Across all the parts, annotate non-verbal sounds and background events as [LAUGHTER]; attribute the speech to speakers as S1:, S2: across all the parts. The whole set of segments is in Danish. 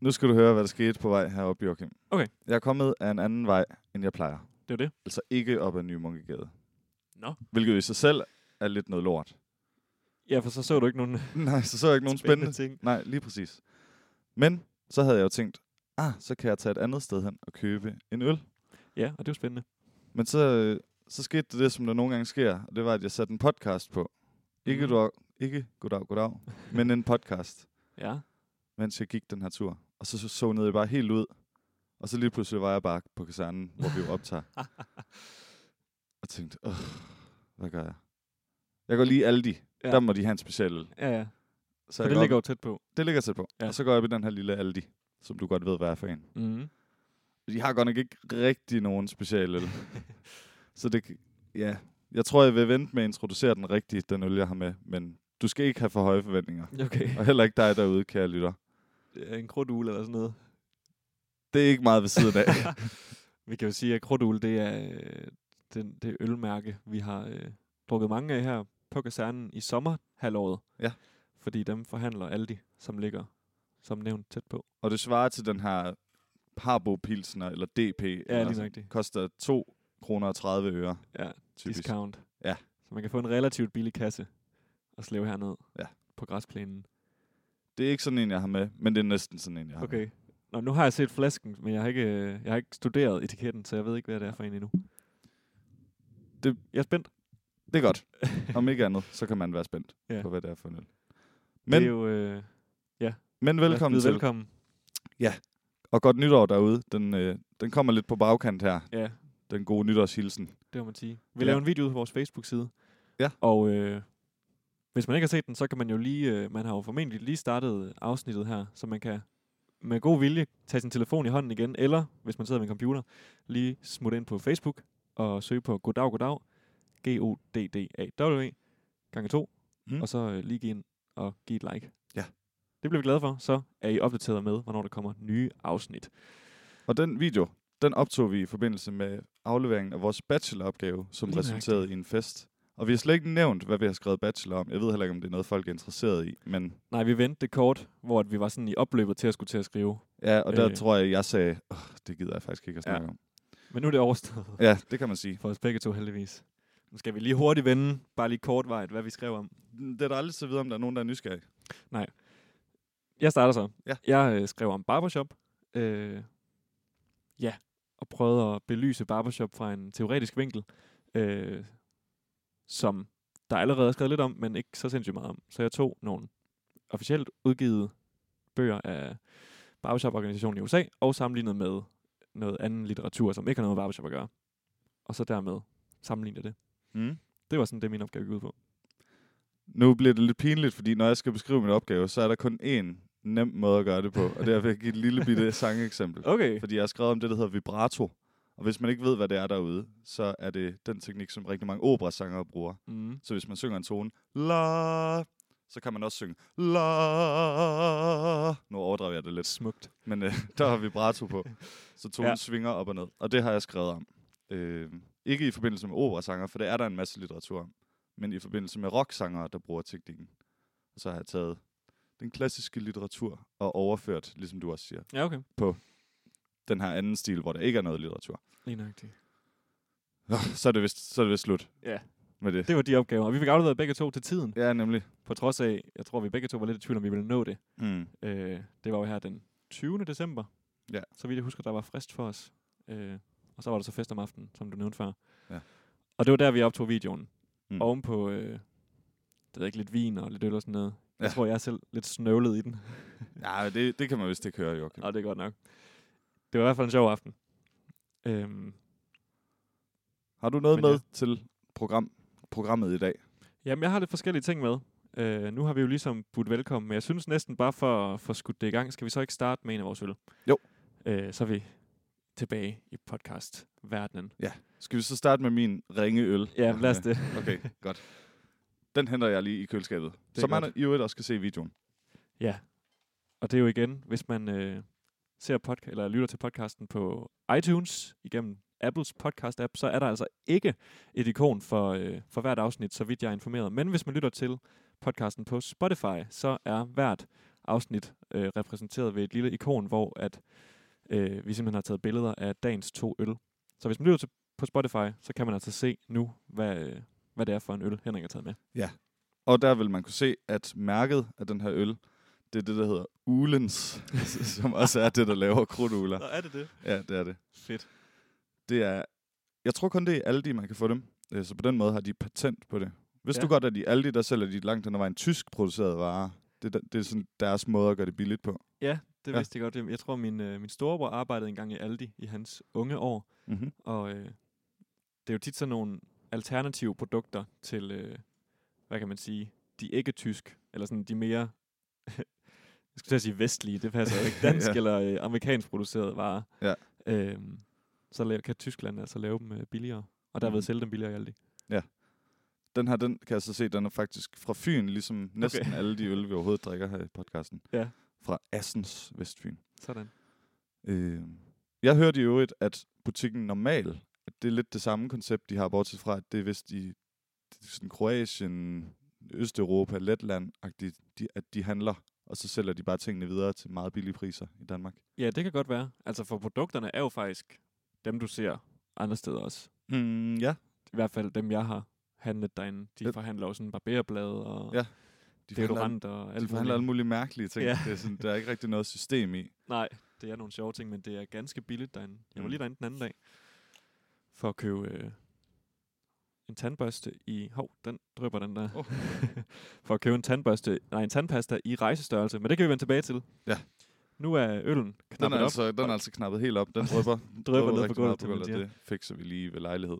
S1: Nu skal du høre, hvad der skete på vej herop, Joachim.
S2: Okay.
S1: Jeg er kommet af en anden vej, end jeg plejer.
S2: Det var det.
S1: Altså ikke op ad Nye Munkegade.
S2: Nå.
S1: Hvilket i sig selv er lidt noget
S2: [LAUGHS]
S1: lort.
S2: Ja, for så så du ikke [LAUGHS] nogen
S1: Nej, så så jeg ikke nogen spændende.
S2: ting.
S1: Nej, lige præcis. Men så havde jeg jo tænkt, ah, så kan jeg tage et andet sted hen og købe en øl.
S2: Ja, og det var spændende.
S1: Men så, øh, så skete der det, som der nogle gange sker, og det var, at jeg satte en podcast på. Ikke,
S2: Mhm.
S1: mm. du, ikke goddag, goddag, men en podcast,
S2: Ja.
S1: mens jeg gik den her tur. Og så så- så nede jeg bare helt ud, og så lige pludselig var jeg bare på kasernen, hvor vi jo
S2: [LAUGHS]
S1: optager. og tænkte, Åh, hvad gør jeg? Jeg går lige i Aldi,
S2: Ja.
S1: ja. der må de have en speciel øl.
S2: Ja, ja.
S1: Så
S2: For
S1: jeg
S2: det
S1: går op-
S2: ligger jo tæt på.
S1: det ligger tæt på.
S2: Ja.
S1: Ja. Og så går jeg op i den her lille Aldi, som du godt ved, hvad er for en.
S2: Mm.
S1: De har godt nok ikke rigtig nogen special
S2: [LAUGHS]
S1: øl. så det, kan- ja. Jeg tror, jeg vil vente med at introducere den rigtige, den øl, jeg har med. Men du skal ikke have for høje forventninger.
S2: Okay.
S1: Og heller ikke dig derude, kære lytter.
S2: En krudtugle eller sådan noget.
S1: Det er ikke meget ved siden af.
S2: [LAUGHS] Vi kan jo sige, at krudtugle, det er øh, den, det ølmærke, vi har øh, drukket mange af her på kasernen i sommerhalvåret.
S1: Ja.
S2: Fordi dem forhandler Aldi, som ligger, som nævnt, tæt på.
S1: og det svarer til den her Harbo Pilsner, eller DP. eller
S2: lige
S1: sådan-
S2: nøjagtigt.
S1: Koster 2 kroner og 30 øre,
S2: Ja,
S1: typisk.
S2: discount.
S1: Ja.
S2: Så man kan få en relativt billig kasse og slæve herned
S1: Ja.
S2: på græsplænen.
S1: Det er ikke sådan en, jeg har med, men det er næsten sådan en, jeg har med.
S2: Okay. Nå, nu har jeg set flasken, men jeg har ikke, øh, jeg har ikke studeret etiketten, så jeg ved ikke, hvad det er for en endnu.
S1: Det-
S2: jeg er spændt.
S1: Det er
S2: [LAUGHS]
S1: godt. Om ikke andet, så kan man være spændt
S2: Ja.
S1: ja. på, hvad det er for en øl.
S2: det
S1: Men,
S2: er jo, øh,
S1: men velkommen til.
S2: Velkommen.
S1: Og godt nytår derude. Den, øh, den kommer lidt på bagkant her.
S2: Ja,
S1: Den gode nytårshilsen.
S2: det må man sige. Vi
S1: Ja.
S2: laver en video ud på vores Facebook-side.
S1: Ja.
S2: Og øh, hvis man ikke har set den, så kan man jo lige, øh, man har jo formentlig lige startet afsnittet her, så man kan med god vilje tage sin telefon i hånden igen, eller hvis man sidder med en computer, lige smutte ind på Facebook og søge på Goddag Goddag, G-O-D-D-A-W, gange to,
S1: Mm.
S2: og så øh, lige give ind og give et like.
S1: Ja.
S2: Det bliver vi glade for, så er I opdateret med, hvornår der kommer nye afsnit.
S1: Og den video, den optog vi i forbindelse med afleveringen af vores bacheloropgave, som
S2: Lige
S1: Lige resulterede i en fest. Og vi har slet ikke nævnt, hvad vi har skrevet bachelor om. Jeg ved heller ikke, om det er noget, folk er interesseret i. Men
S2: Nej, vi vendte det kort, hvor at vi var sådan i opløbet til at skulle til at skrive.
S1: ja, og der
S2: Øh.
S1: øh. tror jeg, jeg sagde, "Åh, det gider jeg faktisk ikke at
S2: Ja.
S1: snakke ja. om.
S2: Men nu er det overstået.
S1: Ja, det kan man sige.
S2: For os begge to heldigvis. Nu skal vi lige hurtigt vende, bare lige kortvejt, hvad vi skrev om.
S1: Det er der aldrig så videre, om der er nogen, der er nysgerrig.
S2: Jeg starter så.
S1: Ja.
S2: Jeg øh, skrev om barbershop. Øh, ja, og prøvede at belyse barbershop fra en teoretisk vinkel, øh, som der allerede er skrevet lidt om, men ikke så sindssygt meget om. Så jeg tog nogle officielt udgivet bøger af barbershop-organisationen i USA, og sammenlignet med noget anden litteratur, som ikke har noget med barbershop at gøre. Og så dermed sammenlignede det.
S1: Mm.
S2: Det var sådan det, min opgave gik ud på.
S1: Nu bliver det lidt pinligt, fordi når jeg skal beskrive min opgave, så er der kun én nem måde at gøre det på. Og det er ved at give et lille [LAUGHS] bitte sangeksempel.
S2: Okay.
S1: Fordi jeg har skrevet om det, der hedder vibrato. Og hvis man ikke ved, hvad det er derude, så er det den teknik, som rigtig mange operasangere bruger.
S2: Mm.
S1: Så hvis man synger en tone, la, så kan man også synge la. Nu overdriver jeg det lidt,
S2: Smukt.
S1: men øh, [LAUGHS] der har vibrato på. Så tonen
S2: Ja.
S1: ja. svinger op og ned. Og det har jeg skrevet om. Øh, ikke i forbindelse med operasanger, for det er der en masse litteratur om. Men i forbindelse med rocksangere, der bruger teknikken. Og så har jeg taget den klassiske litteratur og overført, ligesom du også siger,
S2: Ja, okay.
S1: den her anden stil, hvor der ikke er noget litteratur.
S2: Lige nøjagtigt.
S1: Nå, så er det vist, så er det vist slut
S2: Ja.
S1: med det.
S2: Det var de opgaver. Og vi fik afleveret begge to til tiden.
S1: Ja, nemlig.
S2: På trods af, jeg tror, vi begge to var lidt i tvivl, om vi ville nå det.
S1: Mm.
S2: Øh, det var jo her den 20. december.
S1: Ja.
S2: Så vidt jeg husker, der var frist for os. Øh, og så var der så fest om aftenen, som du nævnte før.
S1: Ja.
S2: Og det var der, vi optog videoen. Mm.
S1: Mm.
S2: Oven på, øh, det ved jeg ikke, lidt vin og lidt øl og sådan noget. Jeg
S1: Ja.
S2: tror, jeg er selv lidt snøvlet
S1: [LAUGHS]
S2: i den.
S1: Ja, det, det kan man vist ikke høre, Joachim.
S2: Nej, det er godt nok. Det var i hvert fald en sjov aften. Øhm,
S1: Har du noget
S2: Men
S1: med
S2: ja.
S1: til program, programmet i dag?
S2: Jamen, jeg har lidt forskellige ting med. Øh, nu har vi jo ligesom budt velkommen, men jeg synes næsten bare for at få skudt det i gang, skal vi så ikke starte med en af vores øl?
S1: Jo.
S2: Øh, så er vi tilbage i podcast-verdenen. Øh,
S1: Skal vi så starte med min ringe øl?
S2: Ja, lad os det.
S1: Okay, godt. Den henter jeg lige i køleskabet.
S2: er
S1: Så man
S2: godt.
S1: i øvrigt også kan se videoen.
S2: Ja. Og det er jo igen, hvis man øh, ser podca- eller lytter til podcasten på iTunes igennem Apples podcast-app, så er der altså ikke et ikon for, øh, for hvert afsnit, så vidt jeg er informeret. Men hvis man lytter til podcasten på Spotify, så er hvert afsnit øh, repræsenteret ved et lille ikon, hvor at øh, vi simpelthen har taget billeder af dagens to øl. Så hvis man lytter til på Spotify, så kan man altså se nu, hvad, øh, hvad det er for en øl, Henrik har taget med.
S1: Og der vil man kunne se, at mærket af den her øl, det er det, der hedder Ulens, [LAUGHS] som også er det, der laver krudtugler.
S2: er det det.
S1: Ja, det er det.
S2: Fedt.
S1: Det er, jeg tror kun, det er i Aldi, man kan få dem. Øh, Så på den måde har de patent på det. Hvis ja.
S2: Ja.
S1: du godt er i Aldi, der sælger de langt hen ad vejen tysk produceret varer. Det, er- det er sådan deres måde at gøre det billigt på.
S2: Ja,
S1: Ja.
S2: det ja. vidste jeg godt. Jeg jeg tror, min, øh, min storebror arbejdede engang i Aldi i hans unge år,
S1: Mm-hmm.
S2: og øh, det er jo tit sådan nogle alternative produkter til, øh, hvad kan man sige, de ikke tysk, eller sådan de mere, [LAUGHS] jeg skulle til at sige vestlige, det
S1: [LAUGHS]
S2: passer jo ikke, dansk
S1: Ja.
S2: ja. eller øh, amerikansk producerede varer.
S1: Ja.
S2: Øhm, så lave, kan Tyskland altså lave dem øh, billigere, og derved
S1: Mhm.
S2: mm. sælge dem billigere i Aldi.
S1: Den her, den kan jeg så se, den er faktisk fra Fyn, ligesom næsten okay. alle de øl, vi overhovedet drikker her i podcasten.
S2: Ja.
S1: Fra Assens, Vestfyn.
S2: Sådan.
S1: Øh, jeg hørte i øvrigt, at butikken Normal, at det er lidt det samme koncept, de har, bortset fra, at det er vist i det er sådan Kroatien, Østeuropa, Letland, de, at de handler, og så sælger de bare tingene videre til meget billige priser i Danmark.
S2: Ja, det kan godt være. Altså for produkterne er jo faktisk dem, du ser andre steder også.
S1: Mm, ja,
S2: i hvert fald dem, jeg har handlet derinde, de
S1: Ja.
S2: forhandler jo sådan barberblade og
S1: Ja,
S2: ja,
S1: de forhandler,
S2: deodorant og
S1: de
S2: alt
S1: forhandler alle
S2: muligt.
S1: mulige mærkelige ting. Ja.
S2: Ja.
S1: Det er sådan, der er ikke rigtig noget system i.
S2: Nej, det er nogle sjove ting, men det er ganske billigt derinde. Jeg var
S1: Mm.
S2: lige derinde den anden dag for at købe øh, en tandbørste i... Hov, den drypper den der.
S1: Oh.
S2: Oh. [LAUGHS] for at købe en tandbørste, nej, en tandpasta i rejsestørrelse, men det kan vi vende tilbage til.
S1: Ja.
S2: Nu er øllen
S1: Den
S2: knappet
S1: er,
S2: op.
S1: altså, den er altså knappet helt op.
S2: [LAUGHS]
S1: Den drypper,
S2: Drypper ned på
S1: rigtig
S2: gulvet,
S1: meget
S2: til man siger.
S1: Det fikser vi lige ved lejlighed.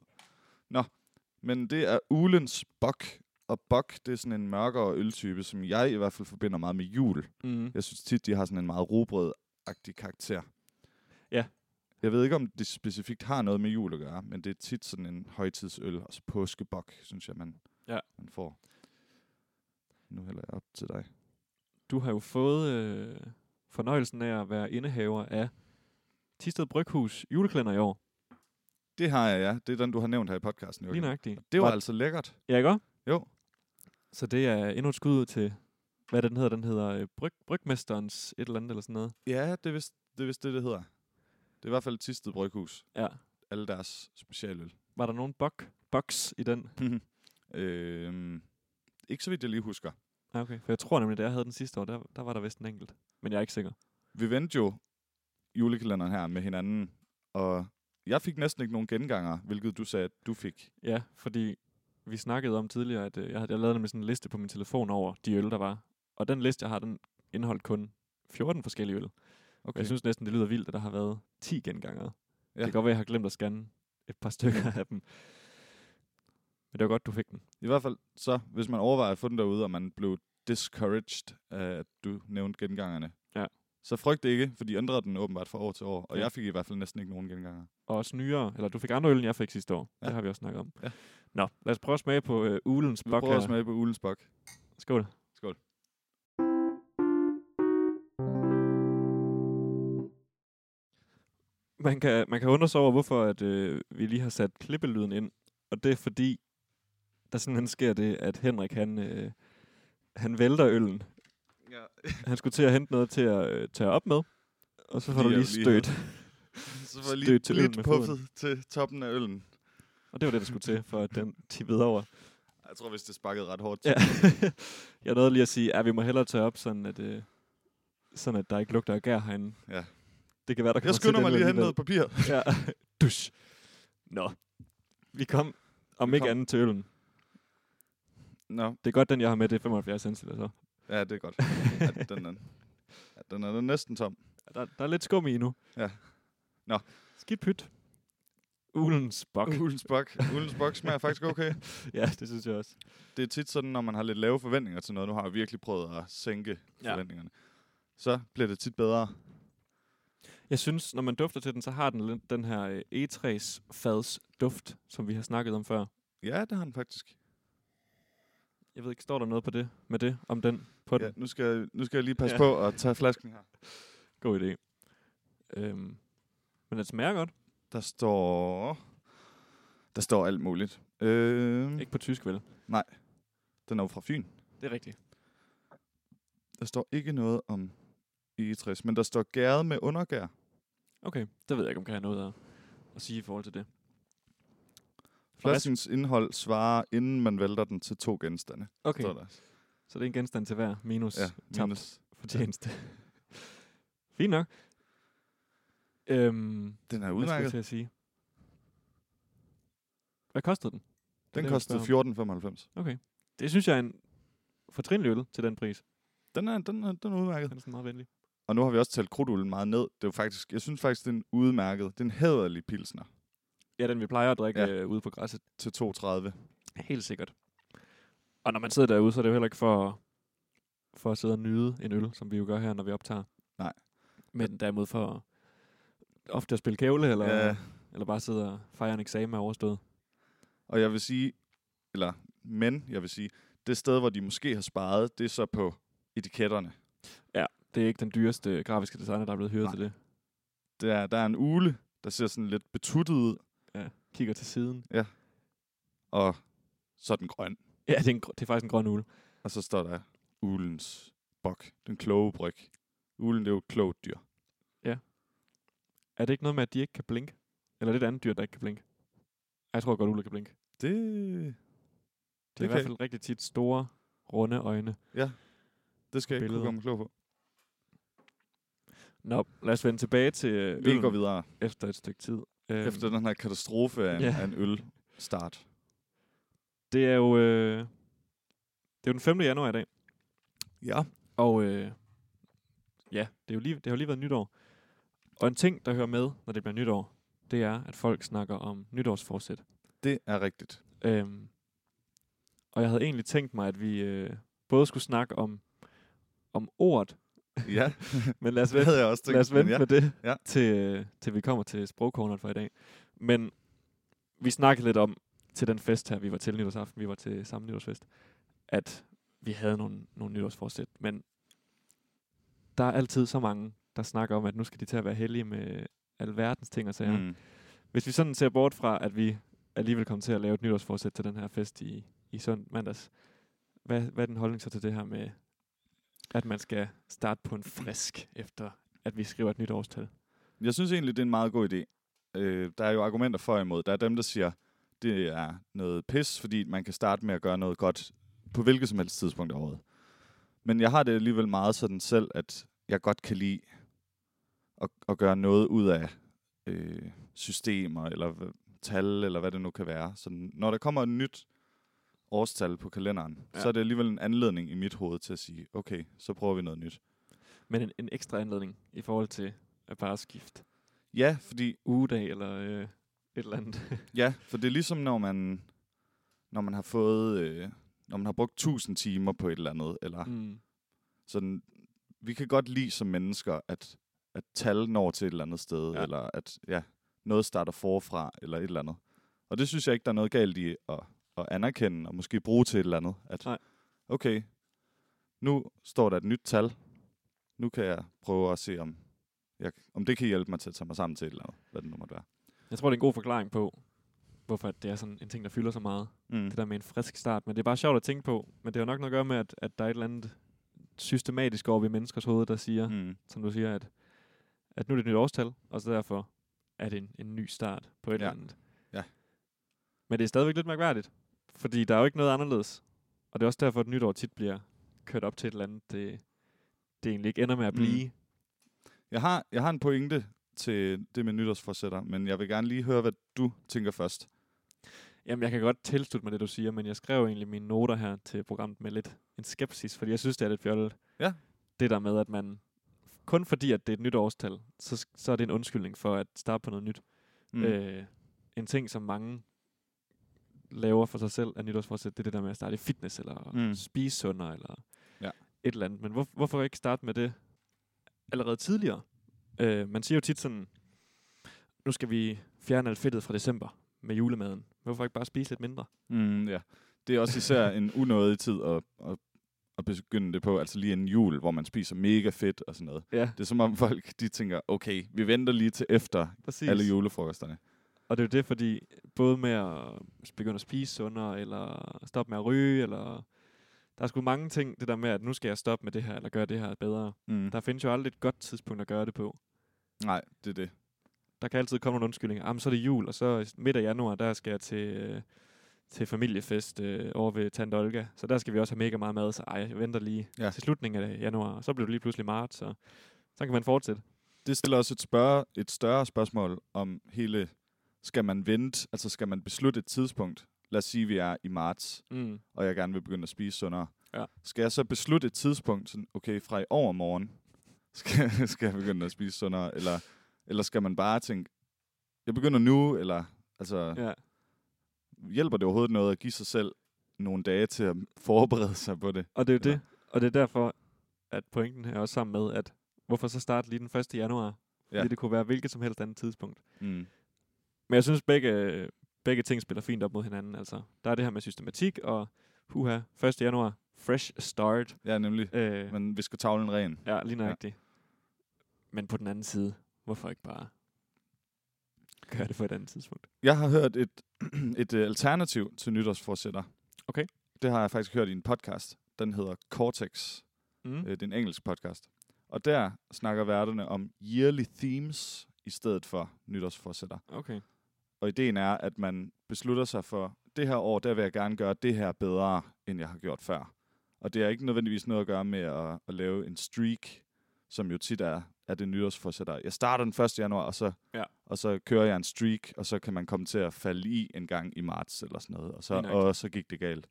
S1: Nå, men det er ulens bok. Og bok, det er sådan en mørkere øltype, som jeg i hvert fald forbinder meget med jul.
S2: Mm.
S1: Jeg synes tit, de har sådan en meget robrød-agtig karakter.
S2: Ja.
S1: Jeg ved ikke, om det specifikt har noget med jul at gøre, men det er tit sådan en højtidsøl, og så påskebok, synes jeg, man,
S2: Ja.
S1: man får. Nu hælder jeg op til dig.
S2: Du har jo fået øh, fornøjelsen af at være indehaver af Tisted Bryghus juleklænder i år.
S1: Det har jeg, ja. Det er den, du har nævnt her i podcasten. Joachim.
S2: Lige nøjagtigt.
S1: Det var
S2: Var-
S1: altså lækkert.
S2: Ja, ikke også?
S1: Jo.
S2: Så det er endnu et skud ud til, hvad er det, den hedder? Den hedder øh, Bryg, Brygmesterens et eller andet eller sådan noget.
S1: Ja, det er vist det, er vist det, det hedder. Det er i hvert fald Tisted Bryghus.
S2: Ja.
S1: Alle deres specialøl.
S2: Var der nogen bok, boks i den?
S1: øhm, ikke så vidt jeg lige husker.
S2: Ah, okay. For jeg tror nemlig, da jeg havde den sidste år, der, der var der vist en enkelt. Men jeg er ikke sikker.
S1: Vi vendte jo julekalenderen her med hinanden, og jeg fik næsten ikke nogen genganger, hvilket du sagde, at du fik.
S2: Ja, fordi vi snakkede om tidligere, at øh, jeg, havde, jeg lavede nemlig sådan en liste på min telefon over de øl, der var. Og den liste, jeg har, den indeholdt kun 14 forskellige øl. Okay.
S1: Okay.
S2: Jeg synes næsten, det lyder vildt, at der har været 10 genganger.
S1: Ja.
S2: Ja. Det kan godt være, jeg har glemt at scanne et par [LAUGHS] stykker af dem. Men det var godt, du fik den.
S1: I hvert fald så, hvis man overvejer at få den derude, og man blev discouraged af, at du nævnte gengangerne,
S2: Ja.
S1: så frygt ikke, for de ændrer den åbenbart fra år til år, og ja.
S2: Ja.
S1: jeg fik i hvert fald næsten ikke nogen genganger.
S2: og også nyere. Eller du fik andre øl, end jeg fik sidste år.
S1: Ja.
S2: Ja. Det har vi også snakket om.
S1: Ja.
S2: Nå, lad os prøve at smage på øh, ulens
S1: Vi
S2: bok
S1: prøver
S2: her.
S1: at smage på Ulens Bok.
S2: Skål.
S1: Skål.
S2: Man kan, man kan undre sig over, hvorfor at, øh, vi lige har sat klippelyden ind. Og det er fordi, der simpelthen sker det, at Henrik han, øh, han vælter øllen.
S1: Ja. [LAUGHS]
S2: Han skulle til at hente noget til at øh, tage op med. Og så får
S1: Fordi
S2: du
S1: jeg
S2: lige
S1: lige
S2: stødt.
S1: Så var lige
S2: Stød til
S1: til
S2: øl
S1: lidt
S2: med
S1: puffet
S2: foden.
S1: til toppen af øllen.
S2: Og det var det, der skulle til, for at den tippede over.
S1: Jeg tror, hvis det sparkede ret hårdt til.
S2: Ja. [LAUGHS] jeg nåede lige at sige, at vi må hellere tage op, sådan at, øh, sådan at der ikke lugter af gær herinde.
S1: Ja.
S2: Det kan være, der
S1: Jeg
S2: kommer til
S1: skynder
S2: den
S1: mig lige at hente
S2: alligevel.
S1: noget papir.
S2: Ja. [LAUGHS] Dusch. Nå. Vi kom, om
S1: Vi
S2: ikke
S1: kom.
S2: andet til øllen.
S1: Nå,
S2: Det er godt, den jeg har med, det er 75 centiliter så.
S1: ja, det er [LAUGHS] godt. Ja, den, er, ja, den er da næsten tom.
S2: Der, der er lidt skum i nu.
S1: Ja. Nå.
S2: Skidt pyt. Ulens bok.
S1: Okay. Ulens bok. Ulens bok smager faktisk okay.
S2: Ja, det synes jeg også.
S1: Det er tit sådan, når man har lidt lave forventninger til noget. Nu har jeg virkelig prøvet at sænke ja.
S2: Ja.
S1: forventningerne. Så bliver det tit bedre.
S2: Jeg synes, når man dufter til den, så har den lidt den her øh, E3's fads duft, som vi har snakket om før.
S1: Ja, det har den faktisk.
S2: Jeg ved ikke, står der noget på det, med det, om den, på den?
S1: Ja, nu, skal, jeg- nu skal jeg lige passe ja.
S2: Ja.
S1: på at tage flasken her.
S2: God idé. Øhm, men den smager godt.
S1: Der står... Der står alt muligt. Øh,
S2: Mm. Ikke på tysk, vel?
S1: den er jo fra Fyn.
S2: Det er rigtigt.
S1: Der står ikke noget om egetræs, men der står gæret med undergær.
S2: Okay, det ved jeg ikke, om jeg har noget at, at sige i forhold til det.
S1: Flaskens indhold svarer, inden man vælter den, til to genstande.
S2: Okay,
S1: Står der.
S2: så det er en genstand til hver minus ja,
S1: Ja,
S2: tabt
S1: minus.
S2: [LAUGHS] fortjeneste. Fint nok. Øhm,
S1: Den er
S2: hvad skulle jeg
S1: udmærket.
S2: til at sige? Hvad kostede den? Det er
S1: Den
S2: det, jeg
S1: kostede
S2: spørger
S1: 14,95.
S2: Okay. Det synes jeg er en fortrinlig øl til den pris.
S1: Den er, den, er, den er udmærket.
S2: Den er sådan meget venlig.
S1: Og nu har vi også talt krudtulden meget ned. Det er jo faktisk, jeg synes faktisk, det er en udmærket. Det er en hæderlig pilsner
S2: Ja, den vi plejer at drikke
S1: Ja.
S2: ja. ude på græsset.
S1: til 32.
S2: Helt sikkert. Og når man sidder derude, så er det jo heller ikke for, for at sidde og nyde en øl, som vi jo gør her, når vi optager.
S1: Nej.
S2: Men derimod for ofte at spille kævle, eller,
S1: Ja.
S2: ja. eller bare sidde og fejre en eksamen er overstået.
S1: Og jeg vil sige, eller men jeg vil sige, det sted, hvor de måske har sparet, det er så på etiketterne.
S2: Det er ikke den dyreste grafiske designer, der er blevet hyret
S1: Nej.
S2: til det.
S1: Der, der er en ule, der ser sådan lidt betuttet ud,
S2: Kigger til siden.
S1: og så er den grøn.
S2: Ja, det er, en, gr- det er faktisk en grøn ule.
S1: Og så står der ulens bok, den kloge bryg. Ulen, det er jo et klogt dyr.
S2: Er det ikke noget med, at de ikke kan blinke? Eller er det et andet dyr, der ikke kan blinke? Jeg tror godt, uler kan blinke.
S1: Det,
S2: Det er i
S1: kan
S2: hvert
S1: jeg.
S2: fald rigtig tit store, runde øjne.
S1: det skal jeg ikke kunne
S2: Billeder.
S1: komme klog på.
S2: Nå, lad os vende tilbage til øh,
S1: Vi
S2: øllen
S1: går videre
S2: efter et stykke tid. Øhm,
S1: efter den her katastrofe af en,
S2: ja.
S1: af en ølstart.
S2: Det er jo øh, det er jo den 5. januar i dag,
S1: Ja.
S2: og øh, ja, det, er jo lige, det har jo lige været nytår. Og en ting, der hører med, når det bliver nytår, det er, at folk snakker om nytårsforsæt.
S1: Det er rigtigt.
S2: Øhm, og jeg havde egentlig tænkt mig, at vi øh, både skulle snakke om, om ordet,
S1: Ja,
S2: men lad
S1: [LAUGHS]
S2: os
S1: det
S2: vente,
S1: havde jeg også tænkt.
S2: lad os
S1: men
S2: vente ja. med det,
S1: Ja.
S2: ja. til, øh, til vi kommer til sprogkornet for i dag. Men vi snakkede lidt om til den fest her, vi var til nytårsaften, vi var til samme nytårsfest, at vi havde nogle, nogle nytårsforsæt, men der er altid så mange, der snakker om, at nu skal de til at være heldige med alverdens ting og sager. Mm.
S1: Mm.
S2: Hvis vi sådan ser bort fra, at vi alligevel kommer til at lave et nytårsforsæt til den her fest i, i søndag mandags, hvad, hvad er din holdning så til det her med, at man skal starte på en frisk, efter at vi skriver et nyt årstal?
S1: Jeg synes egentlig, det er en meget god idé. Øh, der er jo argumenter for og imod. Der er dem, der siger, det er noget pis, fordi man kan starte med at gøre noget godt på hvilket som helst tidspunkt af året. Men jeg har det alligevel meget sådan selv, at jeg godt kan lide at, at gøre noget ud af øh, systemer, eller hv- tal, eller hvad det nu kan være. Så når der kommer et nyt årstal på kalenderen, ja.
S2: Ja.
S1: så er det alligevel en anledning i mit hoved til at sige, okay, så prøver vi noget nyt.
S2: Men en, en ekstra anledning i forhold til at bare skifte
S1: Ja, fordi
S2: ugedag eller øh, et eller andet.
S1: Ja, for det er ligesom, når man, når man har fået... Øh, når man har brugt 1000 timer på et eller andet. Eller
S2: Mm.
S1: sådan, vi kan godt lide som mennesker, at, at tal når til et eller andet sted, ja.
S2: Ja.
S1: eller at ja, noget starter forfra, eller et eller andet. Og det synes jeg ikke, der er noget galt i at, at anerkende, og måske bruge til et eller andet. At,
S2: Nej.
S1: okay, nu står der et nyt tal. Nu kan jeg prøve at se, om, jeg, om det kan hjælpe mig til at tage mig sammen til et eller andet, hvad det nu måtte være.
S2: Jeg tror, det er en god forklaring på, hvorfor at det er sådan en ting, der fylder så meget.
S1: Mm.
S2: Det der med en frisk start. Men det er bare sjovt at tænke på. Men det har nok noget at gøre med, at, at der er et eller andet systematisk over ved menneskers hoved, der siger, mm.
S1: Mm.
S2: som du siger, at, at nu er det et nyt årstal, og så derfor er det en, en ny start på et ja. eller
S1: Ja.
S2: andet.
S1: Ja.
S2: Men det er stadigvæk lidt mærkværdigt, fordi der er jo ikke noget anderledes. Og det er også derfor, at nytår tit bliver kørt op til et eller andet, det, det egentlig ikke ender med at
S1: Mm.
S2: blive. Mm.
S1: Jeg har, jeg har en pointe til det med nytårsforsætter, men jeg vil gerne lige høre, hvad du tænker først.
S2: Jamen, jeg kan godt tilslutte mig det, du siger, men jeg skrev egentlig mine noter her til programmet med lidt en skepsis, fordi jeg synes, det er lidt fjollet.
S1: Ja.
S2: Det der med, at man kun fordi, at det er et nyt årstal, så, s- så er det en undskyldning for at starte på noget nyt. Mm. Øh, en ting, som mange laver for sig selv af nytårsforsæt, det er det der med at starte i fitness, eller
S1: Mm.
S2: mm. spise sundere, eller
S1: Ja.
S2: et eller andet. Men hvor, hvorfor ikke starte med det allerede tidligere? Øh, man siger jo tit sådan, nu skal vi fjerne alt fedtet fra december med julemaden. Hvorfor ikke bare spise lidt mindre?
S1: Mm, ja. Det er også især en unødig tid at, at, at begynde det på, altså lige en jul, hvor man spiser mega fedt og sådan noget.
S2: Ja,
S1: Det er som om folk, de tænker, okay, vi venter lige til efter
S2: præcis.
S1: alle julefrokosterne.
S2: Og det er jo det, fordi både med at begynde at spise sundere, eller stoppe med at ryge, eller Der er sgu mange ting, det der med, at nu skal jeg stoppe med det her, eller gøre det her bedre.
S1: Mm.
S2: Der findes jo aldrig et godt tidspunkt at gøre det på.
S1: Nej, det er det.
S2: Der kan altid komme nogle undskyldninger. Jamen, så er det jul, og så midt af januar, der skal jeg til, øh, til familiefest øh, over ved Tante Olga. Så der skal vi også have mega meget mad, så ej, jeg venter lige
S1: Ja.
S2: ja. til slutningen af januar. Og så bliver det lige pludselig marts, og så kan man fortsætte.
S1: Det stiller også et, spørge, et større spørgsmål om hele, skal man vente, altså skal man beslutte et tidspunkt? Lad os sige, vi er i marts,
S2: Mm.
S1: og jeg gerne vil begynde at spise sundere.
S2: Ja.
S1: Skal jeg så beslutte et tidspunkt, sådan, okay, fra i overmorgen, [LAUGHS] skal, skal jeg begynde at spise sundere, eller, eller skal man bare tænke, jeg begynder nu, eller altså,
S2: Ja.
S1: hjælper det overhovedet noget at give sig selv nogle dage til at forberede sig på det?
S2: Og det er jo
S1: Eller-
S2: det. Og det er derfor, at pointen her er også sammen med, at hvorfor så starte lige den 1. januar? Fordi
S1: Ja.
S2: ja. det kunne være hvilket som helst andet tidspunkt.
S1: Mm.
S2: Men jeg synes, begge, begge ting spiller fint op mod hinanden. Altså, der er det her med systematik, og huha, 1. januar, fresh start.
S1: Ja, nemlig.
S2: Øh,
S1: Man visker tavlen ren.
S2: ja, lige nøjagtigt. Ja. Men på den anden side, hvorfor ikke bare gøre det på et andet tidspunkt?
S1: Jeg har hørt et, [CLEARS THROAT] et øh, alternativ til nytårsforsætter.
S2: Okay.
S1: Det har jeg faktisk hørt i en podcast. Den hedder Cortex.
S2: Mm.
S1: Mm. Øh, det er en engelsk podcast. Og der snakker værterne om yearly themes i stedet for nytårsforsætter.
S2: Okay.
S1: Og ideen er, at man beslutter sig for, det her år, der vil jeg gerne gøre det her bedre, end jeg har gjort før. Og det har ikke nødvendigvis noget at gøre med at, at lave en streak, som jo tit er, er det nytårsforsætter. Jeg starter den 1. januar, og så,
S2: Ja.
S1: og så kører jeg en streak, og så kan man komme til at falde i en gang i marts eller sådan noget. Og så,
S2: Lige nøjagtigt.
S1: og så gik det galt.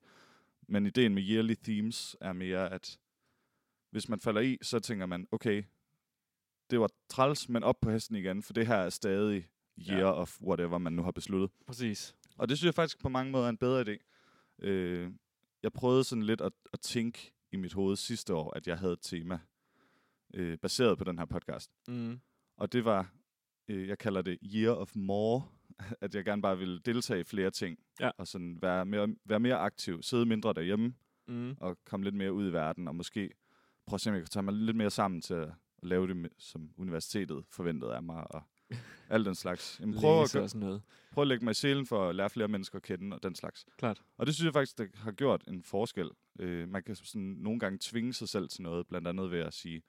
S1: Men ideen med yearly themes er mere, at hvis man falder i, så tænker man, okay, det var træls, men op på hesten igen, for det her er stadig year ja.
S2: Ja.
S1: of whatever, man nu har besluttet.
S2: Præcis.
S1: Og det synes jeg faktisk på mange måder er en bedre idé. Øh, jeg prøvede sådan lidt at, at tænke i mit hoved sidste år, at jeg havde et tema øh, baseret på den her podcast.
S2: Mm.
S1: Og det var, øh, jeg kalder det Year of More, [LAUGHS] at jeg gerne bare ville deltage i flere ting.
S2: Ja.
S1: Og sådan være mere, være mere aktiv, sidde mindre derhjemme
S2: Mm.
S1: og komme lidt mere ud i verden, og måske prøve at se, om jeg kan tage mig lidt mere sammen til at at lave det, med- som universitetet forventede af mig,
S2: [LAUGHS]
S1: og alt den slags. Jamen, prøv, at,
S2: Læse
S1: gø-
S2: og sådan noget.
S1: prøv at lægge mig i selen for at lære flere mennesker at kende, og den slags.
S2: Klart.
S1: Og det synes jeg faktisk, det har gjort en forskel. Øh, man kan sådan nogle gange tvinge sig selv til noget, blandt andet ved at sige,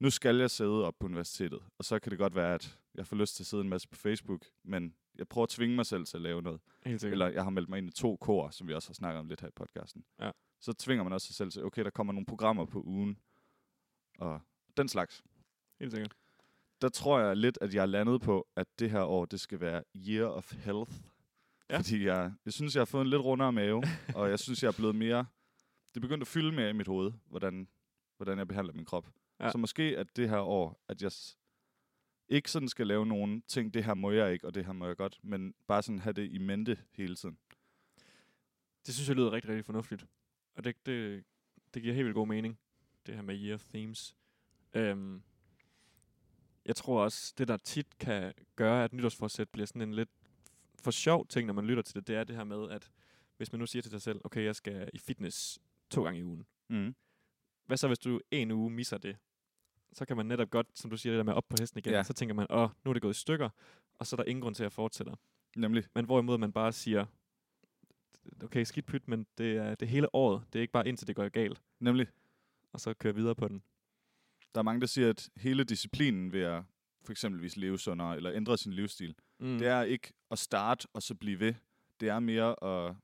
S1: nu skal jeg sidde op på universitetet, og så kan det godt være, at jeg får lyst til at sidde en masse på Facebook, men jeg prøver at tvinge mig selv til at lave noget.
S2: Helt sikkert.
S1: Eller jeg har meldt mig ind i to kor, som vi også har snakket om lidt her i podcasten.
S2: Ja.
S1: Så tvinger man også sig selv til, okay, der kommer nogle programmer på ugen, og den slags.
S2: Helt sikkert.
S1: Der tror jeg lidt, at jeg er landet på, at det her år, det skal være Year of Health. Ja.
S2: Ja.
S1: Fordi jeg, jeg synes, jeg har fået en lidt rundere
S2: [LAUGHS]
S1: mave, og jeg synes, jeg er blevet mere... Det begyndte at fylde mere i mit hoved, hvordan, hvordan jeg behandler min krop. Ja.
S2: Ja.
S1: Så måske at det her år, at jeg s- ikke sådan skal lave nogen ting, det her må jeg ikke, og det her må jeg godt, men bare sådan have det i mente hele tiden.
S2: Det synes jeg lyder rigtig, rigtig fornuftigt. Og det, det, det giver helt vildt god mening, det her med year themes. Øhm, jeg tror også, det der tit kan gøre, at nytårsforsæt bliver sådan en lidt for sjov ting, når man lytter til det, det er det her med, at hvis man nu siger til sig selv, okay, jeg skal i fitness to gange i ugen.
S1: Mm.
S2: Hvad så, hvis du en uge misser det? Så kan man netop godt, som du siger, det der med op på hesten igen.
S1: Ja.
S2: Ja. Så tænker man, åh, nu er det gået i stykker, og så er der ingen grund til at fortsætte.
S1: Nemlig.
S2: Men hvorimod man bare siger, okay, skidt pyt, men det er det er hele året. Det er ikke bare indtil det går galt,
S1: Nemlig,
S2: og så kører videre på den.
S1: der er mange, der siger, at hele disciplinen ved at for eksempelvis leve sundere eller ændre sin livsstil, mm.
S2: Mm.
S1: det er ikke at starte og så blive ved. Det er mere, at,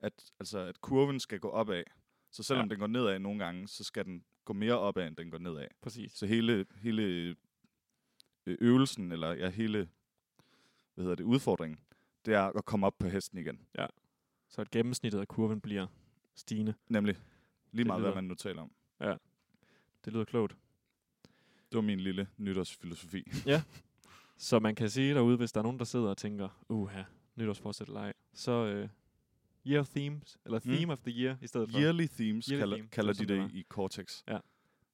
S1: at, altså, at kurven skal gå opad. Så selvom ja.
S2: Ja.
S1: den går nedad nogle gange, så skal den gå mere opad, end den går nedad.
S2: Præcis.
S1: Så hele, hele øh, øvelsen, eller ja, hele hvad hedder det, udfordringen, det er at komme op på hesten igen.
S2: Så at gennemsnittet af kurven bliver stigende.
S1: Nemlig lige
S2: Det
S1: meget, hvad
S2: lyder-
S1: man nu taler om.
S2: Det lyder klogt.
S1: Det var min lille nytårsfilosofi.
S2: Så man kan sige derude, hvis der er nogen, der sidder og tænker, uha, nytårsforsæt eller ej, så øh, year of themes, eller
S1: Mm.
S2: theme of the year i stedet for.
S1: Yearly themes
S2: Yearly
S1: Yearly kalder,
S2: theme, det
S1: kalder
S2: var
S1: de
S2: sådan, det
S1: det
S2: var.
S1: i Cortex.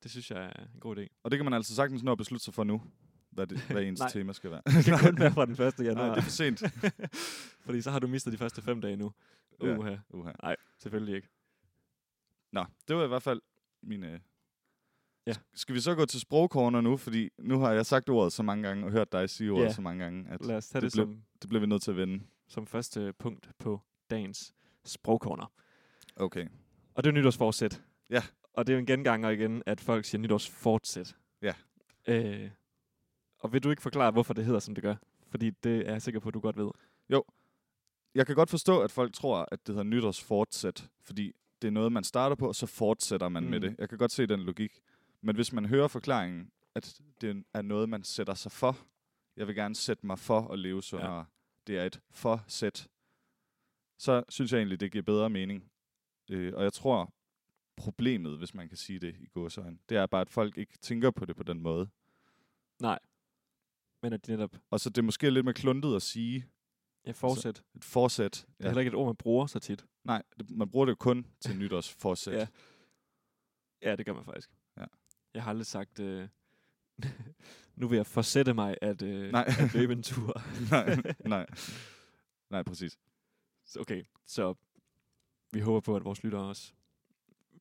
S2: Det synes jeg er en god idé.
S1: Og det kan man altså sagtens nå at beslutte sig for nu, hvad,
S2: [LAUGHS]
S1: det, hvad ens
S2: Nej.
S1: tema skal være.
S2: Det kan
S1: [LAUGHS]
S2: kun være fra den 1.
S1: Nej,
S2: januar,
S1: det er for sent.
S2: fordi så har du mistet de første fem dage nu.
S1: Ja.
S2: Uha,
S1: Uha.
S2: selvfølgelig ikke.
S1: Nå, det var i hvert fald mine...
S2: Ja.
S1: Sk- Skal vi så gå til sprogkorner nu? Fordi nu har jeg sagt ordet så mange gange, og hørt dig sige ordet
S2: Ja.
S1: så mange gange, at
S2: Lad os tage
S1: det
S2: det,
S1: blev-
S2: som,
S1: det bliver vi nødt til at vende.
S2: som første punkt på dagens sprogkorner.
S1: Okay.
S2: Og det er jo nytårsforsæt.
S1: Ja.
S2: Og det er jo en genganger igen, at folk siger nytårsfortsæt.
S1: Ja.
S2: Øh, og vil du ikke forklare, hvorfor det hedder, som det gør? Fordi det er jeg sikker på, at du godt ved.
S1: Jeg kan godt forstå, at folk tror, at det hedder nytårsfortsæt, fordi det er noget, man starter på, og så fortsætter man mm. med
S2: Mm.
S1: det. Jeg kan godt se den logik. Men hvis man hører forklaringen, at det er noget, man sætter sig for, jeg vil gerne sætte mig for at leve sundere, ja. det er et forsæt, så synes jeg egentlig, det giver bedre mening. Øh, og jeg tror, problemet, hvis man kan sige det i godsøjne, det er bare, at folk ikke tænker på det på den måde.
S2: Men at det netop
S1: Og så det er måske lidt mere kluntet at sige
S2: er fortsæt. Så,
S1: et forsæt.
S2: det er heller ikke et ord, man bruger så tit.
S1: Nej, det, man bruger det jo kun til nytårsforsæt.
S2: Ja. Ja, det gør man faktisk.
S1: Ja.
S2: Jeg har aldrig sagt, øh, [LAUGHS] nu vil jeg forsætte mig at, øh,
S1: Nej.
S2: [LAUGHS]
S1: [LAUGHS]
S2: at løbe en tur.
S1: nej, nej. Nej, præcis.
S2: Så Okay, så vi håber på, at vores lyttere også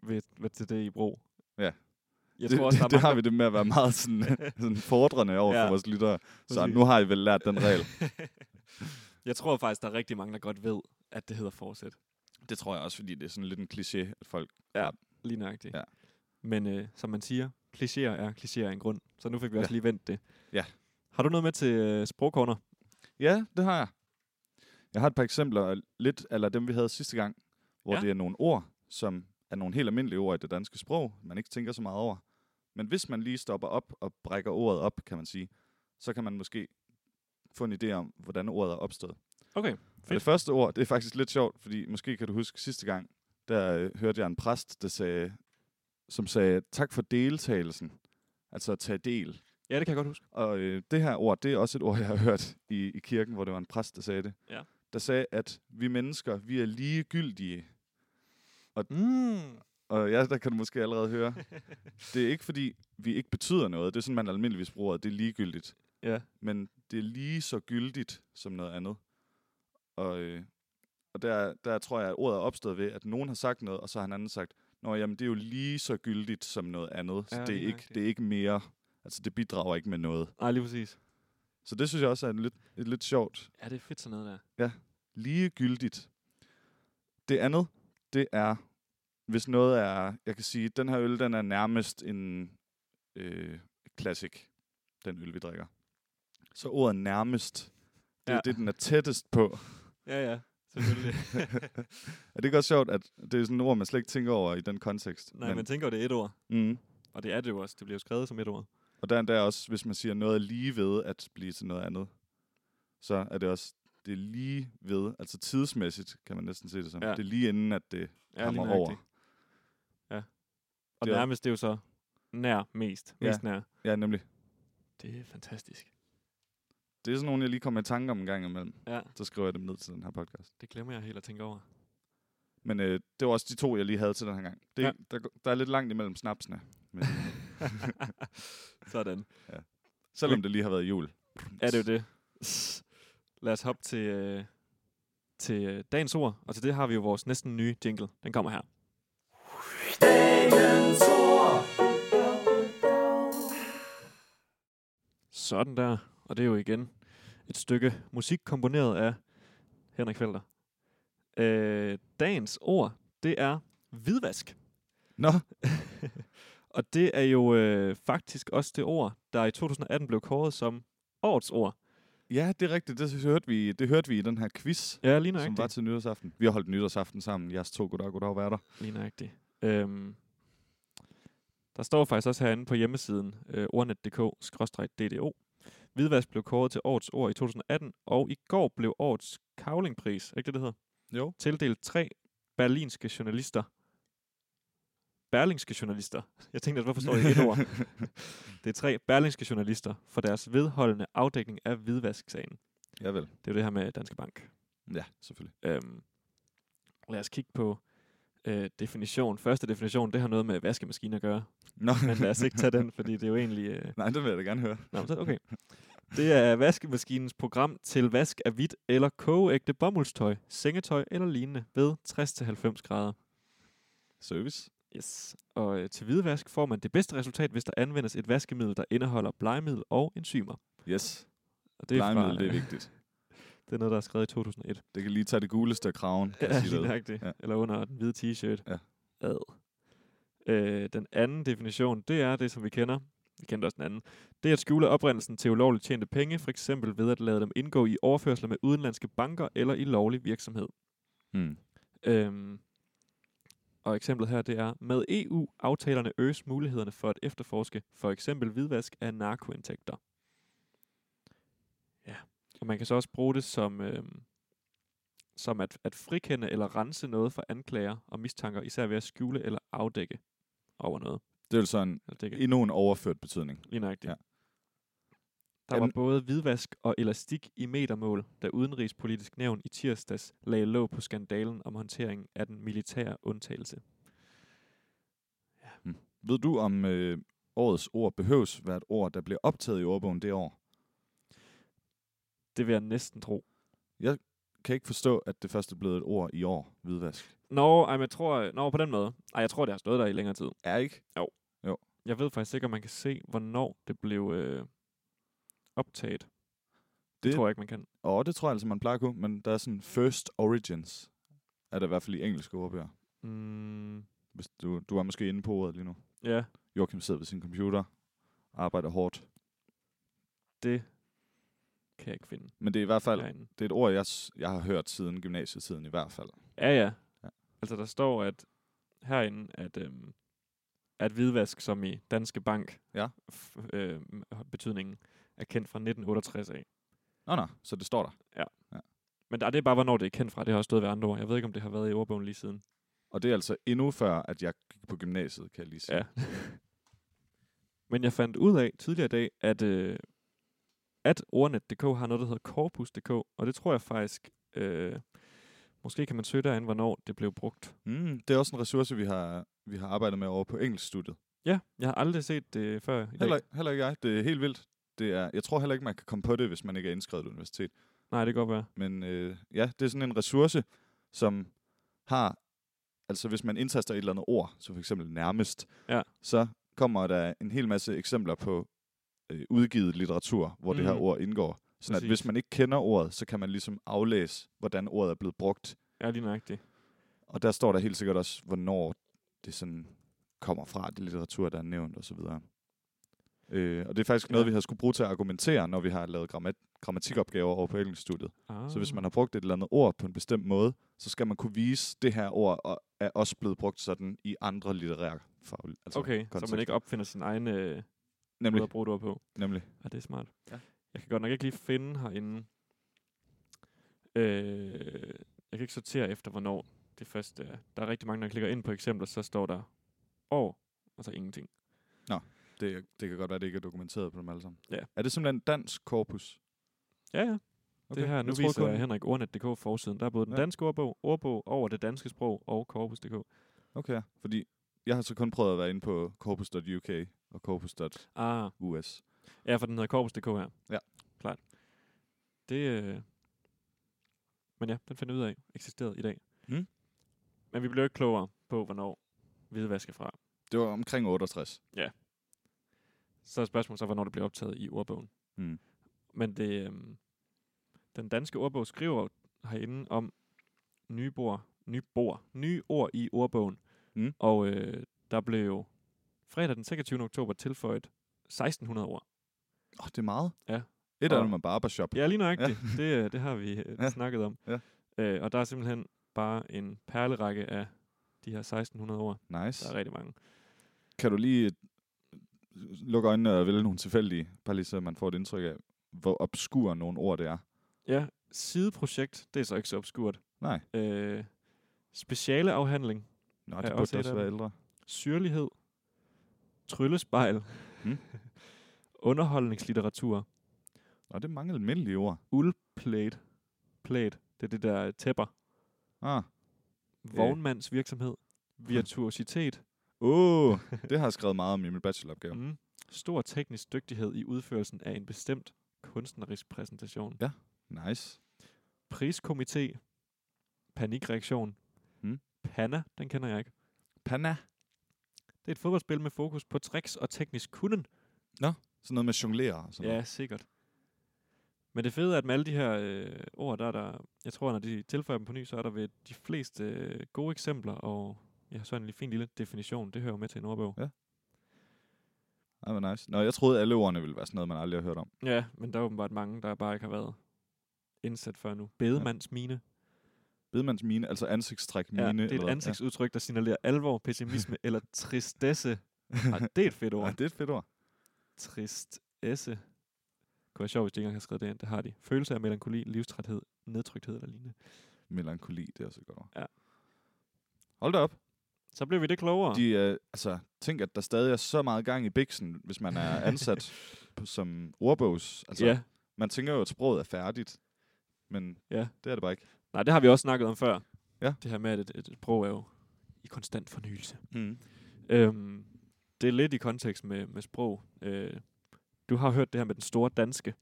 S2: vil, vil til det i brug.
S1: Ja.
S2: Jeg
S1: det,
S2: tror også, der
S1: det, det har vi det med [LAUGHS] at være meget sådan, sådan fordrende over ja.
S2: Ja.
S1: for vores lyttere. Så
S2: Præcis.
S1: nu har I vel lært den regel.
S2: [LAUGHS] jeg tror faktisk, der er rigtig mange, der godt ved, at det hedder forsæt.
S1: [LAUGHS] Det tror jeg også, fordi det er sådan lidt en kliché, at folk...
S2: Lige nøjagtigt.
S1: Ja.
S2: Men øh, som man siger, klichéer er klichéer af en grund. Så nu fik vi også
S1: Ja.
S2: lige vendt det.
S1: Ja.
S2: Har du noget med til øh, sprogkorner?
S1: Ja, det har jeg. Jeg har et par eksempler, lidt eller dem, vi havde sidste gang, hvor ja.
S2: Ja.
S1: det er nogle ord, som er nogle helt almindelige ord i det danske sprog, man ikke tænker så meget over. Men hvis man lige stopper op og brækker ordet op, kan man sige, så kan man måske få en idé om, hvordan ordet er opstået.
S2: Okay.
S1: Og det første ord, det er faktisk lidt sjovt, fordi måske kan du huske sidste gang, der øh, hørte jeg en præst, der sagde, som sagde, tak for deltagelsen, altså at tage del.
S2: Ja, det kan jeg godt huske.
S1: Og øh, det her ord, det er også et ord, [LAUGHS] jeg har hørt i, i kirken, hvor det var en præst, der sagde det.
S2: Ja.
S1: Der sagde, at vi mennesker, vi er ligegyldige.
S2: Mm.
S1: Og ja, der kan du måske allerede høre. det er ikke, fordi vi ikke betyder noget. Det er sådan, man almindeligvis bruger, ordet, det er ligegyldigt.
S2: Ja.
S1: men det er lige så gyldigt som noget andet. Og, øh, og der, der tror jeg, at ordet er opstået ved, at nogen har sagt noget, og så har en anden sagt, Nå, jamen, det er jo lige så gyldigt som noget andet, så
S2: Ja,
S1: det, er
S2: lige
S1: ikke,
S2: nøjagtigt.
S1: det er ikke mere, altså det bidrager ikke med noget.
S2: Nej, lige præcis.
S1: Så det synes jeg også er en lidt, et lidt sjovt.
S2: Ja, det er fedt sådan noget der.
S1: Ligegyldigt. Det andet, det er, hvis noget er, jeg kan sige, den her øl, den er nærmest en øh, classic, den øl, vi drikker. Så ordet nærmest, det ja.
S2: Ja.
S1: er det, den er tættest
S2: [LAUGHS]
S1: på.
S2: Ja, ja. Selvfølgelig. [LAUGHS]
S1: Er det ikke også sjovt, at det er sådan et ord, man slet ikke tænker over i den kontekst?
S2: Nej, man tænker jo, det er et ord.
S1: mm,
S2: Og det er det jo også. Det bliver jo skrevet som et ord.
S1: og der er endda også, hvis man siger noget er lige ved at blive til noget andet, så er det også det er lige ved, altså tidsmæssigt kan man næsten se det som. Ja.
S2: Ja.
S1: Det er lige inden, at det
S2: Ja,
S1: kommer
S2: nøjagtigt.
S1: over.
S2: Og
S1: Det er-
S2: nærmest, det er jo så nær mest.
S1: Ja.
S2: Mest nær.
S1: Ja, nemlig.
S2: Det er fantastisk.
S1: Det er sådan nogle, jeg lige kommer i tanke om en gang imellem.
S2: Ja,
S1: Så skriver jeg dem ned til den her podcast.
S2: det glemmer jeg helt at tænke over.
S1: Men øh, det var også de to, jeg lige havde til den her gang. Det, ja.
S2: Ja.
S1: der, går- der er lidt langt imellem
S2: [LAUGHS]
S1: snapsene. Men, øh,
S2: Sådan.
S1: selvom det lige har været jul.
S2: Er det jo det. Lad os hoppe til, øh, til øh, dagens ord. Og til det har vi jo vores næsten nye jingle. Den kommer her. Sådan der. Og det er jo igen et stykke musik komponeret af Henrik Felter. Øh, dagens ord, det er hvidvask. [LAUGHS]
S1: Nå,
S2: Og det er jo øh, faktisk også det ord, der i 2018 blev kåret som årets ord.
S1: ja, det er rigtigt. Det hørte vi, det hørte vi i den her quiz,
S2: Ja, lige
S1: som var til nytårsaften. Vi har holdt nytårsaften sammen. Jeres to goddag, goddag værter.
S2: Lige nøjagtigt. Øhm, der står faktisk også herinde på hjemmesiden øh, ordnet.dk-ddo. Hvidvask blev kåret til årets ord i 2018, og i går blev årets kavlingpris, er ikke det, det hedder?
S1: [LAUGHS] Jo.
S2: Tildelt tre berlinske journalister. Berlingske journalister. Jeg tænkte, at hvorfor står det i et [LAUGHS] ord? Det er tre berlingske journalister for deres vedholdende afdækning af hvidvasksagen.
S1: ja vel.
S2: Det er jo det her med Danske Bank.
S1: Ja, selvfølgelig.
S2: Øhm, lad os kigge på øh, definition. Første definition, det har noget med vaskemaskine at gøre.
S1: [LAUGHS] Nå,
S2: Men lad os ikke tage den, fordi det er jo egentlig... Øh,
S1: nej, det vil jeg da gerne høre.
S2: nå, men så, okay. Det er vaskemaskinens program til vask af hvidt eller kogeægte bomuldstøj, sengetøj eller lignende ved 60-90 grader.
S1: Service.
S2: Yes. Og øh, til hvidvask får man det bedste resultat, hvis der anvendes et vaskemiddel, der indeholder blegemiddel og enzymer.
S1: Yes.
S2: Og
S1: Det er, Blegemiddel,
S2: øh,
S1: det er vigtigt.
S2: det er noget, der er skrevet i 2001.
S1: Det kan lige tage det guleste af kraven. kan jeg
S2: Ja,
S1: sige
S2: lige
S1: dig.
S2: nøjagtigt.
S1: Ja.
S2: Ja. Eller under den hvide t-shirt.
S1: Ja.
S2: ad. Øh, den anden definition, det er det, som vi kender. Vi kender også den anden. Det er at skjule oprindelsen til ulovligt tjente penge, for eksempel ved at lade dem indgå i overførsler med udenlandske banker eller i lovlig virksomhed.
S1: Mm.
S2: Øhm, og eksemplet her, det er, med EU-aftalerne øges mulighederne for at efterforske for eksempel hvidvask af narkoindtægter. Ja, og man kan så også bruge det som, øhm, som at, at frikende eller rense noget for anklager og mistanker, især ved at skjule eller afdække over noget.
S1: Det er jo sådan
S2: Eller dække,
S1: endnu en overført betydning.
S2: lige nøjagtigt.
S1: ja.
S2: Der var
S1: Jamen-
S2: både hvidvask og elastik i metermål, da Udenrigspolitisk Nævn i tirsdags lagde låg på skandalen om håndteringen af den militære undtagelse.
S1: Ved du, om øh, årets ord behøves være et ord, der bliver optaget i ordbogen det år?
S2: Det vil jeg næsten tro.
S1: Kan jeg ikke forstå, at det først er blevet et ord i år, hvidvask.
S2: Nå, ej, men jeg tror, nå, på den måde. Ej, jeg tror, det har stået der i længere tid.
S1: Er ikke?
S2: Jeg ved faktisk ikke, om man kan se, hvornår det blev øh, optaget. Det, det
S1: Det-
S2: tror jeg ikke, man kan.
S1: Og det tror jeg altså, man plejer at kunne, men der er sådan first origins, er der i hvert fald i engelske ordbøger.
S2: Mm,
S1: Hvis du, du er måske inde på ordet lige nu.
S2: ja,
S1: Joachim sidder ved sin computer, arbejder hårdt.
S2: det kan jeg ikke finde.
S1: Men det er i hvert fald,
S2: herinde.
S1: det er et ord, jeg, s- jeg har hørt siden gymnasietiden i hvert fald.
S2: Ja, ja.
S1: Ja.
S2: Altså, der står at herinde, at, øhm, at hvidvask, som i Danske Bank,
S1: Ja.
S2: f- øh, betydningen er kendt fra 1968 af.
S1: Nå, nå, så det står der.
S2: Men der, det er bare, hvornår det er kendt fra. Det har også stået ved andre ord. Jeg ved ikke, om det har været i ordbogen lige siden.
S1: Og det er altså endnu før, at jeg gik på gymnasiet, kan jeg lige sige.
S2: Ja. [LAUGHS] Men jeg fandt ud af tidligere i dag, at, øh, at ordnet.dk har noget, der hedder corpus.dk, og det tror jeg faktisk, øh, måske kan man søge derinde, hvornår det blev brugt.
S1: Mm, det er også en ressource, vi har, vi har arbejdet med over på engelskstudiet.
S2: Ja, jeg har aldrig set det før i dag.
S1: Heller, heller ikke jeg. Det er helt vildt. Det er, jeg tror heller ikke, man kan komme på det, hvis man ikke er indskrevet ved universitet.
S2: Nej, det kan godt være.
S1: Men øh, ja, det er sådan en ressource, som har, altså hvis man indtaster et eller andet ord, så for eksempel nærmest,
S2: Ja.
S1: så kommer der en hel masse eksempler på øh, udgivet litteratur, hvor mm. det her
S2: Mhm.
S1: ord indgår. Sådan at
S2: Præcis.
S1: hvis man ikke kender ordet, så kan man ligesom aflæse, hvordan ordet er blevet brugt.
S2: Ja, lige nøjagtigt.
S1: Og der står der helt sikkert også, hvornår det sådan kommer fra, det litteratur, der er nævnt osv. Øh, og det er faktisk
S2: Ja.
S1: noget, vi har skulle bruge til at argumentere, når vi har lavet grammat grammatikopgaver over på engelskstudiet.
S2: Ah.
S1: Så hvis man har brugt et eller andet ord på en bestemt måde, så skal man kunne vise, at det her ord og- er også blevet brugt sådan i andre litterære fag. Altså,
S2: Okay, så man
S1: kontekster.
S2: ikke opfinder sin egen øh, måde
S1: Nemlig,
S2: at bruge et ord på.
S1: nemlig.
S2: Ja, det er smart.
S1: Ja.
S2: Jeg kan godt nok ikke lige finde herinde. Øh, jeg kan ikke sortere efter, hvornår det første er. Der er rigtig mange, der klikker ind på eksempler, så står der år, og så ingenting.
S1: Det, det kan godt være, at det ikke er dokumenteret på dem alle sammen.
S2: Ja.
S1: Er det simpelthen dansk korpus?
S2: Ja, ja. Okay. Det her, nu
S1: jeg troede
S2: viser
S1: kun-
S2: kun... Henrik Ordnet.dk forsiden. Der er både den
S1: Ja.
S2: ja. danske ordbog, ordbog over det danske sprog og korpus.dk.
S1: Okay, ja. fordi jeg har så kun prøvet at være inde på corpus.uk og corpus.us.
S2: Ah, ja, for den hedder korpus.dk her.
S1: Ja.
S2: Klart. Det, øh... men ja, den finder jeg ud af, eksisterede i dag.
S1: Mm.
S2: Men vi blev ikke klogere på, hvornår hvidvask er fra.
S1: Det var omkring 68.
S2: Så er spørgsmålet så, hvornår det bliver optaget i ordbogen.
S1: Mm.
S2: Men det, øhm, den danske ordbog skriver jo herinde om nye bord, nye bord, nye ord i ordbogen.
S1: Mm.
S2: Og øh, der blev jo fredag den 26. oktober tilføjet 1600 ord.
S1: Åh, oh, det er meget.
S2: Ja.
S1: Et af
S2: Og-
S1: dem er barbershop.
S2: Ja, lige nøjagtigt. Ja. Det, øh, det har vi øh,
S1: Ja.
S2: ja. snakket om.
S1: Ja.
S2: Øh, og der er simpelthen bare en perlerække af de her 1600 ord.
S1: Nice.
S2: Der er rigtig mange.
S1: Kan du lige øh, lukke øjnene og vælge nogle tilfældige, bare lige så man får et indtryk af, hvor obskur nogle ord det er?
S2: Ja, sideprojekt, det er så ikke så obskurt.
S1: Nej.
S2: Øh, specialeafhandling,
S1: Nå,
S2: Er
S1: det burde
S2: også et
S1: også
S2: af
S1: være
S2: dem.
S1: ældre.
S2: syrlighed, tryllespejl,
S1: Mm.
S2: mm. [LAUGHS] underholdningslitteratur,
S1: Nå, det er mange almindelige ord.
S2: uldplæt, plæt, det er det der øh, tæpper,
S1: Ah.
S2: Øh. vognmandsvirksomhed, virtuositet, [LAUGHS]
S1: Uh, det har jeg skrevet meget om i min bacheloropgave.
S2: mm. stor teknisk dygtighed i udførelsen af en bestemt kunstnerisk præsentation,
S1: Nice.
S2: priskomité, panikreaktion,
S1: Mm.
S2: panna, den kender jeg ikke.
S1: Panna.
S2: Det er et fodboldspil med fokus på tricks og teknisk kunden.
S1: Sådan noget med jonglere og sådan
S2: Ja,
S1: noget.
S2: sikkert. Men det fede er, at med alle de her øh, ord, der er der, jeg tror, når de tilføjer dem på ny, så er der ved de fleste øh, gode eksempler og Ja, sådan en lille- fin lille definition. Det hører jo med til en ordbog.
S1: Ej, Ah, hvor nice. Nå, jeg troede, alle ordene ville være sådan noget, man aldrig har hørt om.
S2: Ja, men der er åbenbart mange, der bare ikke har været indsat før nu. Bedemandsmine.
S1: Bedemands mine, altså ansigtstræk mine.
S2: Ja, det er
S1: eller
S2: et
S1: hvad?
S2: ansigtsudtryk, der signalerer alvor,
S1: [LAUGHS]
S2: pessimisme eller tristesse.
S1: Ja.
S2: Ah, det er et fedt
S1: ja,
S2: ord.
S1: det er et fedt ord.
S2: Tristesse. Det kunne være sjovt, hvis de ikke engang har skrevet det ind. Det har de. Følelse af melankoli, livstræthed, nedtrykthed eller lignende.
S1: Melankoli, det er også et godt ord.
S2: Ja.
S1: Hold da op.
S2: Så blev vi det klogere.
S1: De, øh, altså, tænk, at der stadig er så meget gang i biksen, hvis man
S2: [LAUGHS]
S1: er ansat på, som ordbogs. Altså,
S2: ja.
S1: Man tænker jo, at sproget er færdigt, men
S2: Ja.
S1: det er det bare ikke.
S2: Nej, det har vi også snakket om før.
S1: Ja.
S2: Det her med, at et, et sprog er jo i konstant fornyelse.
S1: Mm.
S2: Øhm, det er lidt i kontekst med, med sprog. Øh, du har hørt det her med den store danske.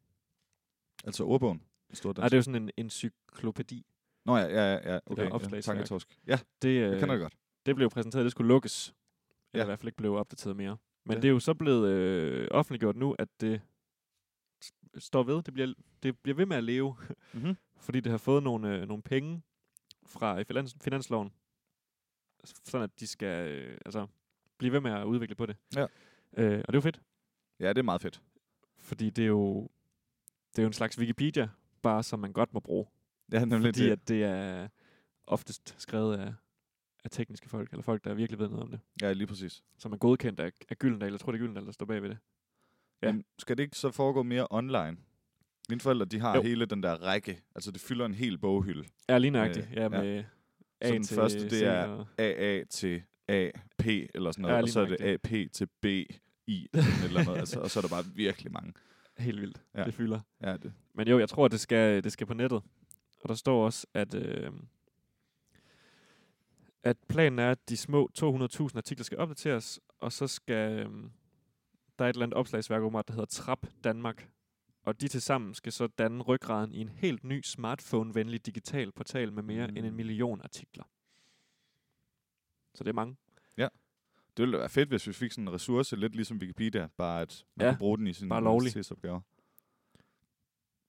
S1: Altså ordbogen. Den store
S2: Nej,
S1: dansk.
S2: det er jo sådan en encyklopædi.
S1: Nå ja, ja, ja, ja. Okay, ja.
S2: opslagsværk.
S1: Tanketorsk. Ja,
S2: Det, øh,
S1: jeg kender det godt.
S2: det blev præsenteret, det skulle lukkes. Eller
S1: Ja.
S2: i hvert fald ikke blev opdateret mere. Men
S1: Ja.
S2: det er jo så blevet øh, offentliggjort nu, at det s- står ved. Det bliver, det bliver ved med at leve, mhm.
S1: Mm-hmm.
S2: fordi det har fået nogle, øh, nogle penge fra øh, finans, finansloven, s- sådan at de skal øh, altså, blive ved med at udvikle på det.
S1: Ja.
S2: Øh, og det er jo fedt,
S1: Ja, det er meget fedt.
S2: fordi det er jo, det er jo en slags Wikipedia, bare som man godt må bruge.
S1: Ja, nemlig
S2: fordi
S1: det.
S2: at det er oftest skrevet af, af tekniske folk, eller folk, der virkelig ved noget om det.
S1: Ja, lige præcis.
S2: som er godkendt af, af Gyldendal. Jeg tror, det er Gyldendal, der står bag ved det. Ja.
S1: Ja. Men skal det ikke så foregå mere online? Mine forældre, de har
S2: Jo.
S1: jo. hele den der række. Altså, det fylder en hel boghylde.
S2: Ja, lige nøjagtigt.
S1: Øh,
S2: Ja,
S1: ja.
S2: med ja. A
S1: Så den
S2: til
S1: første,
S2: C
S1: det er
S2: og-
S1: AA til AP eller sådan noget,
S2: Ja,
S1: ja, og
S2: lige
S1: så er det
S2: nøjagtigt.
S1: AP til B, I sådan et eller noget, altså, og så er der bare virkelig mange.
S2: Helt vildt. Ja.
S1: Ja.
S2: Det fylder.
S1: Ja, det.
S2: Men jo, jeg tror, at det skal, det skal på nettet. Og der står også, at, øh, at planen er, at de små 200.000 artikler skal opdateres, og så skal øh, der er et eller andet opslagsværk, åbenbart, der hedder Trap Danmark. Og de tilsammen skal så danne ryggraden i en helt ny smartphone-venlig digital portal med mere mm. end en
S1: Mm.
S2: million artikler. Så det er mange.
S1: Det ville da være fedt, hvis vi fik sådan en ressource, lidt ligesom Wikipedia, bare at man
S2: Ja,
S1: ja, kunne bruge den i sine
S2: bare lovlig.
S1: universitetsopgaver.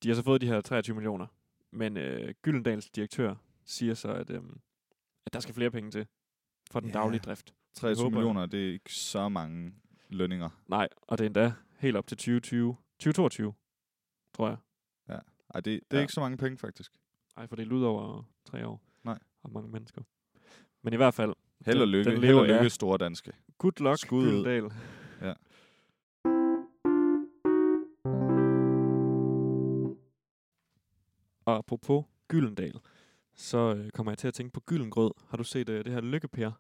S2: de har så fået de her 23 millioner, men øh, Gyldendals direktør siger så, at, øh, at der skal flere penge til for den
S1: Ja.
S2: daglige drift.
S1: 23
S2: håber jeg.
S1: millioner, det er ikke så mange lønninger.
S2: Nej, og det er endda helt op til 2020. 2022, tror jeg.
S1: Ej, det, det er
S2: Ja.
S1: ja. ikke så mange penge, faktisk.
S2: Ej, for det er ud over tre år.
S1: Nej.
S2: Og mange mennesker. Men i hvert fald,
S1: Held og
S2: Den-
S1: lykke,
S2: den
S1: held og
S2: lever, ja.
S1: lykke, store danske.
S2: good luck,
S1: Skud
S2: Skud.
S1: ud.
S2: Gyldendal.
S1: Ja.
S2: Og apropos Gyldendal, så øh, kommer jeg til at tænke på Gyldengrød. Har du set øh, det her Lykkepær?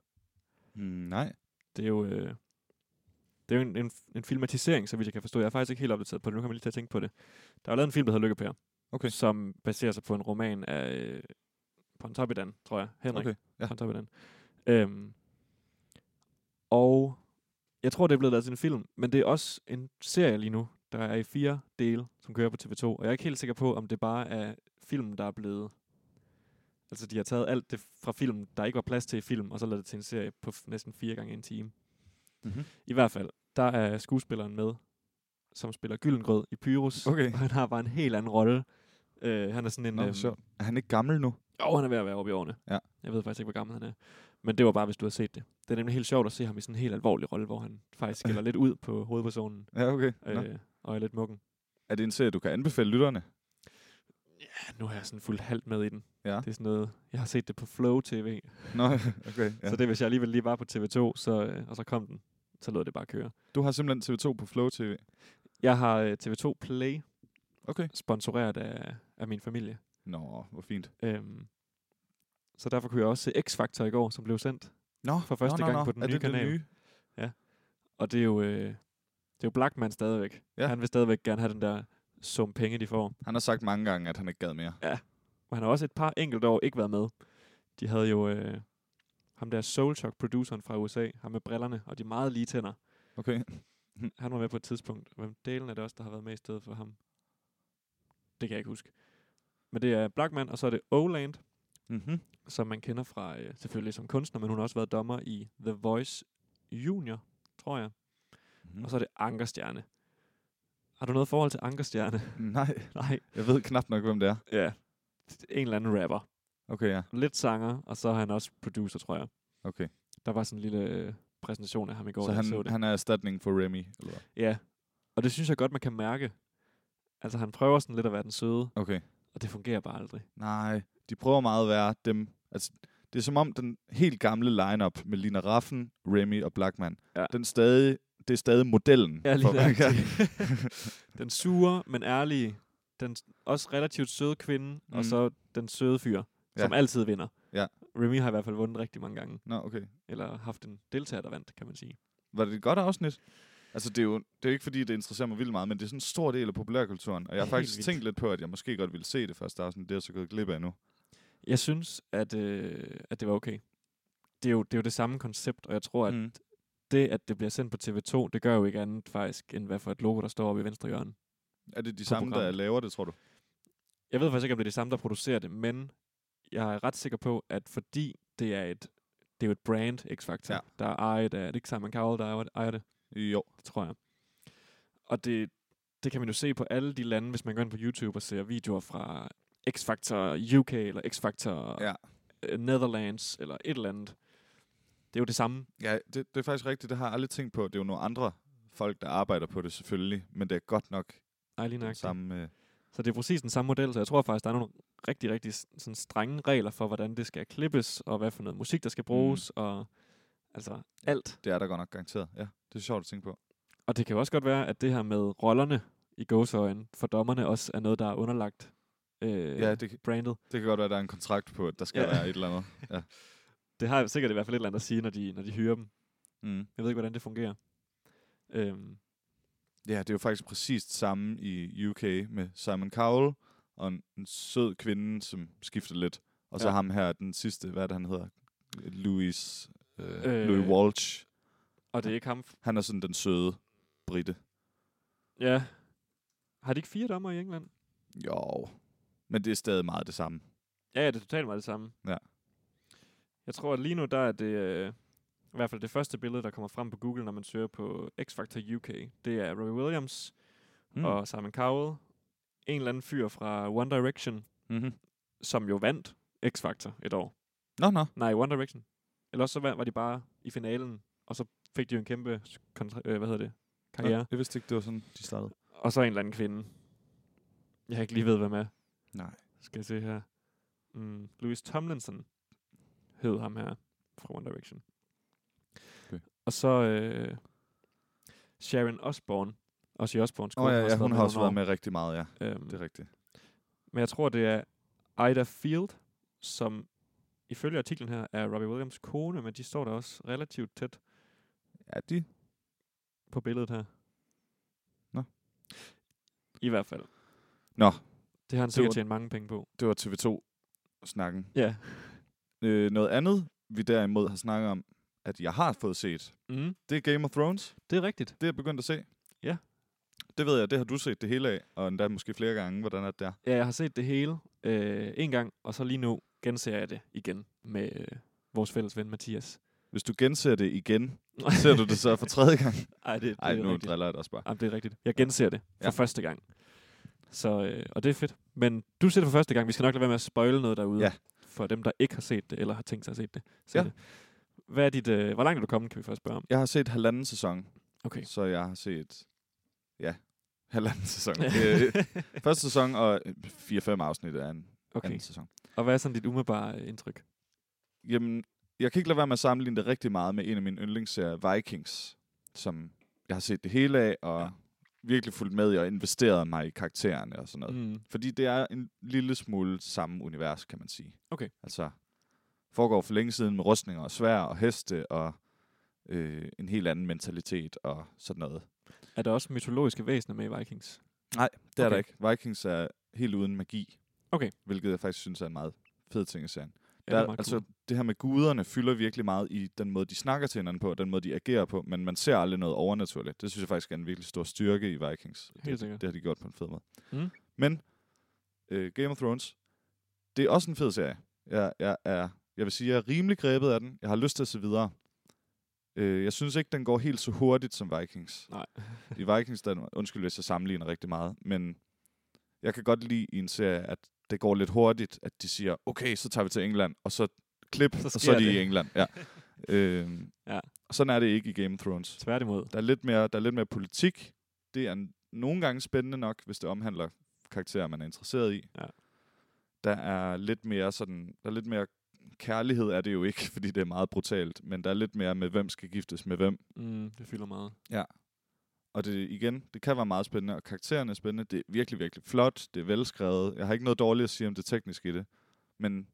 S1: Mm, nej.
S2: det er jo, øh, det er jo en, en, en filmatisering, så vidt jeg kan forstå. Jeg er faktisk ikke helt opdateret på det. Nu kommer jeg lige til at tænke på det. Der er jo lavet en film, der hedder Lykkepær,
S1: Okay.
S2: som baserer sig på en roman af øh, Pontoppidan, tror jeg. Henrik
S1: Okay.
S2: ja.
S1: Ja.
S2: Pontoppidan. Øhm, og jeg tror, det er blevet lavet til en film, men det er også en serie lige nu, der er i fire dele, som kører på TV2. Og jeg er ikke helt sikker på, om det bare er filmen, der er blevet... Altså, de har taget alt det fra filmen, der ikke var plads til i film, og så lavet det til en serie på f- næsten fire gange en time.
S1: Mm-hmm.
S2: I hvert fald, der er skuespilleren med, som spiller Gyllengrød i Pyrus.
S1: Okay.
S2: Og han har bare en helt anden rolle. Øh, han er sådan en...
S1: Nå,
S2: øhm,
S1: øhm. sjovt. Er han ikke gammel nu?
S2: jo, han er ved at være oppe i årene.
S1: Ja.
S2: Jeg ved faktisk ikke, hvor gammel han er. Men det var bare, hvis du har set det. Det er nemlig helt sjovt at se ham i sådan en helt alvorlig rolle, hvor han faktisk skiller lidt ud på hovedpersonen
S1: Ja, okay. Nå.
S2: øh, og er lidt mukken.
S1: Er det en serie, du kan anbefale lytterne?
S2: Ja, nu har jeg sådan fuldt halvt med i den.
S1: Ja.
S2: Det er sådan noget, jeg har set det på Flow TV.
S1: Nå, [LAUGHS] okay.
S2: Ja.
S1: Ja.
S2: Så det, hvis jeg alligevel lige var på TV2, så, øh, og så kom den, så lod det bare køre.
S1: Du har simpelthen TV2 på Flow TV.
S2: Jeg har øh, TV2 Play
S1: Okay.
S2: sponsoreret af, af min familie.
S1: Nå, hvor fint.
S2: Øhm, så derfor kunne jeg også se X-Factor i går, som blev sendt.
S1: Nå,
S2: For første
S1: nå, nå,
S2: gang
S1: nå.
S2: på den
S1: er
S2: nye
S1: det
S2: kanal.
S1: Det nye?
S2: Og det er jo, øh, det er jo Blackman stadigvæk. Ja.
S1: Ja.
S2: Han vil stadigvæk gerne have den der sum penge, de får.
S1: Han har sagt mange gange, at han ikke gad mere.
S2: Og han har også et par enkelte år ikke været med. De havde jo øh, ham der Soulchuck produceren fra USA, ham med brillerne og de meget lige tænder.
S1: Okay.
S2: Han var med på et tidspunkt. Hvem delen er det også, der har været med i stedet for ham? Det kan jeg ikke huske. Men det er Blackman, og så er det Oland,
S1: Mm-hmm.
S2: som man kender fra øh, selvfølgelig som kunstner, men hun har også været dommer i The Voice Junior, tror jeg.
S1: Mm-hmm.
S2: Og så er det Ankerstjerne. Har du noget forhold til Ankerstjerne? [LAUGHS]
S1: Nej,
S2: Nej.
S1: jeg ved knap nok, hvem det er.
S2: Ja. En eller anden rapper.
S1: Okay, ja.
S2: Lidt sanger, og så er han også producer, tror jeg.
S1: Okay.
S2: Der var sådan en lille øh, præsentation af ham i går,
S1: så
S2: da jeg så
S1: han,
S2: det.
S1: han er erstatning for Remy, eller hvad?
S2: Ja, og det synes jeg godt, man kan mærke. Altså, han prøver sådan lidt at være den søde,
S1: Okay.
S2: og det fungerer bare aldrig.
S1: Nej, de prøver meget at være dem. Altså, det er som om den helt gamle lineup med Lina Raffen, Remy og Blackman,
S2: Ja.
S1: den stadig, det er stadig modellen.
S2: Ja, lige
S1: for, hvad-
S2: nøjagtigt. den sure, men ærlige, den s- også relativt søde kvinde, mm.
S1: Mm.
S2: og så den søde fyr,
S1: Ja.
S2: ja. som altid vinder.
S1: Ja.
S2: Remy har i hvert fald vundet rigtig mange gange,
S1: [LAUGHS] Nå, okay.
S2: eller haft en deltager, der vandt, kan man sige.
S1: Var det et godt afsnit? Altså, det er jo det er ikke, fordi det interesserer mig vildt meget, men det er sådan en stor del af populærkulturen. Og jeg har
S2: Helt
S1: faktisk
S2: vildt.
S1: tænkt lidt på, at jeg måske godt ville se det første afsnit. Det er jeg så gået glip af nu.
S2: Jeg synes, at, øh, at det var okay. Det er, jo, det er jo det samme koncept, og jeg tror, at
S1: Mm.
S2: mm. det, at det bliver sendt på TV2, det gør jo ikke andet faktisk, end hvad for et logo, der står oppe i venstre hjørne.
S1: Er det de
S2: På
S1: samme, der
S2: programmet.
S1: laver det, tror du?
S2: Jeg ved faktisk ikke, om det er det samme, der producerer det, men jeg er ret sikker på, at fordi det er et, det er jo et brand, X-Factor,
S1: Ja.
S2: ja. der er ejet af, er det ikke Simon Cowell, der ejer- ejer det,
S1: Jo.
S2: det tror jeg. Og det, det kan man jo se på alle de lande, hvis man går ind på YouTube og ser videoer fra X-Factor UK, eller X-Factor
S1: Ja.
S2: øh, Netherlands, eller et eller andet. Det er jo det samme.
S1: Ja, det, det er faktisk rigtigt. Det har jeg aldrig tænkt på. Det er jo nogle andre folk, der arbejder på det selvfølgelig. Men det er godt nok
S2: Nej, lige
S1: den
S2: nøjagtigt.
S1: samme... Øh,
S2: Så det er præcis den samme model, så jeg tror faktisk, der er nogle rigtig, rigtig s- sådan strenge regler for, hvordan det skal klippes, og hvad for noget musik, der skal bruges, mm. og altså alt.
S1: det er der godt nok garanteret. Ja, det er sjovt at tænke på.
S2: Og det kan jo også godt være, at det her med rollerne i gåsøjen for dommerne også er noget, der er underlagt øh,
S1: Ja,
S2: ja.
S1: det,
S2: brandet.
S1: det kan godt være, at der er en kontrakt på, at der skal ja.
S2: Ja.
S1: være et eller andet. Ja.
S2: Det har sikkert i hvert fald et eller andet at sige, når de, når de hyrer dem.
S1: Mm.
S2: Jeg ved ikke, hvordan det fungerer. Øhm,
S1: Ja, det er jo faktisk præcis det samme i UK med Simon Cowell og en, en sød kvinde, som skifter lidt. Og så
S2: Ja.
S1: ham her, den sidste, hvad er det, han hedder? Louis, øh, øh.
S2: Øh.
S1: Louis Walsh.
S2: og det er ikke ham... f-
S1: Han er sådan den søde britte.
S2: Ja. Har de ikke fire dommer i England?
S1: Jo, men det er stadig meget det samme.
S2: Ja, ja, det er totalt meget det samme.
S1: Ja.
S2: Jeg tror, at lige nu, der er det... Øh, I hvert fald det første billede, der kommer frem på Google, når man søger på X-Factor UK. Det er Robbie Williams
S1: Hmm.
S2: mm. og Simon Cowell. En eller anden fyr fra One Direction,
S1: Mm-hmm.
S2: som jo vandt X-Factor et år.
S1: Nå, nå.
S2: Nej, One Direction. Eller også så var var de bare i finalen, og så fik de jo en kæmpe kontra- øh, hvad hedder det,
S1: Nå,
S2: karriere.
S1: Jeg vidste ikke, det var sådan, de startede.
S2: Og så en eller anden kvinde. Jeg ikke lige ved, hvem er.
S1: Nej.
S2: Skal jeg se her. Mm, Louis Tomlinson hed ham her fra One Direction.
S1: Okay.
S2: Og så øh, Sharon Osbourne. Også i Osbourne.
S1: Åh oh, ja, ja, hun har også været med rigtig meget, ja.
S2: Øhm,
S1: Det er rigtigt.
S2: men jeg tror, det er Ida Field, som ifølge artiklen her er Robbie Williams kone, men de står der også relativt tæt
S1: Ja, de...
S2: på billedet her.
S1: Nå.
S2: I hvert fald.
S1: Nå.
S2: Det har han
S1: var-
S2: sikkert tjent mange penge på.
S1: Det var TV2-snakken.
S2: Ja.
S1: Øh, noget andet, vi derimod har snakket om, at jeg har fået set,
S2: Mm,
S1: det er Game of Thrones.
S2: det er rigtigt.
S1: Det er jeg begyndt at se.
S2: Ja.
S1: Det ved jeg, det har du set det hele af, og endda måske flere gange, hvordan er det der.
S2: Ja, jeg har set det hele øh, en gang, og så lige nu genser jeg det igen med øh, vores fælles ven Mathias.
S1: Hvis du genser det igen, [LAUGHS] ser du det så for tredje gang?
S2: [LAUGHS] Ej, det, det
S1: Nej,
S2: er
S1: nu
S2: rigtigt.
S1: driller jeg dig også bare.
S2: Jamen, det er rigtigt. Jeg genser det for
S1: Ja.
S2: ja. første gang. Så, øh, og det er fedt. Men du ser det for første gang. Vi skal nok lade være med at spoile noget derude.
S1: Ja.
S2: For dem, der ikke har set det, eller har tænkt sig at se det. Se
S1: Ja.
S2: det. Hvad er dit, øh, hvor langt er du kommet, kan vi først spørge om.
S1: Jeg har set halvanden sæson,
S2: Okay.
S1: så jeg har set... Ja, halvanden [LAUGHS] sæson. øh, første sæson og 4-5 afsnit af en okay.
S2: okay.
S1: anden sæson.
S2: Og hvad er sådan dit umiddelbare øh, indtryk?
S1: Jamen, jeg kan ikke lade være med at sammenligne det rigtig meget med en af mine yndlingsserier, Vikings, som jeg har set det hele af, og ja.
S2: Ja.
S1: virkelig fulgt med i og investeret mig i karaktererne og sådan noget.
S2: Mm.
S1: Fordi det er en lille smule samme univers, kan man sige.
S2: Okay.
S1: Altså, foregår for længe siden med rustninger og svær og heste og øh, en helt anden mentalitet og sådan noget.
S2: Er der også mytologiske væsener med i Vikings?
S1: Nej, det okay. er
S2: Okay.
S1: der ikke. Vikings er helt uden magi.
S2: Okay.
S1: Hvilket jeg faktisk synes er en meget fed ting i serien.
S2: Ja,
S1: Der,
S2: det
S1: er-
S2: er meget
S1: altså,
S2: cool.
S1: det her med guderne fylder virkelig meget i den måde, de snakker til hinanden på, og den måde, de agerer på, men man ser aldrig noget overnaturligt. Det synes jeg faktisk er en virkelig stor styrke i Vikings.
S2: Helt
S1: det,
S2: sikkert.
S1: det har de gjort på en fed måde.
S2: Mm.
S1: Men øh, Game of Thrones, det er også en fed serie. Jeg, jeg, er, jeg vil sige, jeg er rimelig grebet af den. Jeg har lyst til at se videre. Øh, jeg synes ikke, den går helt så hurtigt som Vikings. [LAUGHS]
S2: Nej.
S1: I Vikings, der, undskyld hvis jeg sammenligner rigtig meget, men jeg kan godt lide i en serie, at det går lidt hurtigt, at de siger, okay, så tager vi til England, og så klip,
S2: Så
S1: så og så
S2: sker
S1: er de det.
S2: det. [LAUGHS]
S1: i England. Ja. Øh,
S2: Ja.
S1: Og sådan er det ikke i Game of Thrones.
S2: Tværtimod.
S1: Der er lidt mere, der er lidt mere politik. Det er n- nogle gange spændende nok, hvis det omhandler karakterer, man er interesseret i.
S2: Ja.
S1: Der er lidt mere sådan, der er lidt mere kærlighed er det jo ikke, [LAUGHS] fordi det er meget brutalt, men der er lidt mere med, hvem skal giftes med hvem.
S2: Mm, det fylder meget.
S1: Og det igen, det kan være meget spændende, og karaktererne er spændende. Det er virkelig, virkelig flot, det er velskrevet. Jeg har ikke noget dårligt at sige om det tekniske i det, men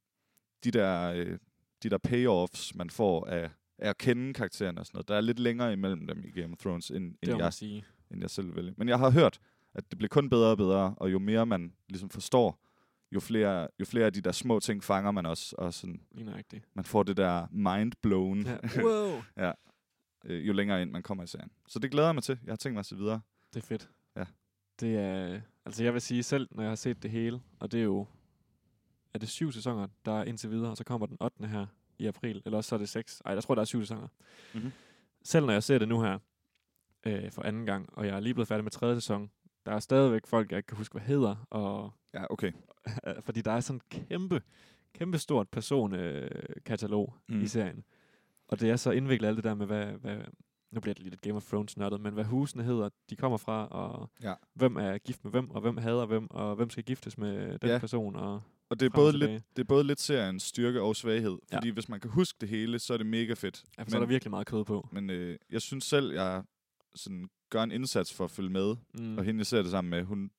S1: de der, øh, de der payoffs, man får af, af at kende karaktererne og sådan noget, der er lidt længere imellem dem i Game of Thrones, end,
S2: Det må
S1: end jeg
S2: man sige.
S1: end jeg selv vælger. Men jeg har hørt, at det bliver kun bedre og bedre, og jo mere man ligesom forstår, jo flere, jo flere af de der små ting fanger man også, og sådan,
S2: Lige nøjagtigt.
S1: man får det der mind-blown,
S2: Ja.
S1: [LAUGHS] ja.
S2: Wow.
S1: øh, jo længere ind man kommer i serien. Så det glæder jeg mig til. Jeg har tænkt mig at se videre.
S2: Det er fedt.
S1: Ja.
S2: Det er, altså jeg vil sige selv, når jeg har set det hele, og det er jo, er det syv sæsoner, der er indtil videre, og så kommer den 8. her i april, eller også så er det seks. Ej, jeg tror, der er syv sæsoner.
S1: Mhm.
S2: Selv når jeg ser det nu her, øh, for anden gang, og jeg er lige blevet færdig med tredje sæson, der er stadigvæk folk, jeg ikke kan huske, hvad hedder, og
S1: Ja, okay.
S2: [LAUGHS] fordi der er sådan en kæmpe, kæmpe stort personkatalog
S1: Mm.
S2: mm. i serien. Og det er så indviklet alt det der med, hvad, hvad nu bliver det lige lidt Game of Thrones nørdet, men hvad husene hedder, de kommer fra, og
S1: Ja.
S2: hvem er gift med hvem, og hvem hader hvem, og hvem skal giftes med den
S1: Ja.
S2: ja. person. Og
S1: Og det er,
S2: Frem og
S1: både lidt,
S2: tilbage.
S1: det er både lidt seriens styrke og svaghed.
S2: Ja.
S1: Fordi hvis man kan huske det hele, så er det mega fedt.
S2: ja, for Altså, så er der
S1: Men-
S2: virkelig meget kød på.
S1: Men øh, jeg synes selv, jeg sådan, gør en indsats for at følge med,
S2: Mm.
S1: og hende jeg ser det sammen med, hun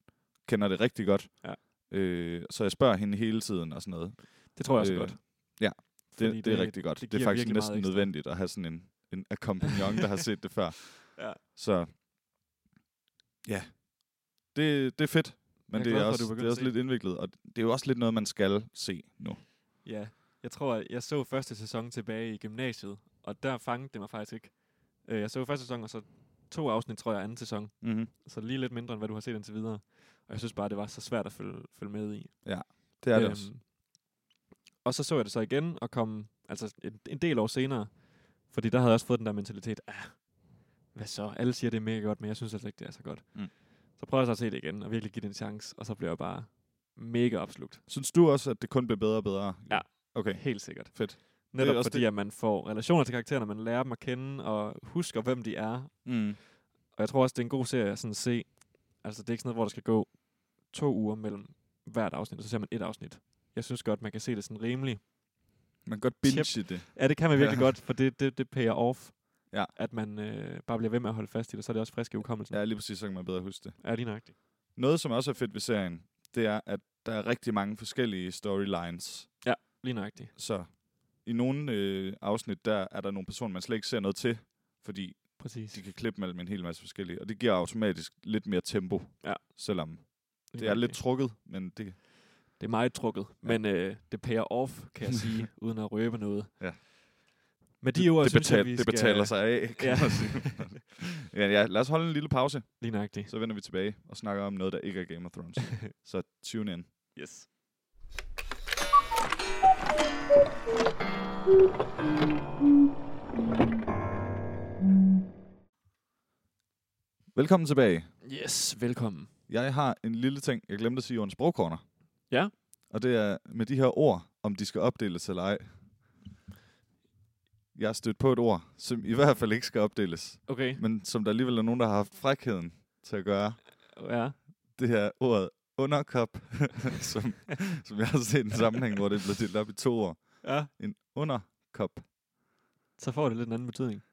S1: kender det rigtig godt.
S2: Ja.
S1: Øh, så jeg spørger hende hele tiden og sådan noget.
S2: Det tror jeg også
S1: øh,
S2: øh, godt.
S1: ja. Det,
S2: Fordi
S1: det, det er rigtig godt.
S2: det
S1: Det, det er
S2: giver
S1: faktisk
S2: virkelig
S1: næsten
S2: meget ekstra.
S1: nødvendigt at have sådan en, en accompagnon, der har set det før.
S2: [LAUGHS] Ja.
S1: Så ja, det, det er fedt, men
S2: Jeg er
S1: det
S2: glad
S1: er,
S2: for, at du
S1: også,
S2: er begyndt
S1: det er
S2: at
S1: også
S2: se
S1: lidt indviklet, og det er jo også lidt noget, man skal se nu.
S2: Ja, jeg tror, at jeg så første sæson tilbage i gymnasiet, og der fangede det mig faktisk ikke. Øh, Jeg så første sæson, og så to afsnit, tror jeg, anden sæson.
S1: Mm-hmm.
S2: Så lige lidt mindre, end hvad du har set indtil videre. Og jeg synes bare, det var så svært at følge, følge med i. Øhm,
S1: Det er det også.
S2: Og så så jeg det så igen, og kom altså en, en del år senere. Fordi der havde jeg også fået den der mentalitet, ah, hvad så? Alle siger, det er mega godt, men jeg synes altså ikke, det er så godt.
S1: Mm.
S2: Så prøvede jeg så at se det igen, og virkelig give det en chance, og så blev jeg bare mega opslugt.
S1: Synes du også, at det kun bliver bedre og bedre?
S2: Ja.
S1: Okay,
S2: Helt sikkert.
S1: fedt.
S2: Netop
S1: også
S2: fordi,
S1: det-
S2: at man får relationer til karaktererne, man lærer dem at kende, og husker, hvem de er,
S1: Mm.
S2: Og jeg tror også, det er en god serie at sådan se. Altså, det er ikke sådan noget, hvor der skal gå to uger mellem hvert afsnit, og så ser man et afsnit. Jeg synes godt, man kan se det sådan rimelig.
S1: Man kan godt
S2: Tjep.
S1: binge det.
S2: Ja, det kan man virkelig
S1: Ja.
S2: godt, for det, det, det payer off.
S1: Ja.
S2: At man øh, bare bliver ved med at holde fast i det, så er det også frisk i hukommelsen.
S1: Ja, lige præcis, så kan man bedre huske det.
S2: Ja, lige nøjagtigt.
S1: Noget, som også er fedt ved serien, det er, at der er rigtig mange forskellige storylines.
S2: Lige nøjagtigt.
S1: Så i nogle øh, afsnit, der er der nogle personer, man slet ikke ser noget til, fordi
S2: Præcis.
S1: de kan klippe mellem en hel masse forskellige, og det giver automatisk lidt mere tempo,
S2: Ja.
S1: selvom
S2: Lige
S1: det er lidt
S2: nøjagtigt.
S1: trukket, men det,
S2: Det er meget trukket, ja. men øh, det payer off, kan jeg
S1: [LAUGHS]
S2: sige, uden at røbe noget.
S1: Ja.
S2: Men [LAUGHS] de ord,
S1: det,
S2: synes jeg,
S1: betal,
S2: vi
S1: det betaler
S2: skal...
S1: sig af, kan
S2: Ja.
S1: man sige. [LAUGHS] ja, ja, lad os holde en lille pause,
S2: Lige nøjagtigt.
S1: så vender vi tilbage og snakker om noget, der ikke er Game of
S2: [LAUGHS]
S1: Thrones. så tune in.
S2: Yes.
S1: Velkommen tilbage.
S2: Yes, velkommen.
S1: Jeg har en lille ting, jeg glemte at sige under sprogkorner.
S2: Ja.
S1: Og det er med de her ord, om de skal opdeles eller ej. Jeg har stødt på et ord, som i hvert fald ikke skal opdeles,
S2: Okay,
S1: men som der alligevel er nogen, der har haft frækheden til at gøre.
S2: ja.
S1: Det her ordet underkop, [LAUGHS] som, som jeg har set i en sammenhæng, hvor det blev delt op i to ord.
S2: ja.
S1: En underkop.
S2: Så får det lidt en anden betydning.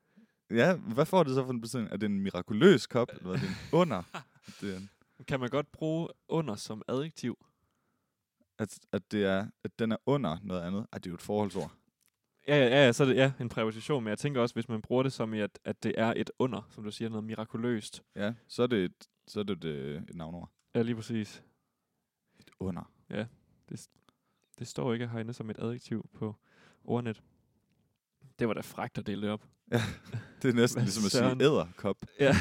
S1: Ja, hvad får det så for en betydning? Er det en mirakuløs kop, eller er det en under? Det er en,
S2: Kan man godt bruge under som adjektiv?
S1: at, at, det er, at den er under noget andet. Ej, det er jo et forholdsord.
S2: Ja, ja, ja, ja, så er det ja, en præposition, men jeg tænker også, hvis man bruger det som i, at, at det er et under, som du siger, noget mirakuløst.
S1: Ja, så er det et, så er det et, øh, et navnord.
S2: Ja, lige præcis.
S1: Et under.
S2: Det står ikke herinde som et adjektiv på ordnet. Det var da fragt at dele det op.
S1: Ja, det er næsten
S2: Hvad
S1: ligesom at
S2: søren?
S1: sige æderkop.
S2: Ja.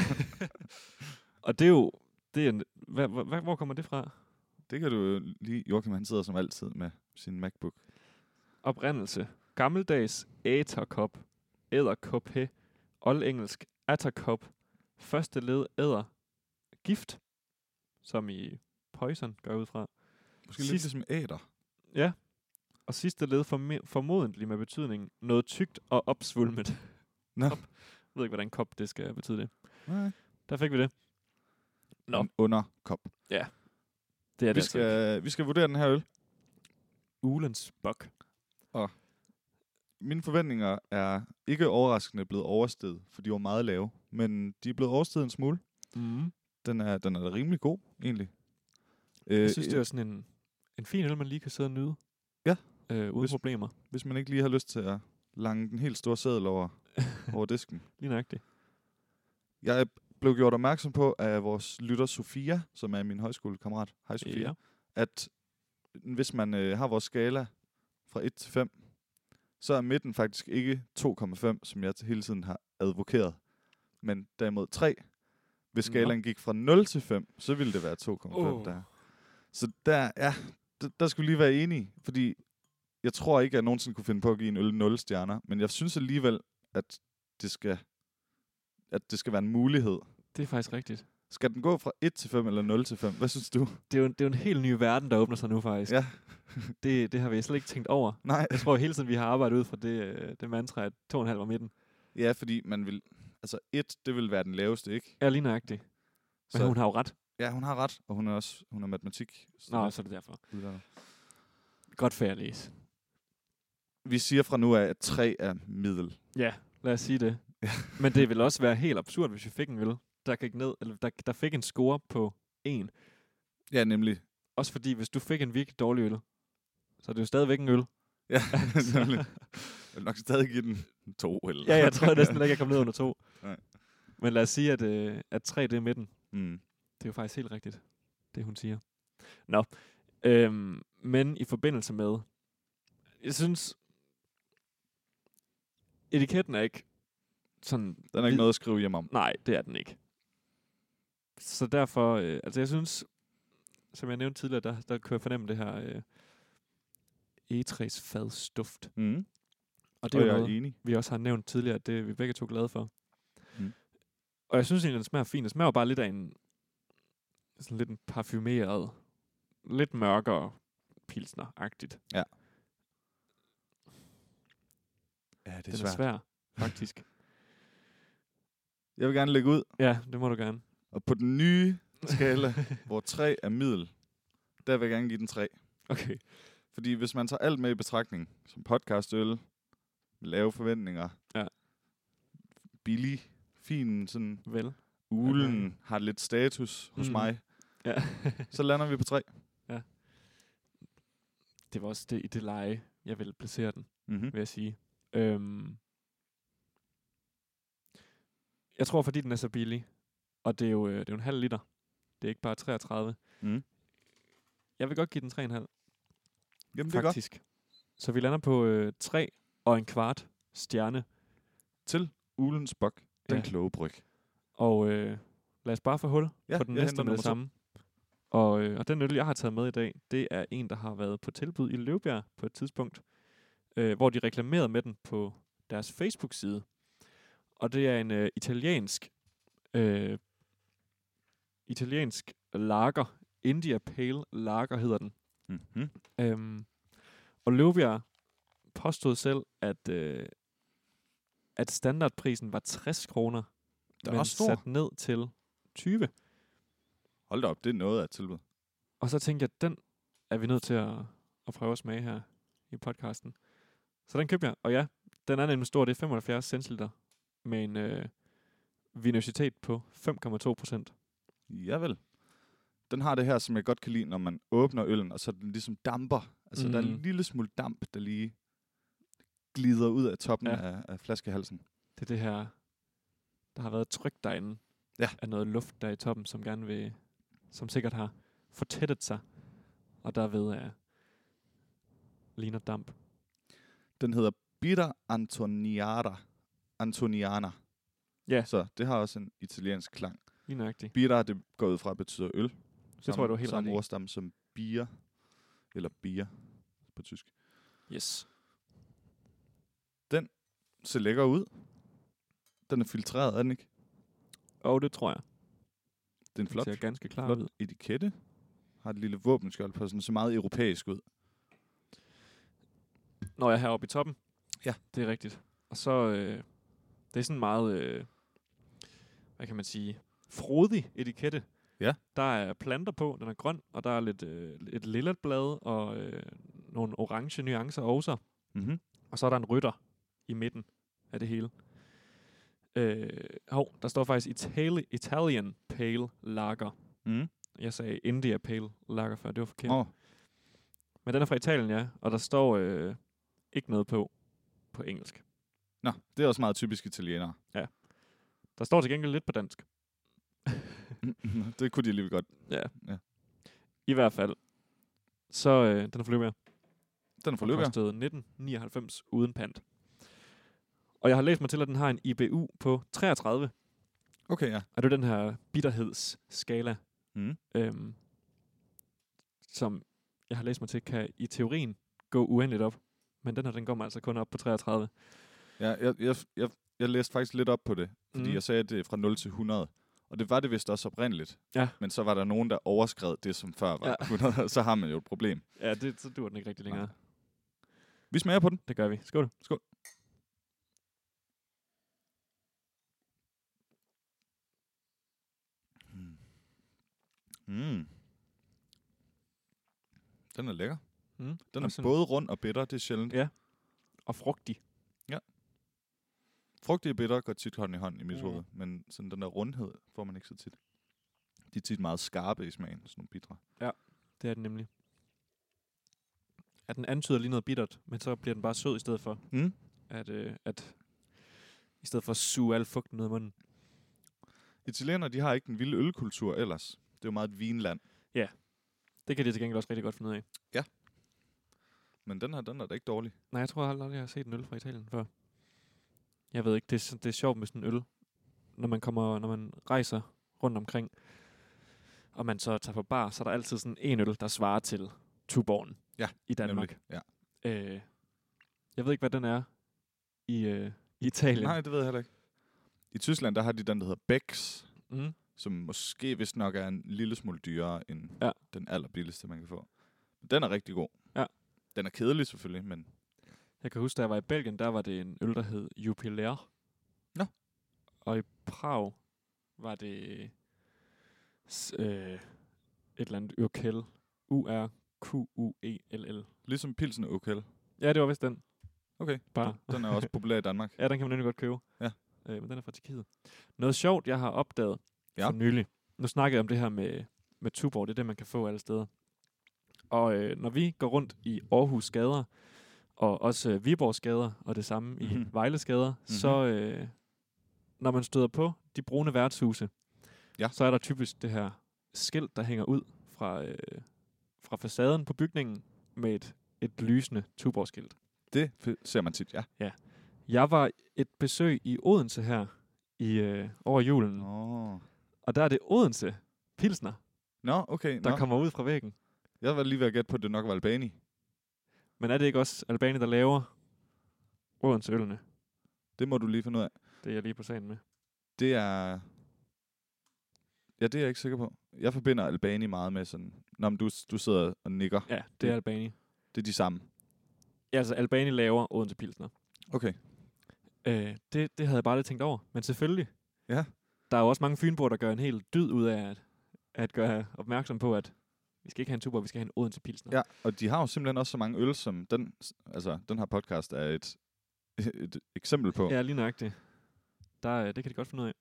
S2: Og det er jo... Det er en, hva, hva, hva, hvor kommer det fra?
S1: [LAUGHS] Det kan du jo lige... Joachim, han sidder som altid med sin MacBook.
S2: Oprindelse. Gammeldags æterkop, æderkoppe, oldengelsk atterkop, første led æder, gift, som i poison gør jeg ud fra.
S1: Måske lidt
S2: Sidst-
S1: ligesom æder.
S2: Ja. Og sidste led forme- formodentlig med betydningen noget tykt og opsvulmet.
S1: Nå.
S2: Kop. Jeg ved ikke, hvordan kop det skal betyde det.
S1: Nej.
S2: Der fik vi det. Nå.
S1: En Underkop.
S2: Det er
S1: vi,
S2: det skal... altså.
S1: skal, vi skal vurdere den her øl.
S2: Ulens bok.
S1: Mine forventninger er ikke overraskende blevet oversteget, for de var meget lave. Men de er blevet oversteget en smule.
S2: Mm.
S1: Den er, den er da rimelig god, egentlig. Øh,
S2: Jeg synes, det er sådan en, en fin øl, man lige kan sidde og nyde.
S1: Ja.
S2: Øh, uden
S1: Hvis-
S2: problemer.
S1: Hvis man ikke lige har lyst til at lange den helt store sædel over, over disken.
S2: Lige nøjagtigt.
S1: Jeg blev gjort opmærksom på af vores lytter Sofia, som er min højskolekammerat. Hej Sofia.
S2: Ja.
S1: at hvis man øh, har vores skala fra 1 til 5, så er midten faktisk ikke 2,5, som jeg til hele tiden har advokeret, men derimod 3. Hvis
S2: Nå.
S1: skalaen gik fra 0 til 5, så ville det være 2,5
S2: Åh.
S1: der. Så der, ja, der, der skulle lige være enige, fordi jeg tror ikke, at jeg nogensinde kunne finde på at give en øl 0 stjerner, men jeg synes alligevel, at det skal, at det skal være en mulighed.
S2: Det er faktisk rigtigt.
S1: Skal den gå fra 1 til 5 eller 0 til 5? Hvad synes du?
S2: Det er, jo en, det er jo en helt ny verden, der åbner sig nu faktisk.
S1: Ja.
S2: det, det har vi slet ikke tænkt over.
S1: Nej.
S2: Jeg tror hele tiden, vi har arbejdet ud fra det, øh, det mantra, at 2,5 var midten.
S1: Ja, fordi man vil... Altså, et, det vil være den laveste, ikke?
S2: Ja, lige nøjagtigt. Men
S1: Så,
S2: hun har jo ret.
S1: Ja, hun har ret, og hun er også hun er matematik.
S2: Nå, så er det derfor.
S1: uddannet.
S2: Godt fair læse.
S1: Vi siger fra nu af, at tre er middel.
S2: Ja, lad os sige [LAUGHS] det. Men det ville også være helt absurd, hvis vi fik en øl, der, gik ned, eller der, der fik en score på 1.
S1: Ja, nemlig.
S2: Også fordi, hvis du fik en virkelig dårlig øl, så er det jo stadigvæk en øl. [LAUGHS]
S1: Ja, [LAUGHS]
S2: Altså.
S1: nemlig. Jeg vil nok stadig give den to eller...
S2: Ja, [LAUGHS] jeg tror næsten ikke, jeg kom ned under [LAUGHS] 2.
S1: Nej.
S2: Men lad os sige, at, øh, at 3 det er midten.
S1: [LAUGHS] Mm.
S2: Det er jo faktisk helt rigtigt, det hun siger. Nå, øhm, men i forbindelse med, jeg synes, etiketten er ikke sådan
S1: Den er ikke
S2: Vi-
S1: noget at skrive hjem om.
S2: Nej, det er den ikke. Så derfor, øh, altså jeg synes, som jeg nævnte tidligere, der, der kunne jeg fornemme det her øh, egetræsfadstuft.
S1: Mm. Det
S2: Og det er jo
S1: jeg
S2: noget,
S1: er enig.
S2: vi også har nævnt tidligere, at det er vi begge to glade for.
S1: Mm.
S2: Mm. Og jeg synes egentlig, den smager fint. Den smager jo bare lidt af en, sådan lidt en parfumeret, lidt mørkere pilsner-agtigt.
S1: Ja, det
S2: Den er svær, faktisk. [LAUGHS]
S1: Jeg vil gerne lægge ud,
S2: ja, det må du gerne.
S1: og på den nye skala, hvor tre er middel, der vil jeg gerne give den tre.
S2: [LAUGHS] Okay.
S1: Fordi hvis man tager alt med i betragtning, som podcastøl, lave forventninger,
S2: Ja.
S1: billig, fin, sådan
S2: Vel.
S1: ulen okay. har lidt status hos mm.
S2: Mm.
S1: mig,
S2: Ja.
S1: så lander vi på tre.
S2: [LAUGHS] det var også det, i det leje, jeg ville placere den.
S1: Mm-hmm.
S2: vil jeg sige. Øhm, jeg tror, fordi den er så billig, og det er jo, øh, det er jo en halv liter, det er ikke bare 33.
S1: Mm.
S2: Jeg vil godt give den 3,5, Jamen,
S1: Jamen, det er godt.
S2: faktisk. Så vi lander på øh, 3 og en kvart stjerne,
S1: Til ulens bok, den
S2: Ja.
S1: kloge bryg.
S2: og øh, lad os bare få hul
S1: Ja,
S2: på den
S1: jeg henter
S2: næste med
S1: nummer
S2: det
S1: to.
S2: samme. Og, øh, og den øl, jeg har taget med i dag, det er en, der har været på tilbud i Løvbjerg på et tidspunkt, øh, hvor de reklamerede med den på deres Facebook-side. Og det er en øh, italiensk øh, italiensk lager, India Pale Lager hedder den.
S1: Mm-hmm.
S2: Øhm, og Løvbjerg påstod selv, at, øh, at standardprisen var 60 kroner,
S1: Der er
S2: men
S1: også stor.
S2: sat ned til 20.
S1: Hold da op, det er noget af et tilbud.
S2: Og så tænkte jeg, den er vi nødt til at, at prøve at smage her i podcasten. Så den købte jeg, og ja, den er nemlig stor, det er 75 centiliter med en øh, vinositet på 5,2 procent.
S1: Javel. Den har det her, som jeg godt kan lide, når man åbner øllen, og så den ligesom damper. Altså, mm. der er en
S2: Mhm.
S1: lille smule damp, der lige glider ud af toppen ja.
S2: Ja.
S1: af, af flaskehalsen.
S2: Det er det her, der har været tryk derinde
S1: Ja.
S2: af noget luft der i toppen, som gerne vil, som sikkert har fortættet sig, og derved er ligner damp.
S1: Den hedder Bitter Antoniada. Antoniana.
S2: Ja.
S1: Så det har også en italiensk klang.
S2: Lige nøjagtigt.
S1: Bitter, det går ud fra, betyder øl.
S2: Det tror jeg, du er helt
S1: Samme
S2: ret i.
S1: ordstamme som bier, eller bier på tysk.
S2: Yes.
S1: Ser lækker ud. Den er filtreret, er den ikke?
S2: Og det tror jeg.
S1: Det er en flot,
S2: Det ser ganske klar ud.
S1: flot etikette. Har et lille våbenskjold på, sådan ser meget europæisk ud.
S2: når jeg er heroppe i toppen.
S1: Ja.
S2: Det er rigtigt. Og så, øh, det er sådan meget, øh, hvad kan man sige, frodig etikette.
S1: Ja.
S2: Der er planter på, den er grøn, og der er lidt, øh, et lillet blad og øh, nogle orange nuancer også.
S1: Mm-hmm.
S2: Og så er der en rytter i midten af det hele. Øh, hov, der står faktisk Itali- Italian Pale Lager.
S1: Mm.
S2: Jeg sagde India Pale Lager før, det var forkert.
S1: Åh,
S2: Men den er fra Italien, ja, og der står øh, ikke noget på på engelsk.
S1: Nå, det er også meget typisk italienere. [LAUGHS]
S2: Der står til gengæld lidt på dansk.
S1: det kunne de alligevel godt.
S2: I hvert fald. Så øh, den er forløbig.
S1: Den er fra Løbjerg.
S2: kostede 1999 uden pant. Og jeg har læst mig til, at den har en IBU på 33.
S1: Okay, ja.
S2: Og det er den her bitterhedsskala,
S1: Mm.
S2: øhm, som jeg har læst mig til, kan i teorien gå uendeligt op. Men den her, den går mig altså kun op på 33.
S1: ja jeg, jeg, jeg, jeg læste faktisk lidt op på det, fordi
S2: Mm.
S1: mm. jeg sagde, at det er fra 0 til 100. Og det var det vist også oprindeligt.
S2: Ja.
S1: Men så var der nogen, der overskred det, som før var [LAUGHS]
S2: Ja.
S1: ja. 100, og så har man jo et problem.
S2: Ja, det, så dur den ikke rigtig længere.
S1: Vi smager på den.
S2: Det gør vi. Skål.
S1: Skål. Mm. Mm. Den er lækker.
S2: Mm.
S1: Den er
S2: Også en-
S1: både rund og bitter, det er sjældent.
S2: Ja. Og frugtig.
S1: Frugtige bitter går tit hånd i hånd i mit
S2: Mm.
S1: mm. hoved, men sådan den der rundhed får man ikke så tit. De er tit meget skarpe i smagen, sådan nogle bitre.
S2: Det er den nemlig. At den antyder lige noget bittert, men så bliver den bare sød i stedet for.
S1: Mm.
S2: At, øh, at i stedet for at suge al fugten ud af munden.
S1: Italienere, de har ikke en vild ølkultur ellers. Det er jo meget et vinland.
S2: Det kan de til gengæld også rigtig godt finde ud af.
S1: Men den her, den er da ikke dårlig.
S2: Nej, jeg tror aldrig, jeg har set en øl fra Italien før. Jeg ved ikke, det er, sådan- det er sjovt med sådan en øl, når man kommer, når man rejser rundt omkring, og man så tager på bar, så er der altid sådan en øl, der svarer til Tuborgen
S1: Ja,
S2: i Danmark.
S1: Nemlig. Ja.
S2: Øh, jeg ved ikke, hvad den er i, øh, i Italien.
S1: Nej, det ved jeg heller ikke. I Tyskland, der har de den, der hedder Becks,
S2: Mm.
S1: som måske vist nok er en lille smule dyrere end
S2: Ja.
S1: ja. den allerbilligste, man kan få. Men den er rigtig god.
S2: Ja.
S1: Den er kedelig selvfølgelig, men
S2: Jeg kan huske, da jeg var i Belgien, der var det en øl, der hed Jupiler.
S1: Nå.
S2: Og i Prag var det s- øh, et eller andet Urkel. U-R-Q-U-E-L-L.
S1: ligesom Pilsen og Okal.
S2: E Ja, det var vist den.
S1: Okay,
S2: Bare.
S1: den er også populær i Danmark.
S2: Ja, den kan man nemlig godt købe.
S1: Ja.
S2: Øh, men den er fra Tjekkiet. Noget sjovt, jeg har opdaget ja.
S1: Ja.
S2: for nylig. Nu snakkede jeg om det her med, med Tuborg. Det er det, man kan få alle steder. Og øh, når vi går rundt i Aarhus gader, og også øh, Viborgs gader, og det samme mm-hmm. i
S1: Mhm.
S2: Vejles gader, mm-hmm. så øh, når man støder på de brune værtshuse,
S1: Ja.
S2: så er der typisk det her skilt, der hænger ud fra, øh, fra facaden på bygningen med et, et lysende Tuborg-skilt.
S1: Det f- ser man tit, ja.
S2: Jeg var et besøg i Odense her i øh, over julen,
S1: Nå, oh.
S2: og der er det Odense Pilsner,
S1: Nå okay.
S2: der
S1: Nå.
S2: kommer ud fra væggen.
S1: Jeg var lige ved at gætte på, at det nok var Albani.
S2: Men er det ikke også Albani, der laver Odense ølene?
S1: Det må du lige finde ud af.
S2: Det er jeg lige på sagen med.
S1: Det er... Ja, det er jeg ikke sikker på. Jeg forbinder Albani meget med sådan... Nå, men du, du sidder og nikker.
S2: Ja, det,
S1: Det-
S2: er Albani.
S1: Det er de samme.
S2: Ja, altså Albani laver Odense Pilsner.
S1: Okay.
S2: Øh, det, det havde jeg bare lidt tænkt over, men selvfølgelig.
S1: Ja.
S2: Der er jo også mange fynboer, der gør en hel dyd ud af at, at gøre opmærksom på, at vi skal ikke have en tuber, vi skal have en Odense Pilsner.
S1: Ja, og de har jo simpelthen også så mange øl, som den, altså, den her podcast er et, [LAUGHS] et eksempel på. Ja.
S2: ja lige nøjagtigt. Der, øh, det kan de godt finde ud af.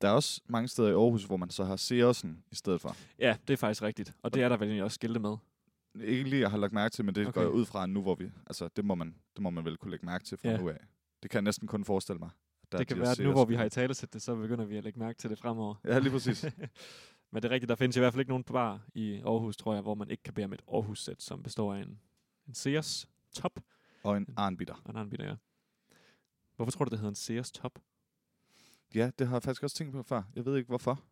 S1: Der er også mange steder i Aarhus, hvor man så har Seersen i stedet for.
S2: Ja, det er faktisk rigtigt. Og det er der vel egentlig også skilte med.
S1: Ikke lige, jeg har lagt mærke til, men det okay.
S2: Okay.
S1: går jeg ud fra nu, hvor vi... Altså, det må man, det må man vel kunne lægge mærke til fra
S2: Ja.
S1: ja. nu af. Det kan jeg næsten kun forestille mig. at der
S2: det
S1: bliver
S2: kan være, at nu
S1: Seersen.
S2: hvor vi har i tale det, så begynder vi at lægge mærke til det fremover.
S1: Ja, lige præcis.
S2: [LAUGHS] Men det er rigtigt, der findes i hvert fald ikke nogen bar i Aarhus, tror jeg, hvor man ikke kan bære med et Aarhus-sæt, som består af en, en Sears Top
S1: og en arnbitter.
S2: og en anden bitter, ja. Hvorfor tror du, det hedder en Sears Top?
S1: Ja, det har jeg faktisk også tænkt på før. Jeg ved ikke, hvorfor.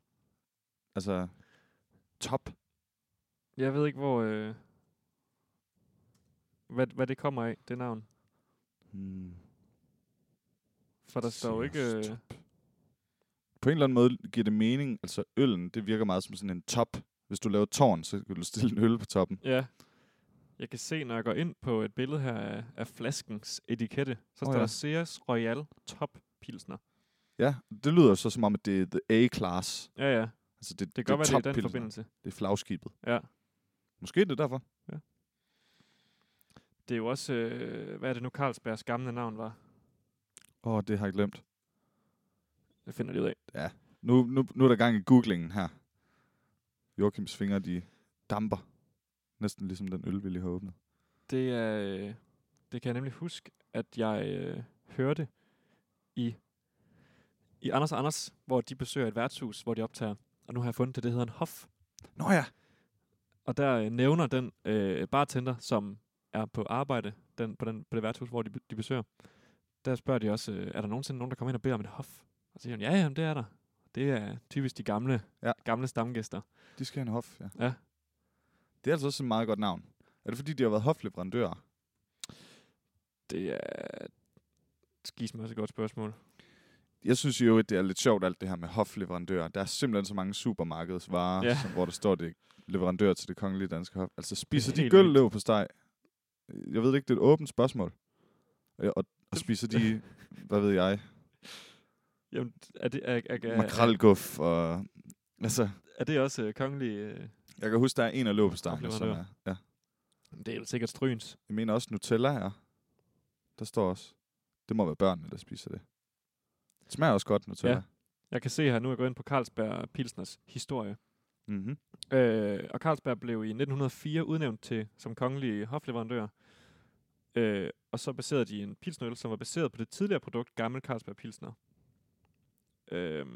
S1: Altså, top.
S2: Jeg ved ikke, hvor... Øh, hvad, hvad det kommer af, det navn.
S1: Hmm.
S2: For der står jo ikke... Øh,
S1: Sears På en eller anden måde giver det mening. Altså, øllen, det virker meget som sådan en top. Hvis du laver et tårn, så kan du stille en øl på toppen.
S2: ja. Jeg kan se, når jeg går ind på et billede her af, af flaskens etikette, så
S1: Åh,
S2: står
S1: ja.
S2: der Sears Royal Top Pilsner.
S1: Ja, det lyder så som om, at det er the A-class.
S2: Ja, ja.
S1: Altså det,
S2: Det kan godt være, det er i den
S1: toppilsner.
S2: forbindelse.
S1: Det er flagskibet.
S2: Ja.
S1: Måske er det derfor.
S2: Det er jo også, øh, hvad er det nu, Carlsbergs gamle navn var?
S1: Åh, oh, det har jeg glemt.
S2: Det finder de ud af.
S1: Nu, nu, nu er der gang i googlingen her. Joachims fingre, de damper. Næsten ligesom den øl, vi lige har åbnet.
S2: Det, er, øh, det kan jeg nemlig huske, at jeg øh, hørte i, i Anders og Anders, hvor de besøger et værtshus, hvor de optager. Og nu har jeg fundet det, det hedder en hof.
S1: Nå ja,
S2: Og der øh, nævner den øh, bartender, som er på arbejde den, på, den, på det værtshus, hvor de, be- de besøger. Der spørger de også, øh, er der nogensinde nogen, der kommer ind og beder om et hof? Og så siger han, ja, jamen, det er der. Det er typisk de gamle,
S1: Ja.
S2: ja. gamle stamgæster.
S1: de skal have en hof, ja.
S2: Ja.
S1: Det er altså også et meget godt navn. Er det fordi, de har været hofleverandører?
S2: Det er skis mig også et godt spørgsmål.
S1: Jeg synes jo, at det er lidt sjovt, alt det her med hofleverandører. Der er simpelthen så mange supermarkedsvarer, ja.
S2: Ja.
S1: som, hvor der står, det er leverandør til det kongelige danske hof. Altså spiser
S2: er
S1: de
S2: helt
S1: gøl
S2: vildt.
S1: lever på steg? Jeg ved det ikke, det er et åbent spørgsmål. Og, og, og spiser [LAUGHS] de, hvad ved jeg,
S2: Jamen, er det, er, er, er, er,
S1: makrelguff og... Altså,
S2: er det også øh, kongelig... Øh,
S1: Jeg kan huske, der er en af løbestangene, som er...
S2: Hofleverandør.
S1: Ja.
S2: det er vel sikkert stryns.
S1: Jeg mener også Nutella her. Der står også... Det må være børnene, der spiser det. Det smager også godt, Nutella. Ja.
S2: Ja. Jeg kan se her, nu er jeg gået ind på Carlsberg Pilsners historie.
S1: Mm-hmm. [LAUGHS]
S2: Øh, og Carlsberg blev i 1904 udnævnt til som kongelig hofleverandør. Øh, og så baserede de en pilsnøl, som var baseret på det tidligere produkt, gammel Carlsberg Pilsner. Øh,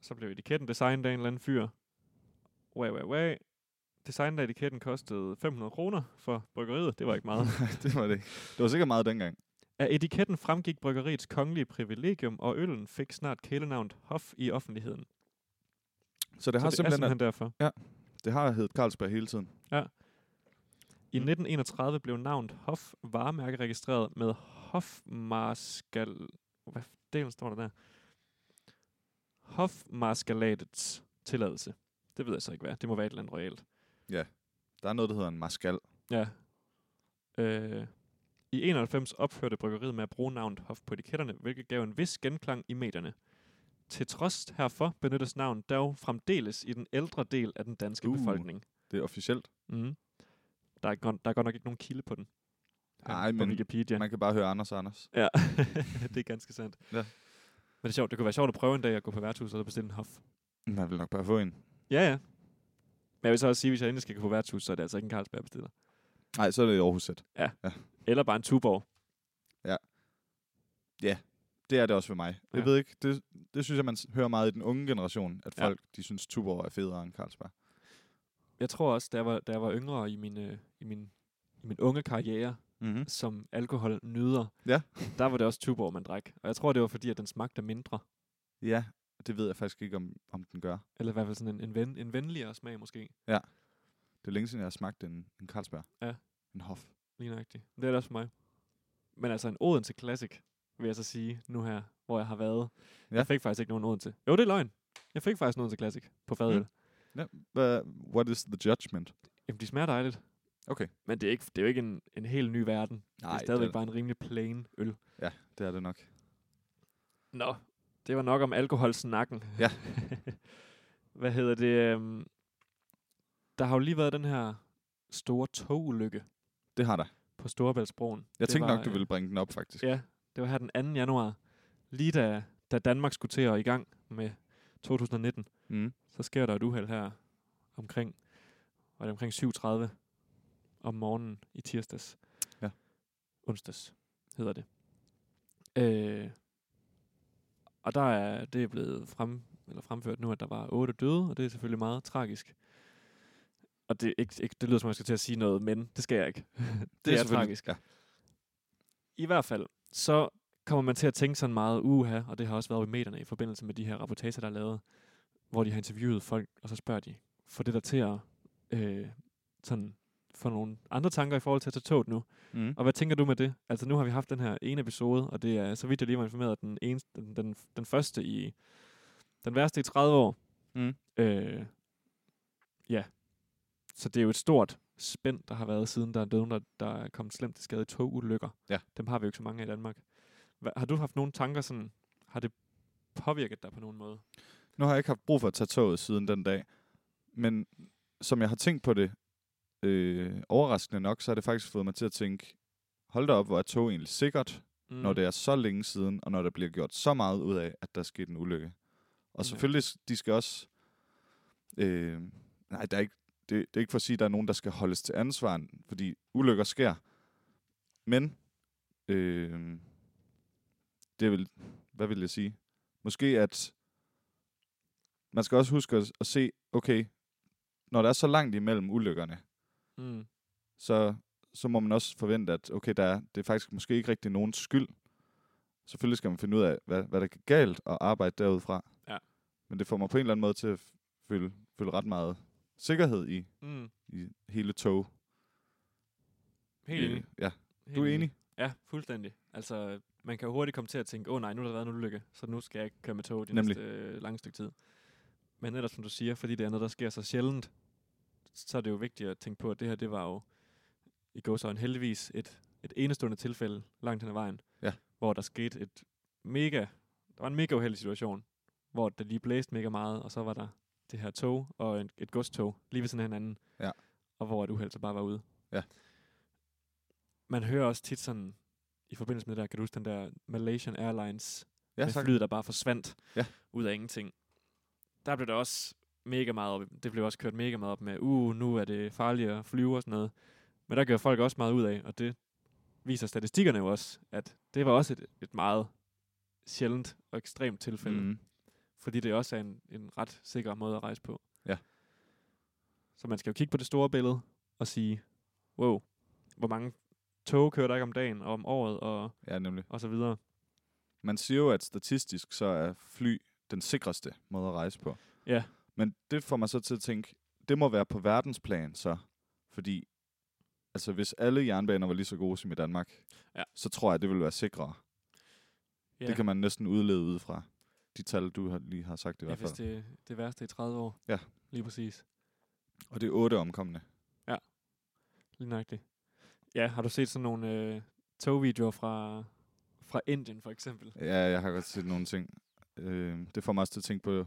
S2: så blev etiketten designet af en eller anden fyr. Way, way, way. Designet af etiketten kostede 500 kroner for bryggeriet. Det var ikke
S1: [LAUGHS]
S2: meget.
S1: det var det ikke. Det var sikkert meget dengang.
S2: Af etiketten fremgik bryggeriets kongelige privilegium, og øllen fik snart kælenavnet Hof i offentligheden.
S1: Så det har,
S2: så det
S1: simpelthen,
S2: er simpelthen derfor.
S1: det har heddet Carlsberg hele tiden.
S2: I
S1: Mm.
S2: 1931 blev navnet Hof varemærke registreret med Hofmarskal... Hvad delen står der der? Hofmarskalatets tilladelse. Det ved jeg så ikke hvad. Det må være et eller andet royalt.
S1: Der er noget, der hedder en maskal.
S2: Ja. Øh, I 91 opførte bryggeriet med at bruge navnet Hof på etiketterne, hvilket gav en vis genklang i medierne. Til trods herfor benyttes navnet dog fremdeles i den ældre del af den danske
S1: Uh.
S2: uh. befolkning.
S1: Det er officielt.
S2: Mm. Der, er godt, der er godt nok ikke nogen kilde på den.
S1: Nej,
S2: på
S1: men
S2: Wikipedia.
S1: Ja. Man kan bare høre Anders og Anders.
S2: Ja, [LAUGHS] det er ganske sandt.
S1: Ja.
S2: Men det er sjovt. Det kunne være sjovt at prøve en dag at gå på værtshus og så bestille en hof.
S1: Man vil nok bare få en.
S2: Ja, ja. Men jeg vil så også sige, at hvis jeg endelig skal gå på værtshus, så er det altså ikke en Carlsberg jeg bestiller.
S1: Nej, så er det i Aarhus Sæt.
S2: Eller bare en Tuborg.
S1: Det er det også ved mig. Ja. Jeg
S2: Ja.
S1: ved ikke, det, det synes jeg, man s- hører meget i den unge generation, at
S2: Ja.
S1: folk, de synes Tuborg er federe end Carlsberg.
S2: Jeg tror også, da jeg var, da jeg var yngre i min, øh, i min, i min unge karriere
S1: Mm-hmm.
S2: som alkohol nyder,
S1: Ja.
S2: der var det også Tuborg, man drak. Og jeg tror, det var fordi, at den smagte mindre.
S1: Ja, det ved jeg faktisk ikke, om, om den gør.
S2: Eller i hvert fald sådan en, en, ven, en venligere smag måske,
S1: Det er længe siden, jeg har smagt en, en Carlsberg.
S2: Ja.
S1: En hof.
S2: lige nøjagtigt. Det er det også for mig. Men altså en Odense Classic, vil jeg så sige, nu her, hvor jeg har været.
S1: Ja.
S2: Ja. Jeg fik faktisk ikke nogen Odense. Jo, det er løgn. Jeg fik faktisk en Odense Classic på fadøl.
S1: Mm. Hva, what is the judgment?
S2: Jamen, de smager dejligt.
S1: Okay.
S2: Men det er, ikke, det er jo ikke en, en helt ny verden. Nej, det er stadigvæk bare en rimelig plain øl.
S1: det er det nok.
S2: Nå, det var nok om alkoholsnakken.
S1: Ja.
S2: [LAUGHS] Hvad hedder det? øhm, Der har jo lige været den her store togulykke
S1: Det har der.
S2: på Storebæltsbroen.
S1: Jeg
S2: Det
S1: tænkte
S2: var,
S1: nok, du
S2: øh,
S1: ville bringe den op, faktisk.
S2: Ja, det var her den 2. januar. Lige da, da Danmark skulle til at i gang med 2019,
S1: Mm.
S2: så sker der et uheld her omkring, var det omkring 7.30 om morgenen i tirsdags.
S1: Ja.
S2: Onsdags hedder det. Øh, og der er, det er blevet frem, eller fremført nu, at der var otte døde, og det er selvfølgelig meget tragisk. Og det, er ikke, ikke, det lyder som, om jeg skal til at sige noget, men det skal jeg ikke. [LAUGHS] det, det er
S1: selvfølgelig-
S2: tragisk.
S1: Ja.
S2: I hvert fald, så kommer man til at tænke sådan meget, uha, og det har også været i medierne i forbindelse med de her rapportager, der er lavet, hvor de har interviewet folk, og så spørger de, får det der til at øh, sådan, få nogle andre tanker i forhold til at tage toget nu?
S1: Mm.
S2: Og hvad tænker du med det? Altså nu har vi haft den her ene episode, og det er, så vidt jeg lige var informeret, den, eneste, den, den, den første i, den værste i 30 år.
S1: Mm.
S2: Øh, ja. Så det er jo et stort spænd, der har været siden, der er døde, der, der er kommet slemt til skade i togulykker.
S1: Ja.
S2: Dem har vi jo ikke så mange af i Danmark. Hva, har du haft nogle tanker sådan, har det påvirket dig på nogen måde?
S1: Nu har jeg ikke haft brug for at tage toget siden den dag, men som jeg har tænkt på det, øh, overraskende nok, så har det faktisk fået mig til at tænke, hold da op, hvor er tog egentlig sikkert,
S2: Mm.
S1: mm. når det er så længe siden, og når der bliver gjort så meget ud af, at der er sket en ulykke. Og
S2: Ja.
S1: selvfølgelig, s- de skal også... Øh, nej, der er ikke, det, det er ikke for at sige, at der er nogen, der skal holdes til ansvar, fordi ulykker sker. Men, øh, det er vel... Hvad vil jeg sige? Måske at... Man skal også huske at, at se, okay, når der er så langt imellem ulykkerne,
S2: Mm.
S1: så, så må man også forvente, at okay, der er, det er faktisk måske ikke rigtig nogens skyld. Selvfølgelig skal man finde ud af, hvad, hvad der gik galt, og arbejde derudfra.
S2: Ja.
S1: Men det får mig på en eller anden måde til at f- føle, føle ret meget sikkerhed i,
S2: Mm.
S1: i hele tog.
S2: Helt enig.
S1: Ja.
S2: Helt
S1: Du er enig?
S2: Ja, fuldstændig. Altså, man kan jo hurtigt komme til at tænke, åh oh, nej, nu har der været en ulykke, så nu skal jeg ikke køre med tog det
S1: Nemlig.
S2: næste øh, lange stykke tid. Men ellers, som du siger, fordi det er noget, der sker så sjældent, så er det jo vigtigt at tænke på, at det her, det var jo i går så en heldigvis et, et enestående tilfælde langt hen ad vejen,
S1: Ja.
S2: hvor der skete et mega, der var en mega uheldig situation, hvor der lige blæste mega meget, og så var der det her tog og en, et godstog lige ved siden af hinanden,
S1: Ja.
S2: og hvor et uheld så bare var ude man hører også tit sådan, i forbindelse med det der, kan du huske den der Malaysian Airlines, ja,
S1: Ja,
S2: med
S1: tak.
S2: flyet, der bare forsvandt
S1: Ja.
S2: ud af ingenting. Der blev der også mega meget op, det blev også kørt mega meget op med, uh, nu er det farligt at flyve og sådan noget. Men der gør folk også meget ud af, og det viser statistikkerne jo også, at det var også et, et meget sjældent og ekstremt tilfælde, mm.
S1: Mm.
S2: fordi det også er en, en ret sikker måde at rejse på.
S1: Ja.
S2: Så man skal jo kigge på det store billede og sige, wow, hvor mange tog kører der ikke om dagen og om året og,
S1: ja, nemlig.
S2: og så videre.
S1: Man siger jo, at statistisk så er fly den sikreste måde at rejse på.
S2: Ja.
S1: Men det får mig så til at tænke, det må være på verdensplan så. Fordi, altså hvis alle jernbaner var lige så gode som i Danmark,
S2: Ja.
S1: så tror jeg, det ville være sikrere.
S2: Ja,
S1: Det kan man næsten udlede ud fra de tal, du har, lige har sagt i
S2: ja,
S1: hvert
S2: hvis
S1: fald.
S2: det det værste i 30 år.
S1: Ja.
S2: Lige præcis.
S1: Og det er otte omkomne.
S2: Lige nøjagtigt. Ja, har du set sådan nogle øh, togvideoer fra, fra Indien for eksempel?
S1: Ja, jeg har godt set nogle ting. Øh, det får mig også til at tænke på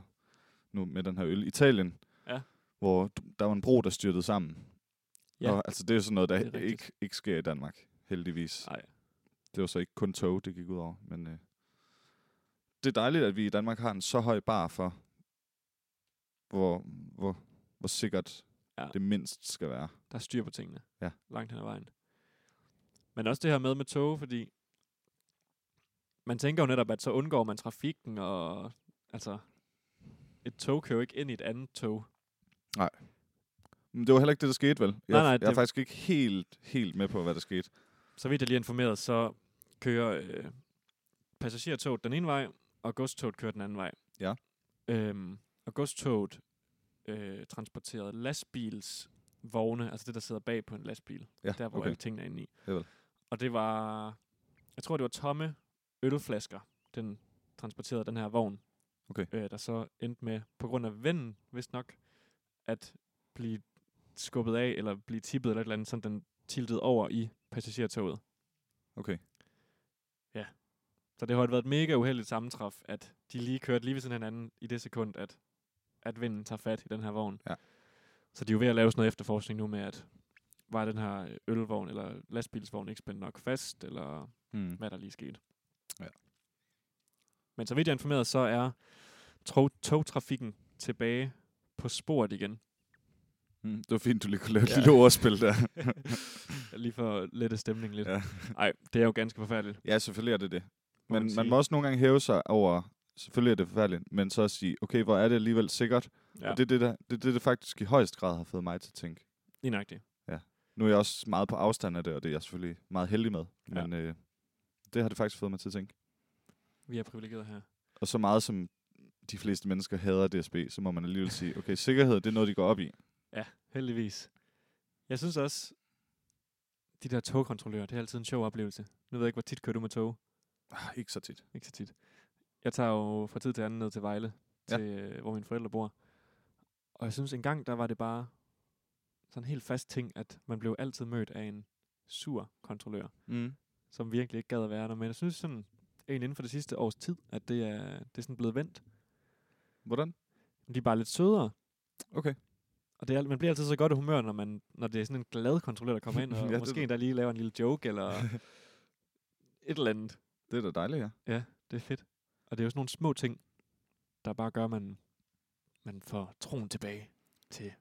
S1: nu med den her øl. Italien,
S2: Ja.
S1: hvor d- der var en bro, der styrtede sammen.
S2: Ja.
S1: Ja. Og altså, det er jo sådan noget,
S2: Det er
S1: der
S2: rigtigt.
S1: ikke, ikke sker i Danmark, heldigvis.
S2: Nej.
S1: Det var så ikke kun tog, det gik ud over. Men øh, det er dejligt, at vi i Danmark har en så høj bar for, hvor, hvor, hvor sikkert
S2: Ja.
S1: ja. det mindst skal være.
S2: der er styr på tingene.
S1: Ja.
S2: Langt hen ad vejen. Men også det her med med tog, fordi man tænker jo netop, at så undgår man trafikken, og altså, et tog kører jo ikke ind i et andet tog.
S1: Men det var heller ikke det, der skete, vel? Jeg,
S2: Nej, nej,
S1: jeg er
S2: det-
S1: faktisk ikke helt, helt med på, hvad der skete.
S2: Så vidt jeg lige er informeret, så kører øh, passagertoget den ene vej, og godstoget kører den anden vej.
S1: Ja.
S2: Øhm, og godstoget øh, transporterede lastbils vogne, altså det, der sidder bag på en lastbil.
S1: Ja,
S2: der hvor okay. alle tingene er inde i.
S1: Javel.
S2: Og det var, jeg tror det var tomme ølflasker, den transporterede den her vogn.
S1: Okay.
S2: Øh, der så endte med, på grund af vinden, vist nok, at blive skubbet af, eller blive tippet eller et eller andet, sådan den tiltede over i passagertoget.
S1: Okay.
S2: Så det har jo været et mega uheldigt sammentræf, at de lige kørte lige ved siden af hinanden i det sekund, at, at vinden tager fat i den her vogn.
S1: Ja.
S2: Så de er jo ved at lave sådan noget efterforskning nu med, at var den her ølvogn eller lastbilsvogn ikke spændt nok fast, eller
S1: Mm.
S2: hvad der lige skete.
S1: Ja.
S2: Men så vidt jeg er informeret, så er tog togtrafikken tilbage på sporet igen.
S1: Mm. Det var fint, du lige kunne lave et
S2: Ja.
S1: ja. lille ordspil der.
S2: Lige for at lette stemningen lidt.
S1: Ja.
S2: Nej, det er jo ganske forfærdeligt.
S1: [LAUGHS] ja, selvfølgelig er det det.
S2: må
S1: Men
S2: man
S1: man,
S2: sige.
S1: må også nogle gange hæve sig over, selvfølgelig er det forfærdeligt, men så at sige, okay, hvor er det alligevel sikkert?
S2: Ja,
S1: Ja. Og det er det, der, det, er det, der faktisk i højst grad har fået mig til at tænke.
S2: lige nøjagtigt.
S1: Nu er jeg også meget på afstand af det, og det er jeg selvfølgelig meget heldig med.
S2: Ja.
S1: Men øh, det har det faktisk fået mig til at tænke.
S2: Vi er privilegeret her.
S1: Og så meget som de fleste mennesker hader DSB, så må man alligevel sige, okay, sikkerhed, det er noget, de går op i.
S2: Heldigvis. Jeg synes også, de der togkontrollører, det er altid en sjov oplevelse. Nu ved jeg ikke, hvor tit kører du med tog.
S1: Ah, ikke så tit.
S2: Ikke så tit. Jeg tager jo fra tid til anden ned til Vejle,
S1: Ja.
S2: til, øh, hvor mine forældre bor. Og jeg synes, en gang, der var det bare sådan en helt fast ting, at man blev altid mødt af en sur kontrollør,
S1: Mm.
S2: som virkelig ikke gad at være der. Men jeg synes sådan, egentlig inden for det sidste års tid, at det er, det er sådan blevet vendt.
S1: Hvordan?
S2: De er bare lidt sødere.
S1: Okay.
S2: Og det er, alt- man bliver altid så godt i humør, når, man, når det er sådan en glad kontrollør, der kommer [LAUGHS] ind, og
S1: Ja,
S2: ja,
S1: det-
S2: måske endda lige laver en lille joke, [LAUGHS] eller et eller andet.
S1: Det er da dejligt, ja.
S2: Ja, det er fedt. Og det er jo sådan nogle små ting, der bare gør, at man, man får troen tilbage til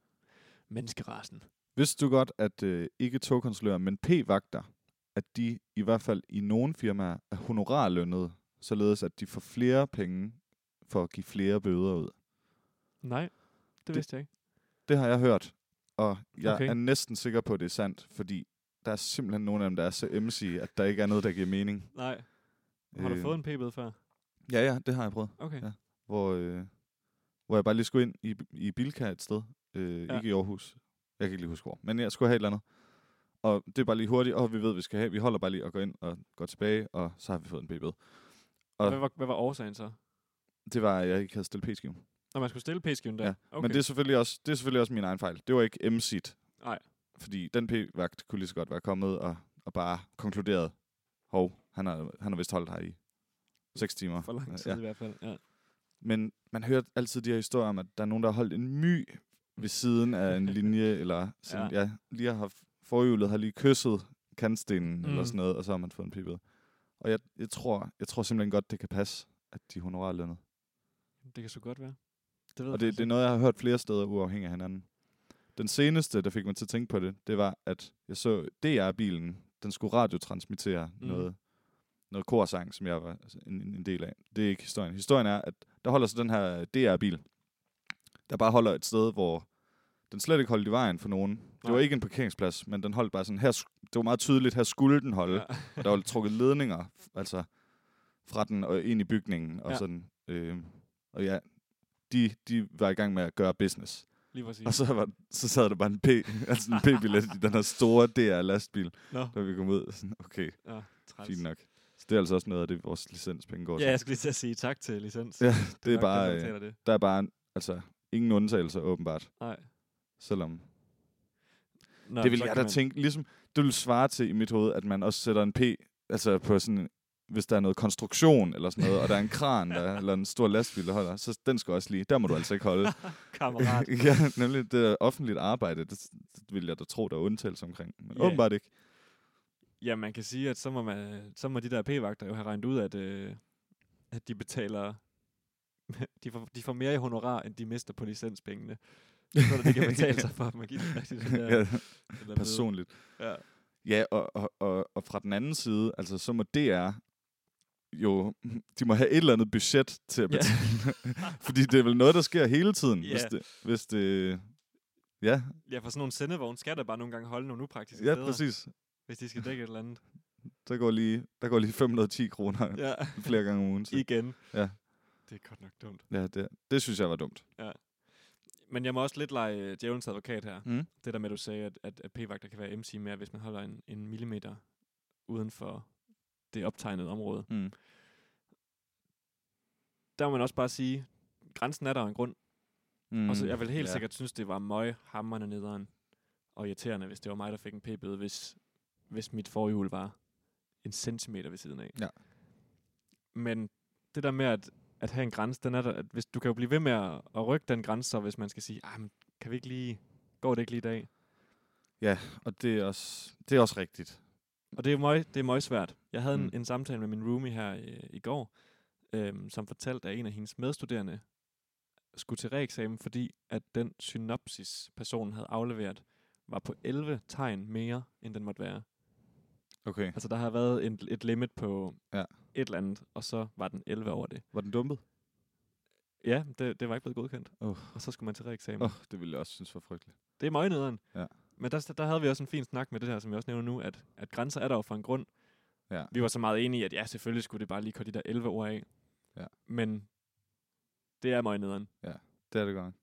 S2: menneskerasen.
S1: Vidste du godt, at øh, ikke togkontrollører, men p-vagter, at de i hvert fald i nogle firmaer er honorarlønnede, således at de får flere penge for at give flere bøder ud?
S2: Nej, det,
S1: Det-
S2: vidste jeg ikke.
S1: Det har jeg hørt, og jeg
S2: Okay.
S1: okay. er næsten sikker på, at det er sandt, fordi der er simpelthen nogle af dem, der er så emsige, at der ikke er noget, der giver mening.
S2: Nej. Har du fået en p-bøde før?
S1: Ja, ja, det har jeg prøvet.
S2: Okay.
S1: Øh. Ja. Hvor, øh, hvor jeg bare lige skulle ind i, i Bilka et sted, øh,
S2: Ja.
S1: ja. ikke i Aarhus. Jeg kan ikke lige huske hvor, men jeg skulle have et eller andet. Og det er bare lige hurtigt, og vi ved, vi skal have. Vi holder bare lige og går ind og går tilbage, og så har vi fået en BB.
S2: Og
S1: Og-
S2: hvad, var, hvad var årsagen så?
S1: Det var, at jeg ikke havde stillet p okay.
S2: Når man skulle stille p-skiven der?
S1: Ja,
S2: okay.
S1: Men det er, selvfølgelig også, det er selvfølgelig også min egen fejl. Det var ikke MC'et.
S2: Nej.
S1: Fordi den p-vagt kunne lige så godt være kommet og, og bare konkluderet, hov, han har, han har vist holdt her i 6 timer. Øh,
S2: for lang tid ja. i hvert fald. Ja.
S1: Men man hører altid de her historier om, at der er nogen, der har holdt en my ved siden af en
S2: [LAUGHS]
S1: linje, eller sådan, ja. ja, lige har haft forhjulet, har lige kysset kantstenen mm.
S2: Mm.
S1: eller sådan noget, og så har man fået en pibet. Og jeg, jeg, tror, jeg tror simpelthen godt, det kan passe, at de honorerer lønnet.
S2: Det kan så godt være. Det
S1: Og
S2: ved jeg
S1: det, det er noget, jeg har hørt flere steder uafhængig af hinanden. Den seneste, der fik mig til at tænke på det, det var, at jeg så DR-bilen, den skulle radiotransmittere
S2: Mm.
S1: mm. noget, noget korsang, som jeg var en, en en del af. Det er ikke historien. Historien er, at der holder så den her DR-bil, der bare holder et sted, hvor den slet ikke holdt i vejen for nogen. Det
S2: Nej.
S1: var ikke en parkeringsplads, men den holdt bare sådan, her, sk- det var meget tydeligt, her skulle den holde. Ja.
S2: Ja.
S1: Og der var trukket ledninger, f- altså fra den og ind i bygningen og
S2: Ja.
S1: ja. sådan. Øh, og ja, de, de var i gang med at gøre business.
S2: Lige præcis.
S1: Og så, var, så sad der bare en, P, [LAUGHS] altså en P-billet i den her store DR-lastbil,
S2: Nå,
S1: da vi kom ud. og Sådan, okay,
S2: ja, træls.
S1: fint nok. Så det er altså også noget af det, vores licenspenge går
S2: Ja,
S1: til.
S2: jeg skulle lige til at sige tak til licens.
S1: Ja, det er
S2: nok
S1: bare,
S2: dem, der
S1: øh,
S2: betaler det.
S1: der er bare altså, ingen undtagelser åbenbart.
S2: Nej.
S1: Selvom
S2: Nå,
S1: det vil
S2: så
S1: jeg
S2: kan
S1: da
S2: man-
S1: tænke, ligesom det vil svare til i mit hoved, at man også sætter en P, altså på sådan, hvis der er noget konstruktion eller sådan noget, og der er en
S2: [LAUGHS]
S1: kran, der, eller en stor lastbil, der holder, så den skal også lige, der må du altså ikke
S2: [LAUGHS]
S1: holde.
S2: Kammerat.
S1: [LAUGHS] ja, nemlig det er offentligt arbejde, det, det vil jeg da tro, der er undtagelse omkring, men
S2: Ja.
S1: yeah. åbenbart ikke.
S2: Ja, man kan sige, at så må, man, så må de der p-vagter jo have regnet ud, at, øh, at de betaler... [LAUGHS] De får, de får mere i honorar, end de mister på licenspengene. Så det,
S1: [LAUGHS]
S2: det kan betale sig for, at man giver dem rigtig den der,
S1: Ja,
S2: den der
S1: personligt.
S2: bøde. Ja.
S1: Ja, og, og, og, og fra den anden side, altså så må DR jo, [LAUGHS] de må have et eller andet budget til at
S2: Ja.
S1: betale. [LAUGHS] Fordi det er vel noget, der sker hele tiden,
S2: Ja.
S1: hvis, det, hvis det... Ja,
S2: ja, for sådan nogle sendevogne skal der bare nogle gange holde nogle upraktiske
S1: ja
S2: steder,
S1: præcis.
S2: hvis de skal dække et eller andet.
S1: Der går lige, der går lige 510 kroner ja.
S2: Ja,
S1: [LAUGHS] flere gange om ugen. Så.
S2: igen.
S1: Ja.
S2: Det er godt nok dumt.
S1: Ja, det, det synes jeg var dumt.
S2: Men jeg må også lidt lege øh, djævelens advokat her.
S1: Mm.
S2: det der med, at du sagde, at, at, at p-vagter kan være MC mere, hvis man holder en, en millimeter uden for det optegnede område.
S1: Mm.
S2: Der må man også bare sige, grænsen er der af en grund. Mm. Og så jeg vil helt ja. sikkert synes, det var møg, hammerne nederen og irriterende, hvis det var mig, der fik en p-bøde, hvis, hvis mit forhjul var en centimeter ved siden af.
S1: Ja.
S2: Men det der med at, at have en grænse, den er der, at hvis, du kan jo blive ved med at, at rykke den grænse, så hvis man skal sige, "Ah, men kan vi ikke lige, går det ikke lige i dag?
S1: Og det er også, det er også rigtigt.
S2: Og det er møg, det er møg svært. Jeg havde mm. en,
S1: Mm.
S2: en samtale med min roomie her øh, i går, øhm, som fortalte, at en af hendes medstuderende skulle til reeksamen, fordi at den synopsis, personen havde afleveret, var på 11 tegn mere, end den måtte være.
S1: Okay.
S2: Altså, der har været en, et limit på
S1: Ja.
S2: et eller andet, og så var den 11 over det.
S1: Var den dumpet?
S2: Ja, det, det var ikke blevet godkendt.
S1: Åh.
S2: Og så skulle man til reeksamen.
S1: Åh, oh, det ville jeg også synes var frygteligt.
S2: Det er møgnederen.
S1: Ja.
S2: Men der, der havde vi også en fin snak med det her, som jeg også nævner nu, at, at grænser er der jo for en grund.
S1: Ja.
S2: Vi var så meget enige i, at ja, selvfølgelig skulle det bare lige køre de der 11 ord af.
S1: Ja.
S2: Men det er møgnederen.
S1: Det er det godt. nok.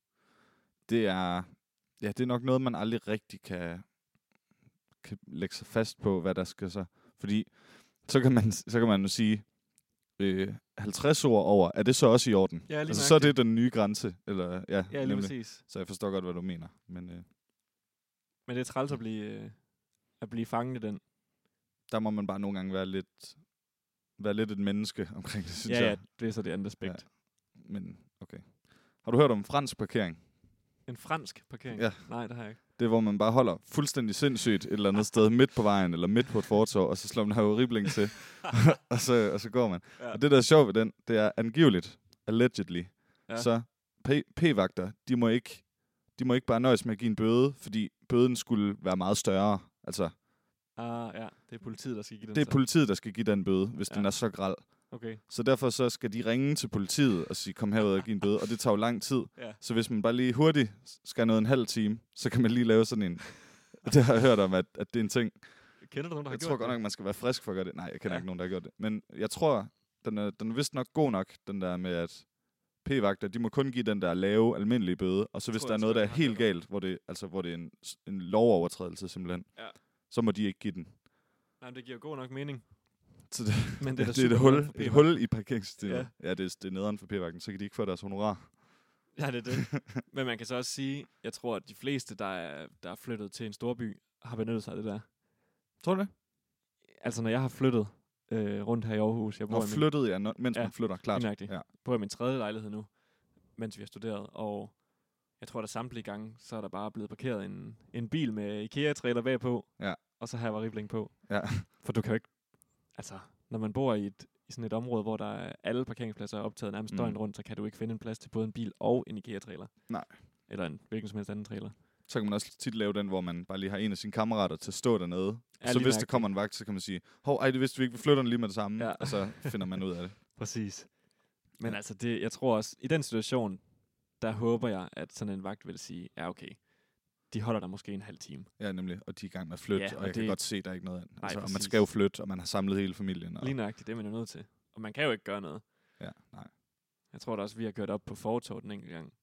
S1: Det er, ja, det er nok noget, man aldrig rigtig kan, kan lægge sig fast på, hvad der skal så. Fordi så kan man, så kan man jo sige, øh, 50 ord over, er det så også i orden?
S2: Ja, lige
S1: altså, så er det den nye grænse. Eller, ja,
S2: Ja, lige
S1: nemlig.
S2: præcis.
S1: Så jeg forstår godt, hvad du mener. Men, øh,
S2: Men det er træls at blive, øh, at blive fanget i den.
S1: Der må man bare nogle gange være lidt, være lidt et menneske omkring det, synes
S2: ja, ja,
S1: jeg.
S2: det er så det andet aspekt. Ja.
S1: Men okay. Har du hørt om fransk parkering?
S2: En fransk parkering?
S1: Ja.
S2: Nej, det har jeg ikke.
S1: Det er, hvor man bare holder fuldstændig sindssygt et eller andet sted midt på vejen, eller midt på et fortov, og så slår man haveribling til, [LAUGHS] og, så, og så går man.
S2: Ja.
S1: Og det, der er sjovt ved den, det er angiveligt, allegedly,
S2: Ja.
S1: ja. så P- p-vagter, de må ikke de må ikke bare nøjes med at give en bøde, fordi bøden skulle være meget større. Altså,
S2: Ah, ja, det er politiet, der skal give den
S1: det er
S2: så.
S1: politiet, der skal give den bøde, hvis
S2: Ja.
S1: ja. den er så græld.
S2: Okay.
S1: Så derfor så skal de ringe til politiet og sige, kom herud og give en bøde, og det tager jo lang tid.
S2: Ja.
S1: Så hvis man bare lige hurtigt skal noget en halv time, så kan man lige lave sådan en... Det har jeg hørt om, at, at det er en ting.
S2: Kender du nogen, der har
S1: Jeg
S2: gjort
S1: tror godt
S2: det?
S1: nok, man skal være frisk for at gøre det. Nej, jeg kender
S2: Ja.
S1: ja. ikke nogen, der har gjort det. Men jeg tror, den er, den er vist nok god nok, den der med, at p-vagter, de må kun give den der lave, almindelige bøde. Og så
S2: Det
S1: hvis
S2: tror
S1: der er
S2: jeg
S1: noget,
S2: sgu,
S1: der er
S2: jeg har
S1: helt
S2: hørt
S1: galt, hvor det, altså, hvor det er en, en lovovertrædelse simpelthen,
S2: Ja.
S1: så må de ikke give den.
S2: Nej, men det giver jo god nok mening.
S1: Så det,
S2: Men
S1: [LAUGHS]
S2: det
S1: det,
S2: er, da
S1: ja, det er
S2: super
S1: et
S2: godt
S1: hul,
S2: for
S1: et
S2: p-vagten.
S1: hul i parkeringssystemet.
S2: Ja.
S1: Ja, ja det, er, det er nederen for p-vagten, så kan de ikke få deres honorar.
S2: Ja, det er
S1: [LAUGHS]
S2: det. Men man kan så også sige, jeg tror, at de fleste, der er, der er flyttet til en storby, har benyttet sig af det der.
S1: Tror du det?
S2: Altså, når jeg har flyttet øh, rundt her i Aarhus, jeg bor
S1: Nå,
S2: i min
S1: flyttede jeg, mens
S2: Ja,
S1: ja. man flytter, klart.
S2: Indagtigt.
S1: Ja.
S2: bor i min tredje lejlighed nu, mens vi har studeret, og jeg tror, der samtlige gange, så er der bare blevet parkeret en, en bil med IKEA-trailer bagpå,
S1: Ja.
S2: og så har jeg var ribling på.
S1: Ja.
S2: For du kan jo ikke, altså, når man bor i, et, i sådan et område, hvor der er alle parkeringspladser er optaget nærmest mm.
S1: Mm.
S2: døgnet rundt, så kan du ikke finde en plads til både en bil og en IKEA-trailer.
S1: Nej.
S2: Eller en hvilken som helst anden trailer.
S1: Så kan man også tit lave den, hvor man bare lige har en af sine kammerater til at stå dernede.
S2: Ja,
S1: Ja, så
S2: lige
S1: hvis der
S2: nøjagtigt.
S1: kommer en vagt, så kan man sige, hov, ej, det vidste vi ikke, vi flytter den lige med det samme.
S2: Ja.
S1: Ja. Og så finder man ud af det.
S2: Præcis. Men
S1: Ja.
S2: altså, det, jeg tror også, i den situation, der håber jeg, at sådan en vagt vil sige, ja okay, de holder dig måske en halv time.
S1: Ja, nemlig. Og de er i gang med at flytte,
S2: Ja,
S1: ja, og,
S2: og
S1: og jeg det...
S2: det-
S1: kan godt se, der er ikke noget andet.
S2: Nej,
S1: altså, og man
S2: præcis.
S1: skal jo flytte, og man har samlet hele familien. Og...
S2: Lige nøjagtigt, det er man jo nødt til. Og man kan jo ikke gøre noget.
S1: Ja, nej.
S2: Jeg tror da også, vi har kørt op på fortorvet en enkelt gang.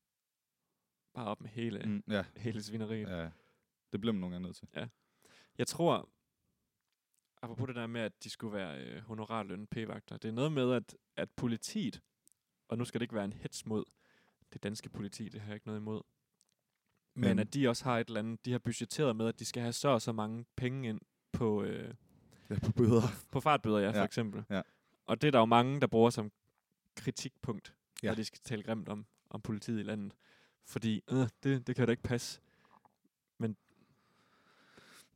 S2: Bare op med hele, mm.
S1: Mm, ja,
S2: hele svineriet. Ja.
S1: ja, det bliver man nogle gange nødt til.
S2: Jeg tror, apropos det der med, at de skulle være øh, honorarlønne p-vagter, det er noget med, at, at politiet, og nu skal det ikke være en hets mod det danske politi, det har jeg ikke noget imod, men, men
S1: Men-
S2: at de også har et eller andet, de har budgetteret med, at de skal have så og så mange penge ind på, øh,
S1: Ja, på bøder.
S2: på fartbøder, ja, for ja.
S1: Ja.
S2: eksempel.
S1: Ja.
S2: Og det er der jo mange, der bruger som kritikpunkt, ja.
S1: Ja.
S2: når de skal tale grimt om, om politiet i landet. Fordi, øh, det, det kan da ikke passe. Ja.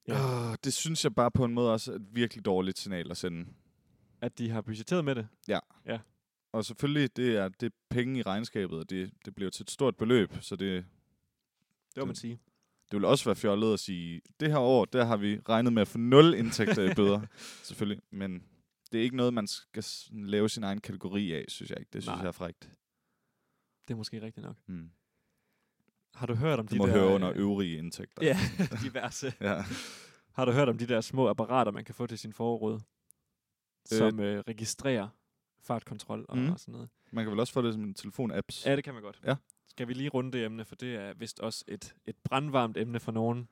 S1: Ja. det synes jeg bare på en måde også er et virkelig dårligt signal at sende.
S2: At de har budgetteret med det.
S1: Og selvfølgelig, det er, det er penge i regnskabet, og det, det bliver jo til et stort beløb, så det,
S2: Det må man
S1: Det-
S2: sige.
S1: det vil også være fjollet at sige, det her år, der har vi regnet med at få nul indtægter i
S2: [LAUGHS]
S1: bøder, selvfølgelig. Men det er ikke noget, man skal sådan lave sin egen kategori af, synes jeg ikke. Det synes
S2: Nej.
S1: Nej. jeg er frægt.
S2: Det er måske rigtigt nok.
S1: Mm.
S2: Har du hørt om
S1: Det
S2: de
S1: må
S2: der...
S1: høre under
S2: øh,
S1: øvrige indtægter.
S2: [LAUGHS] Ja, diverse.
S1: ja.
S2: Har du hørt om de der små apparater, man kan få til sin forråd, øh.
S1: Øh.
S2: som øh, registrerer fartkontrol og, mm.
S1: Mhm.
S2: og sådan noget?
S1: Man kan vel også få det som en telefon-apps.
S2: Ja, det kan man godt.
S1: Ja.
S2: Skal vi lige runde det emne, for det er vist også et, et brandvarmt emne for nogen.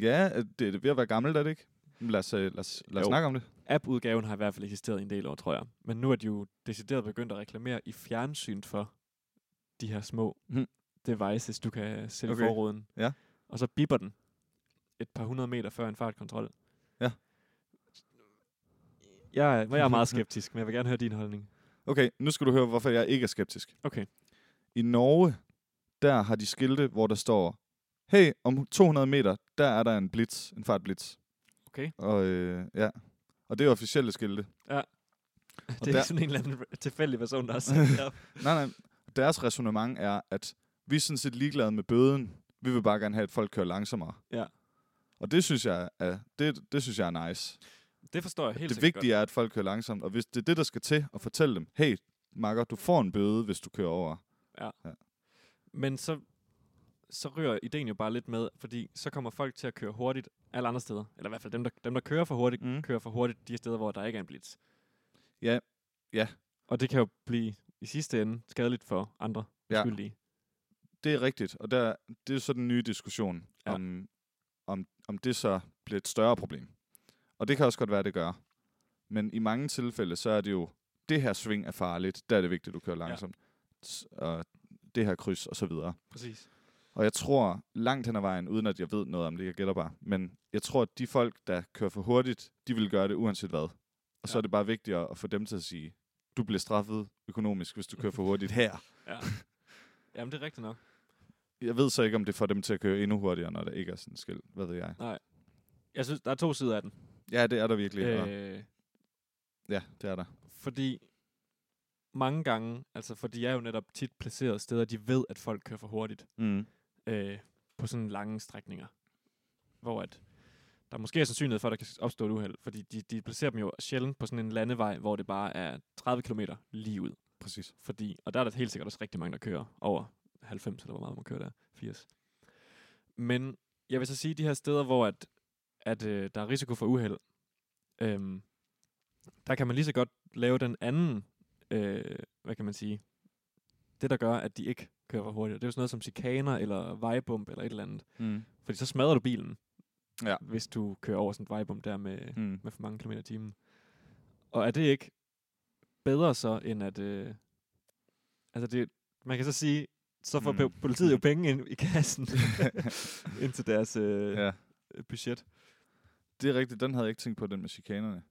S1: Ja, øh, det er ved at være gammelt, er det ikke? Men Lad os, øh, lad os, lad os
S2: Jo.
S1: snakke om det.
S2: app-udgaven har i hvert fald eksisteret i en del år, tror jeg. Men nu er de jo decideret begyndt at reklamere i fjernsyn for de her små mm.
S1: Mhm.
S2: devices, du kan sælge okay.
S1: Okay.
S2: forruden.
S1: Ja.
S2: Og så bipper den et par hundrede meter før en fartkontrol.
S1: Ja.
S2: Jeg er, jeg
S1: [LAUGHS]
S2: er meget skeptisk, men jeg vil gerne høre din holdning.
S1: Okay, nu skal du høre, hvorfor jeg ikke er skeptisk.
S2: Okay.
S1: I Norge, der har de skilte, hvor der står, hey, om 200 meter, der er der en blitz, en fartblitz.
S2: Okay. [LAUGHS]
S1: Og, øh, ja. og det er officielle skilte.
S2: Det er
S1: der-
S2: ikke sådan en eller anden tilfældig
S1: [LAUGHS]
S2: person, der har sat det op.
S1: Nej, nej. Deres resonemang er, at vi er sådan set ligeglade med bøden. Vi vil bare gerne have, at folk kører langsommere.
S2: Ja.
S1: Og det synes jeg er, det, det synes jeg er nice.
S2: Det forstår jeg helt
S1: Helt det
S2: sikkert
S1: vigtige godt. er, at folk kører langsomt. Og hvis det er det, der skal til at fortælle dem, hey, makker, du får en bøde, hvis du kører over.
S2: godt. Men så, så rører ideen jo bare lidt med, fordi så kommer folk til at køre hurtigt alle andre steder. Eller i hvert fald dem, der, dem, der kører for hurtigt,
S1: Mm.
S2: kører for hurtigt de steder, hvor der ikke er en blitz.
S1: Ja. Ja.
S2: Og det kan jo blive i sidste ende skadeligt for andre
S1: Ja.
S2: ja. skyldige.
S1: Det er rigtigt, og der, det er så den nye diskussion,
S2: Ja.
S1: ja. om, om, om det så bliver et større problem. Og det kan også godt være, det gør. Men i mange tilfælde, så er det jo, det her sving er farligt, der er det vigtigt, at du kører langsomt. Ja. Og det her kryds, og så videre.
S2: Præcis.
S1: Og jeg tror langt hen ad vejen, uden at jeg ved noget om det, jeg gætter bare, men jeg tror, at de folk, der kører for hurtigt, de vil gøre det uanset hvad. Og ja. så
S2: Ja.
S1: er det bare vigtigere at få dem til at sige, du bliver straffet økonomisk, hvis du kører for hurtigt her.
S2: Jamen, det er rigtigt nok.
S1: Jeg ved så ikke, om det får dem til at køre endnu hurtigere, når der ikke er sådan en skilt. Hvad ved jeg?
S2: Jeg synes, der er to sider af den.
S1: Ja, det er der virkelig. Øh.
S2: Øh,
S1: Ja, det er der.
S2: fordi mange gange, altså for de er jo netop tit placeret steder, de ved, at folk kører for hurtigt
S1: Mm.
S2: øh, på sådan lange strækninger, hvor at der måske er sandsynlighed for, at der kan opstå et uheld, fordi de, de placerer dem jo sjældent på sådan en landevej, hvor det bare er 30 km lige ud.
S1: Præcis.
S2: Fordi, og der er der helt sikkert også rigtig mange, der kører over 90, eller hvor meget man kører der, 80. Men jeg vil så sige, de her steder, hvor at, at øh, der er risiko for uheld, øhm, der kan man lige så godt lave den anden, øh, hvad kan man sige, det der gør, at de ikke kører for hurtigt. Det er jo sådan noget som chikaner, eller vejbump, eller et eller andet.
S1: Mm.
S2: Fordi så smadrer du bilen,
S1: Ja.
S2: hvis du kører over sådan et vejbump der med,
S1: [LAUGHS] Mm.
S2: med for mange kilometer i timen. Og er det ikke bedre så, end at... Øh, altså, det, man kan så sige, så får
S1: Mm.
S2: mm. politiet jo penge ind i
S1: [LAUGHS]
S2: kassen, [LAUGHS] ind til deres øh, ja.
S1: ja.
S2: budget.
S1: Det er rigtigt, den havde jeg ikke tænkt på, den med chikanerne.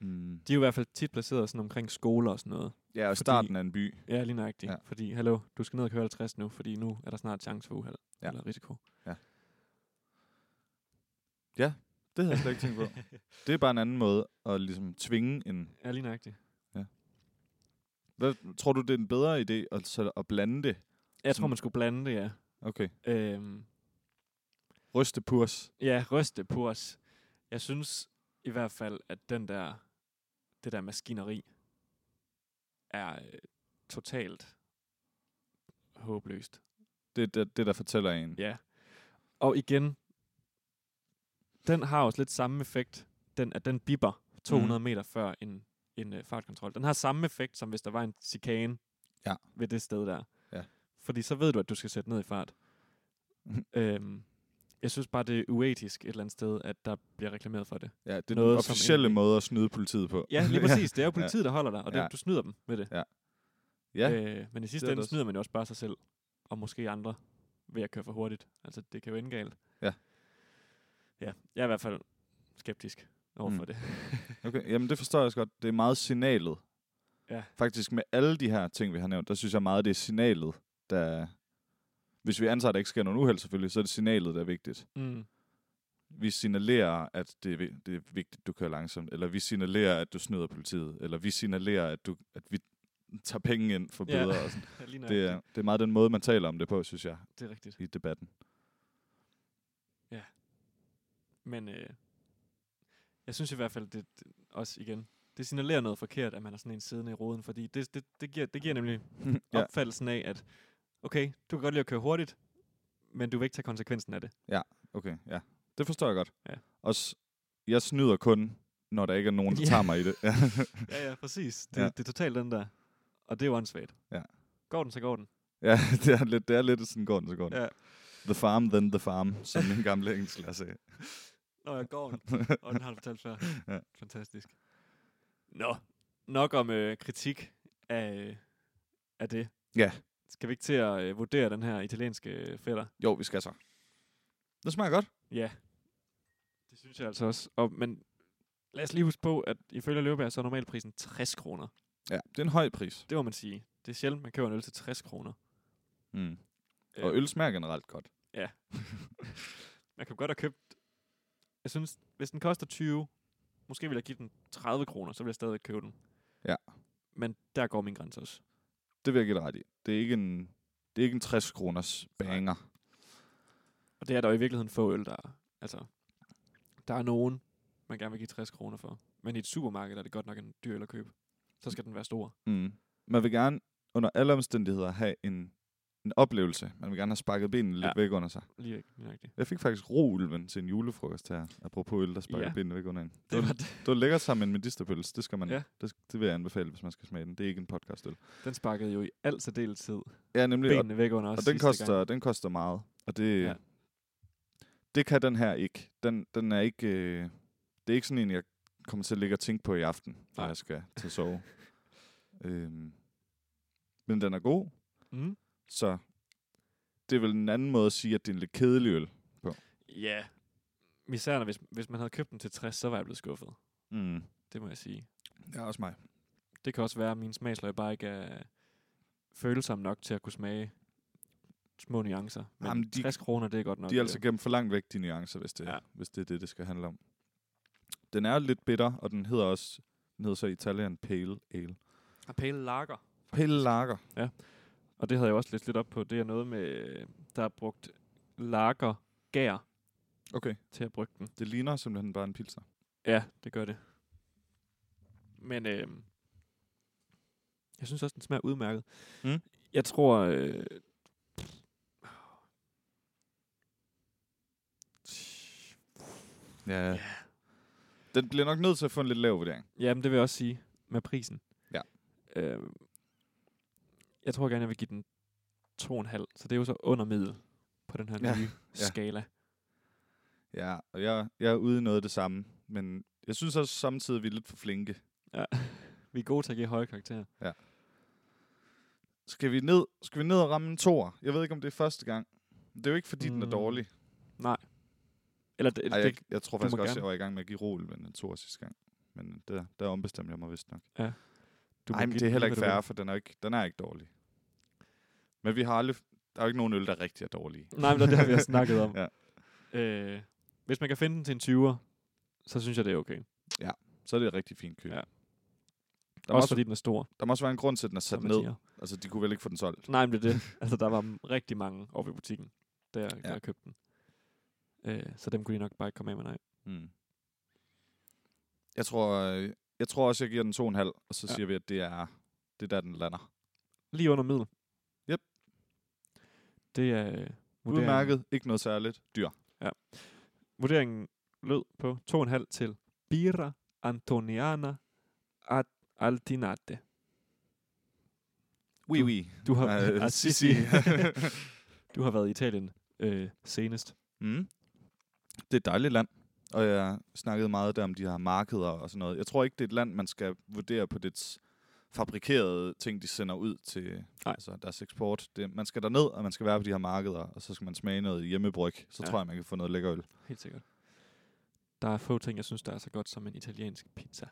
S1: Mm.
S2: De er jo i hvert fald tit placeret sådan omkring skoler og sådan noget.
S1: Ja, og
S2: Fordi-
S1: starten af en by.
S2: Ja, lige nøjagtigt.
S1: Ja.
S2: Ja. Fordi, hallo, du skal ned og køre 50 nu, fordi nu er der snart chance for uheld.
S1: Ja.
S2: Ja. Eller risiko.
S1: Det havde jeg slet ikke tænkt på. [LAUGHS] Det er bare en anden måde at ligesom tvinge en
S2: [LAUGHS] Ja, lige nøjagtigt.
S1: Hvad, tror du, det er en bedre idé at, så, at blande det?
S2: Jeg tror,
S1: Sådan-
S2: man skulle blande det, ja.
S1: Okay.
S2: Øhm,
S1: Ryste purs.
S2: Ja, ryste på os. Jeg synes i hvert fald, at den der, det der maskineri er øh, totalt håbløst.
S1: Det er det, det, der fortæller en. Ja.
S2: Ja. Og igen, den har også lidt samme effekt, den, at den bipper 200 mm. meter før en, en øh, fartkontrol. Den har samme effekt, som hvis der var en chikane
S1: Ja.
S2: ved det sted der.
S1: Ja.
S2: Fordi så ved du, at du skal sætte ned i
S1: [LAUGHS]
S2: fart. øhm, jeg synes bare, det er uetisk et eller andet sted, at der bliver reklameret
S1: [LAUGHS]
S2: for det.
S1: ja det er den
S2: Noget, som
S1: officielle
S2: egentlig-
S1: måde at snyde politiet på.
S2: Ja, lige præcis. Det er jo politiet, der holder dig, og det,
S1: Ja.
S2: ja. du snyder dem med det.
S1: [LAUGHS] ja. ja.
S2: Øh, men i sidste
S1: det
S2: ende
S1: også.
S2: snyder man jo også bare sig selv, og måske andre, ved at køre for hurtigt. Altså, det kan jo ende galt.
S1: Ja.
S2: Ja, jeg er i hvert fald skeptisk overfor
S1: Mm.
S2: mm. det.
S1: Okay. Jamen, det forstår jeg også godt. Det er meget signalet.
S2: Ja.
S1: Faktisk med alle de her ting, vi har nævnt, der synes jeg meget, det er signalet, der... Hvis vi antager, at der ikke sker nogen uheld selvfølgelig, så er det signalet, der er vigtigt.
S2: [LAUGHS] Mm.
S1: vi signalerer, at det er, vi- det er vigtigt, du kører langsomt, eller vi signalerer, at du snyder politiet, eller vi signalerer, at, du, at vi tager penge ind for bøder. Yeah. Og sådan.
S2: [LAUGHS] Ja, lige
S1: Det, er, det er meget den måde, man taler om det på, synes jeg,
S2: det er rigtigt.
S1: i debatten. [LAUGHS]
S2: Men øh, jeg synes i hvert fald, det, det også igen, det signalerer noget forkert, at man har sådan en siddende i roden, fordi det, det, det, giver, det giver nemlig ja.
S1: ja.
S2: opfattelsen af, at okay, du kan godt lide at køre hurtigt, men du vil ikke tage
S1: [LAUGHS]
S2: konsekvensen af det.
S1: Okay, ja. Det forstår jeg godt.
S2: Ja.
S1: Også, jeg snyder kun, når der ikke er nogen, der
S2: Ja.
S1: tager mig i det. Ja.
S2: [LAUGHS] Ja, ja, præcis. Det,
S1: Ja.
S2: ja. det er totalt den der. Og det er jo åndssvagt.
S1: Ja.
S2: Går den, så går den.
S1: ja, [LAUGHS] det er lidt, det er lidt sådan, går den, så går den.
S2: Ja.
S1: The farm, then the farm, som min gamle engelsklærer sagde.
S2: Nå, jeg går den. Og den har du fortalt før.
S1: [LAUGHS] Ja.
S2: Fantastisk. Nå, nok om øh, kritik af, af det.
S1: Ja.
S2: Skal vi ikke til at øh, vurdere den her italienske øh, fætter?
S1: Jo, vi skal så. Det smager godt.
S2: Ja. Det synes jeg altså også. Og, men lad os lige huske på, at ifølge Løbeberg, så er normalprisen 60 kroner.
S1: Ja, det er en høj pris.
S2: Det må man sige. Det er sjældent, man køber en øl til 60 kroner. Øh,
S1: Mm. Og øl smager generelt godt.
S2: Man kan godt have købt... Jeg synes, hvis den koster 20, måske ville jeg give den 30 kroner, så ville jeg stadig købe den.
S1: Ja.
S2: Men der går min grænse også.
S1: Det vil jeg give dig ret i. Det er ikke en, det er ikke en 60 kroners banger.
S2: Og det er der jo i virkeligheden få øl, der er. Altså, der er nogen, man gerne vil give 60 kroner for. Men i et supermarked er det godt nok en dyr øl at købe. Så skal den være stor.
S1: Mm. Man vil gerne under alle omstændigheder have en, en oplevelse. Man vil gerne have sparket benene lidt ja.
S2: Ja.
S1: væk under sig.
S2: Lige ikke nøjagtigt.
S1: Jeg fik faktisk roulven til en julefrokost her, apropos øl, der sparker ja.
S2: Ja.
S1: benene væk under en. Det,
S2: Det
S1: var,
S2: var
S1: det var lækkert sammen med en medisterpøls. Det, skal man, ja.
S2: Ja.
S1: det, det vil jeg anbefale, hvis man skal smage den. Det er ikke en podcastøl.
S2: Den sparkede jo i al særdeleshed
S1: Ja, nemlig. Og,
S2: benene væk under os
S1: og den,
S2: sidste gang.
S1: koster, den koster meget. Og det, ja.
S2: Ja.
S1: det kan den her ikke. Den, den er ikke... Øh, det er ikke sådan en, jeg kommer til at ligge og tænke på i aften, når
S2: Nej.
S1: jeg skal til at
S2: [LAUGHS]
S1: sove. øhm, men den er god,
S2: Mm.
S1: så det er vel en anden måde at sige, at det er en lidt kedelig øl.
S2: Ja. Især når, hvis, hvis man havde købt den til 60, så var jeg blevet skuffet.
S1: Mm.
S2: Det må jeg sige.
S1: Ja, også mig.
S2: Det kan også være, at mine smagsløg bare ikke er følsomme nok til at kunne smage små nuancer. Men
S1: Jamen, de-
S2: 60 kroner, det er godt nok.
S1: De er
S2: øh,
S1: altså gennem for langt væk, de nuancer, hvis det,
S2: Ja.
S1: ja. hvis det er det, det skal handle om. Den er lidt bitter, og den hedder også, den hedder så i Italien Pale Ale.
S2: Og pale lager.
S1: Pale Lager.
S2: Og det havde jeg også læst lidt op på. Det er noget med, øh, der er brugt lager gær
S1: Okay.
S2: til at brygge den.
S1: Det ligner simpelthen bare en pilsner.
S2: Ja, det gør det. Men øh, jeg synes også, den smager udmærket.
S1: Mm.
S2: Jeg tror... Øh, 10
S1: Ja. ja. Den bliver nok nødt til at få en lidt lav vurdering.
S2: Jamen, det vil jeg også sige med prisen.
S1: Ja.
S2: Øh, jeg tror gerne, jeg vil give den 2,5, så det er jo så under middel på den her
S1: Ja,
S2: nye skala.
S1: Ja, og jeg, jeg er ude i noget af det samme. Men jeg synes også samtidig, at vi er lidt for flinke.
S2: Ja. Vi er gode til at give høje karakterer.
S1: Skal vi ned, skal vi ned og ramme en toer? Jeg ved ikke, om det er første gang. Det er jo ikke, fordi mm. den er
S2: Mm.
S1: dårlig.
S2: Eller det,
S1: Ej,
S2: det,
S1: jeg, jeg tror
S2: du
S1: faktisk
S2: må
S1: også,
S2: gerne.
S1: jeg var i gang med at give Roel men en toer sidste gang. Men der, der ombestemte jeg mig vist nok.
S2: du må
S1: Nej, men
S2: give
S1: det er
S2: den
S1: heller
S2: lige,
S1: ikke
S2: hvad du
S1: fair, for den er, jo ikke, den er ikke dårlig. Men vi har aldrig, der er jo ikke nogen øl, der rigtig er [LAUGHS] dårlige.
S2: vil. Nej, men det er det har vi har snakket om.
S1: Ja.
S2: øh, hvis man kan finde den til en 20'er, så synes jeg, det er okay.
S1: Så er det et rigtig fint køb.
S2: Ja.
S1: Ja.
S2: Der
S1: Der, må
S2: også
S1: også,
S2: fordi den er stor.
S1: der må også være en grund til, at den er
S2: som
S1: sat
S2: man
S1: ned.
S2: siger.
S1: Altså, de kunne vel ikke få den solgt.
S2: Nej, men det
S1: [LAUGHS]
S2: er det. Altså, der var m- rigtig mange oppe i butikken, da jeg, da
S1: Ja.
S2: jeg købte den. Øh, så dem kunne de nok bare ikke komme af med, nej.
S1: Mm. Jeg tror, øh, jeg tror også, jeg giver den 2,5, og så
S2: Ja.
S1: ja. siger vi, at det er, det er der, den lander.
S2: Lige under middel.
S1: Yep.
S2: Det er øh, vurderingen.
S1: Udmærket, ikke noget særligt, dyr.
S2: Vurderingen lød på 2,5 til Bira Antoniana at Altinate.
S1: Oui, oui.
S2: Du har,
S1: Øh,
S2: [LAUGHS] ah,
S1: Sissi.
S2: du har været i Italien øh, senest.
S1: Mm. Det er et dejligt land, og jeg snakkede meget der om de her markeder og sådan noget. Jeg tror ikke, det er et land, man skal vurdere på dets fabrikerede ting, de sender ud til
S2: Nej.
S1: altså deres eksport. Det, man skal derned, og man skal være på de her markeder, og så skal man smage noget hjemmebryg. Så
S2: Ja.
S1: ja. tror jeg, man kan få noget lækker øl.
S2: Helt sikkert. Der er få ting, jeg synes, der er så godt som en italiensk pizza.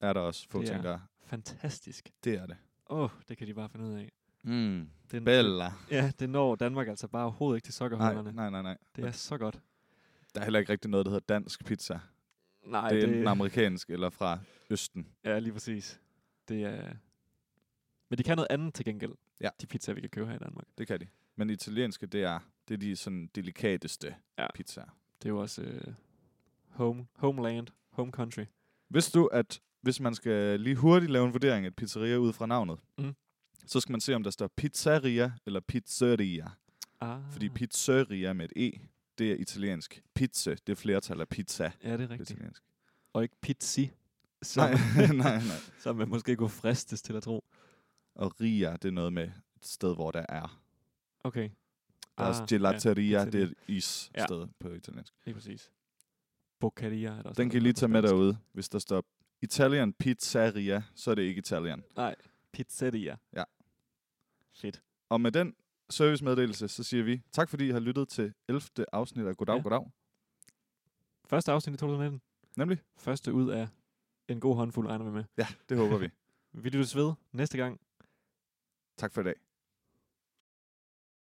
S1: Er der også få
S2: Det
S1: det ting,
S2: er-
S1: der er.
S2: Fantastisk.
S1: Det er det.
S2: Åh, oh, det kan de bare finde ud af.
S1: Mm.
S2: Den,
S1: Bella.
S2: Ja, det når Danmark altså bare overhovedet ikke til
S1: Nej,
S2: sokkerholderne.
S1: nej, nej, nej.
S2: Det er så godt.
S1: Der er heller ikke rigtig noget, der hedder dansk pizza.
S2: Nej,
S1: Ej, det er enten amerikansk eller fra Østen.
S2: Ja, lige præcis. Det er... Men de kan noget andet til gengæld.
S1: Ja.
S2: De pizzaer, vi kan købe her i Danmark.
S1: Det kan de. Men italienske, det er, det er de sådan delikateste
S2: Ja.
S1: ja. pizzaer.
S2: Det er jo også øh, home, homeland, home country.
S1: Vidste du, at hvis man skal lige hurtigt lave en vurdering af et pizzeria ud fra navnet,
S2: Mm.
S1: mm. så skal man se, om der står pizzeria eller pizzeria.
S2: Ah.
S1: Fordi pizzeria med et e, det er italiensk. Pizza, det er flertal af pizza.
S2: Ja, det er
S1: på
S2: rigtigt.
S1: Italiensk.
S2: Og ikke pizzi. Som,
S1: Nej, [LAUGHS] nej, nej.
S2: [LAUGHS] som man måske kunne fristes til at tro.
S1: Og ria, det er noget med et sted, hvor der er.
S2: Okay.
S1: Der er ah, gelateria,
S2: ja,
S1: ja, det er
S2: pizzeria.
S1: et is
S2: Ja.
S1: sted på italiensk.
S2: Lige præcis. Boccheria er der også
S1: Den
S2: noget,
S1: kan I
S2: der
S1: lige
S2: på
S1: tage med
S2: spansk.
S1: derude, hvis der står Italian pizzeria, så er det ikke Italian.
S2: Nej, pizzeria.
S1: Ja.
S2: Fedt.
S1: Og med den servicemeddelelse, så siger vi tak, fordi I har lyttet til 11. afsnit af Goddag,
S2: Ja.
S1: ja. Goddag.
S2: Første afsnit i 2019.
S1: Nemlig.
S2: Første ud af en god håndfuld, regner vi med.
S1: Ja, det håber vi.
S2: Vi lyttes ved næste gang.
S1: Tak for i dag.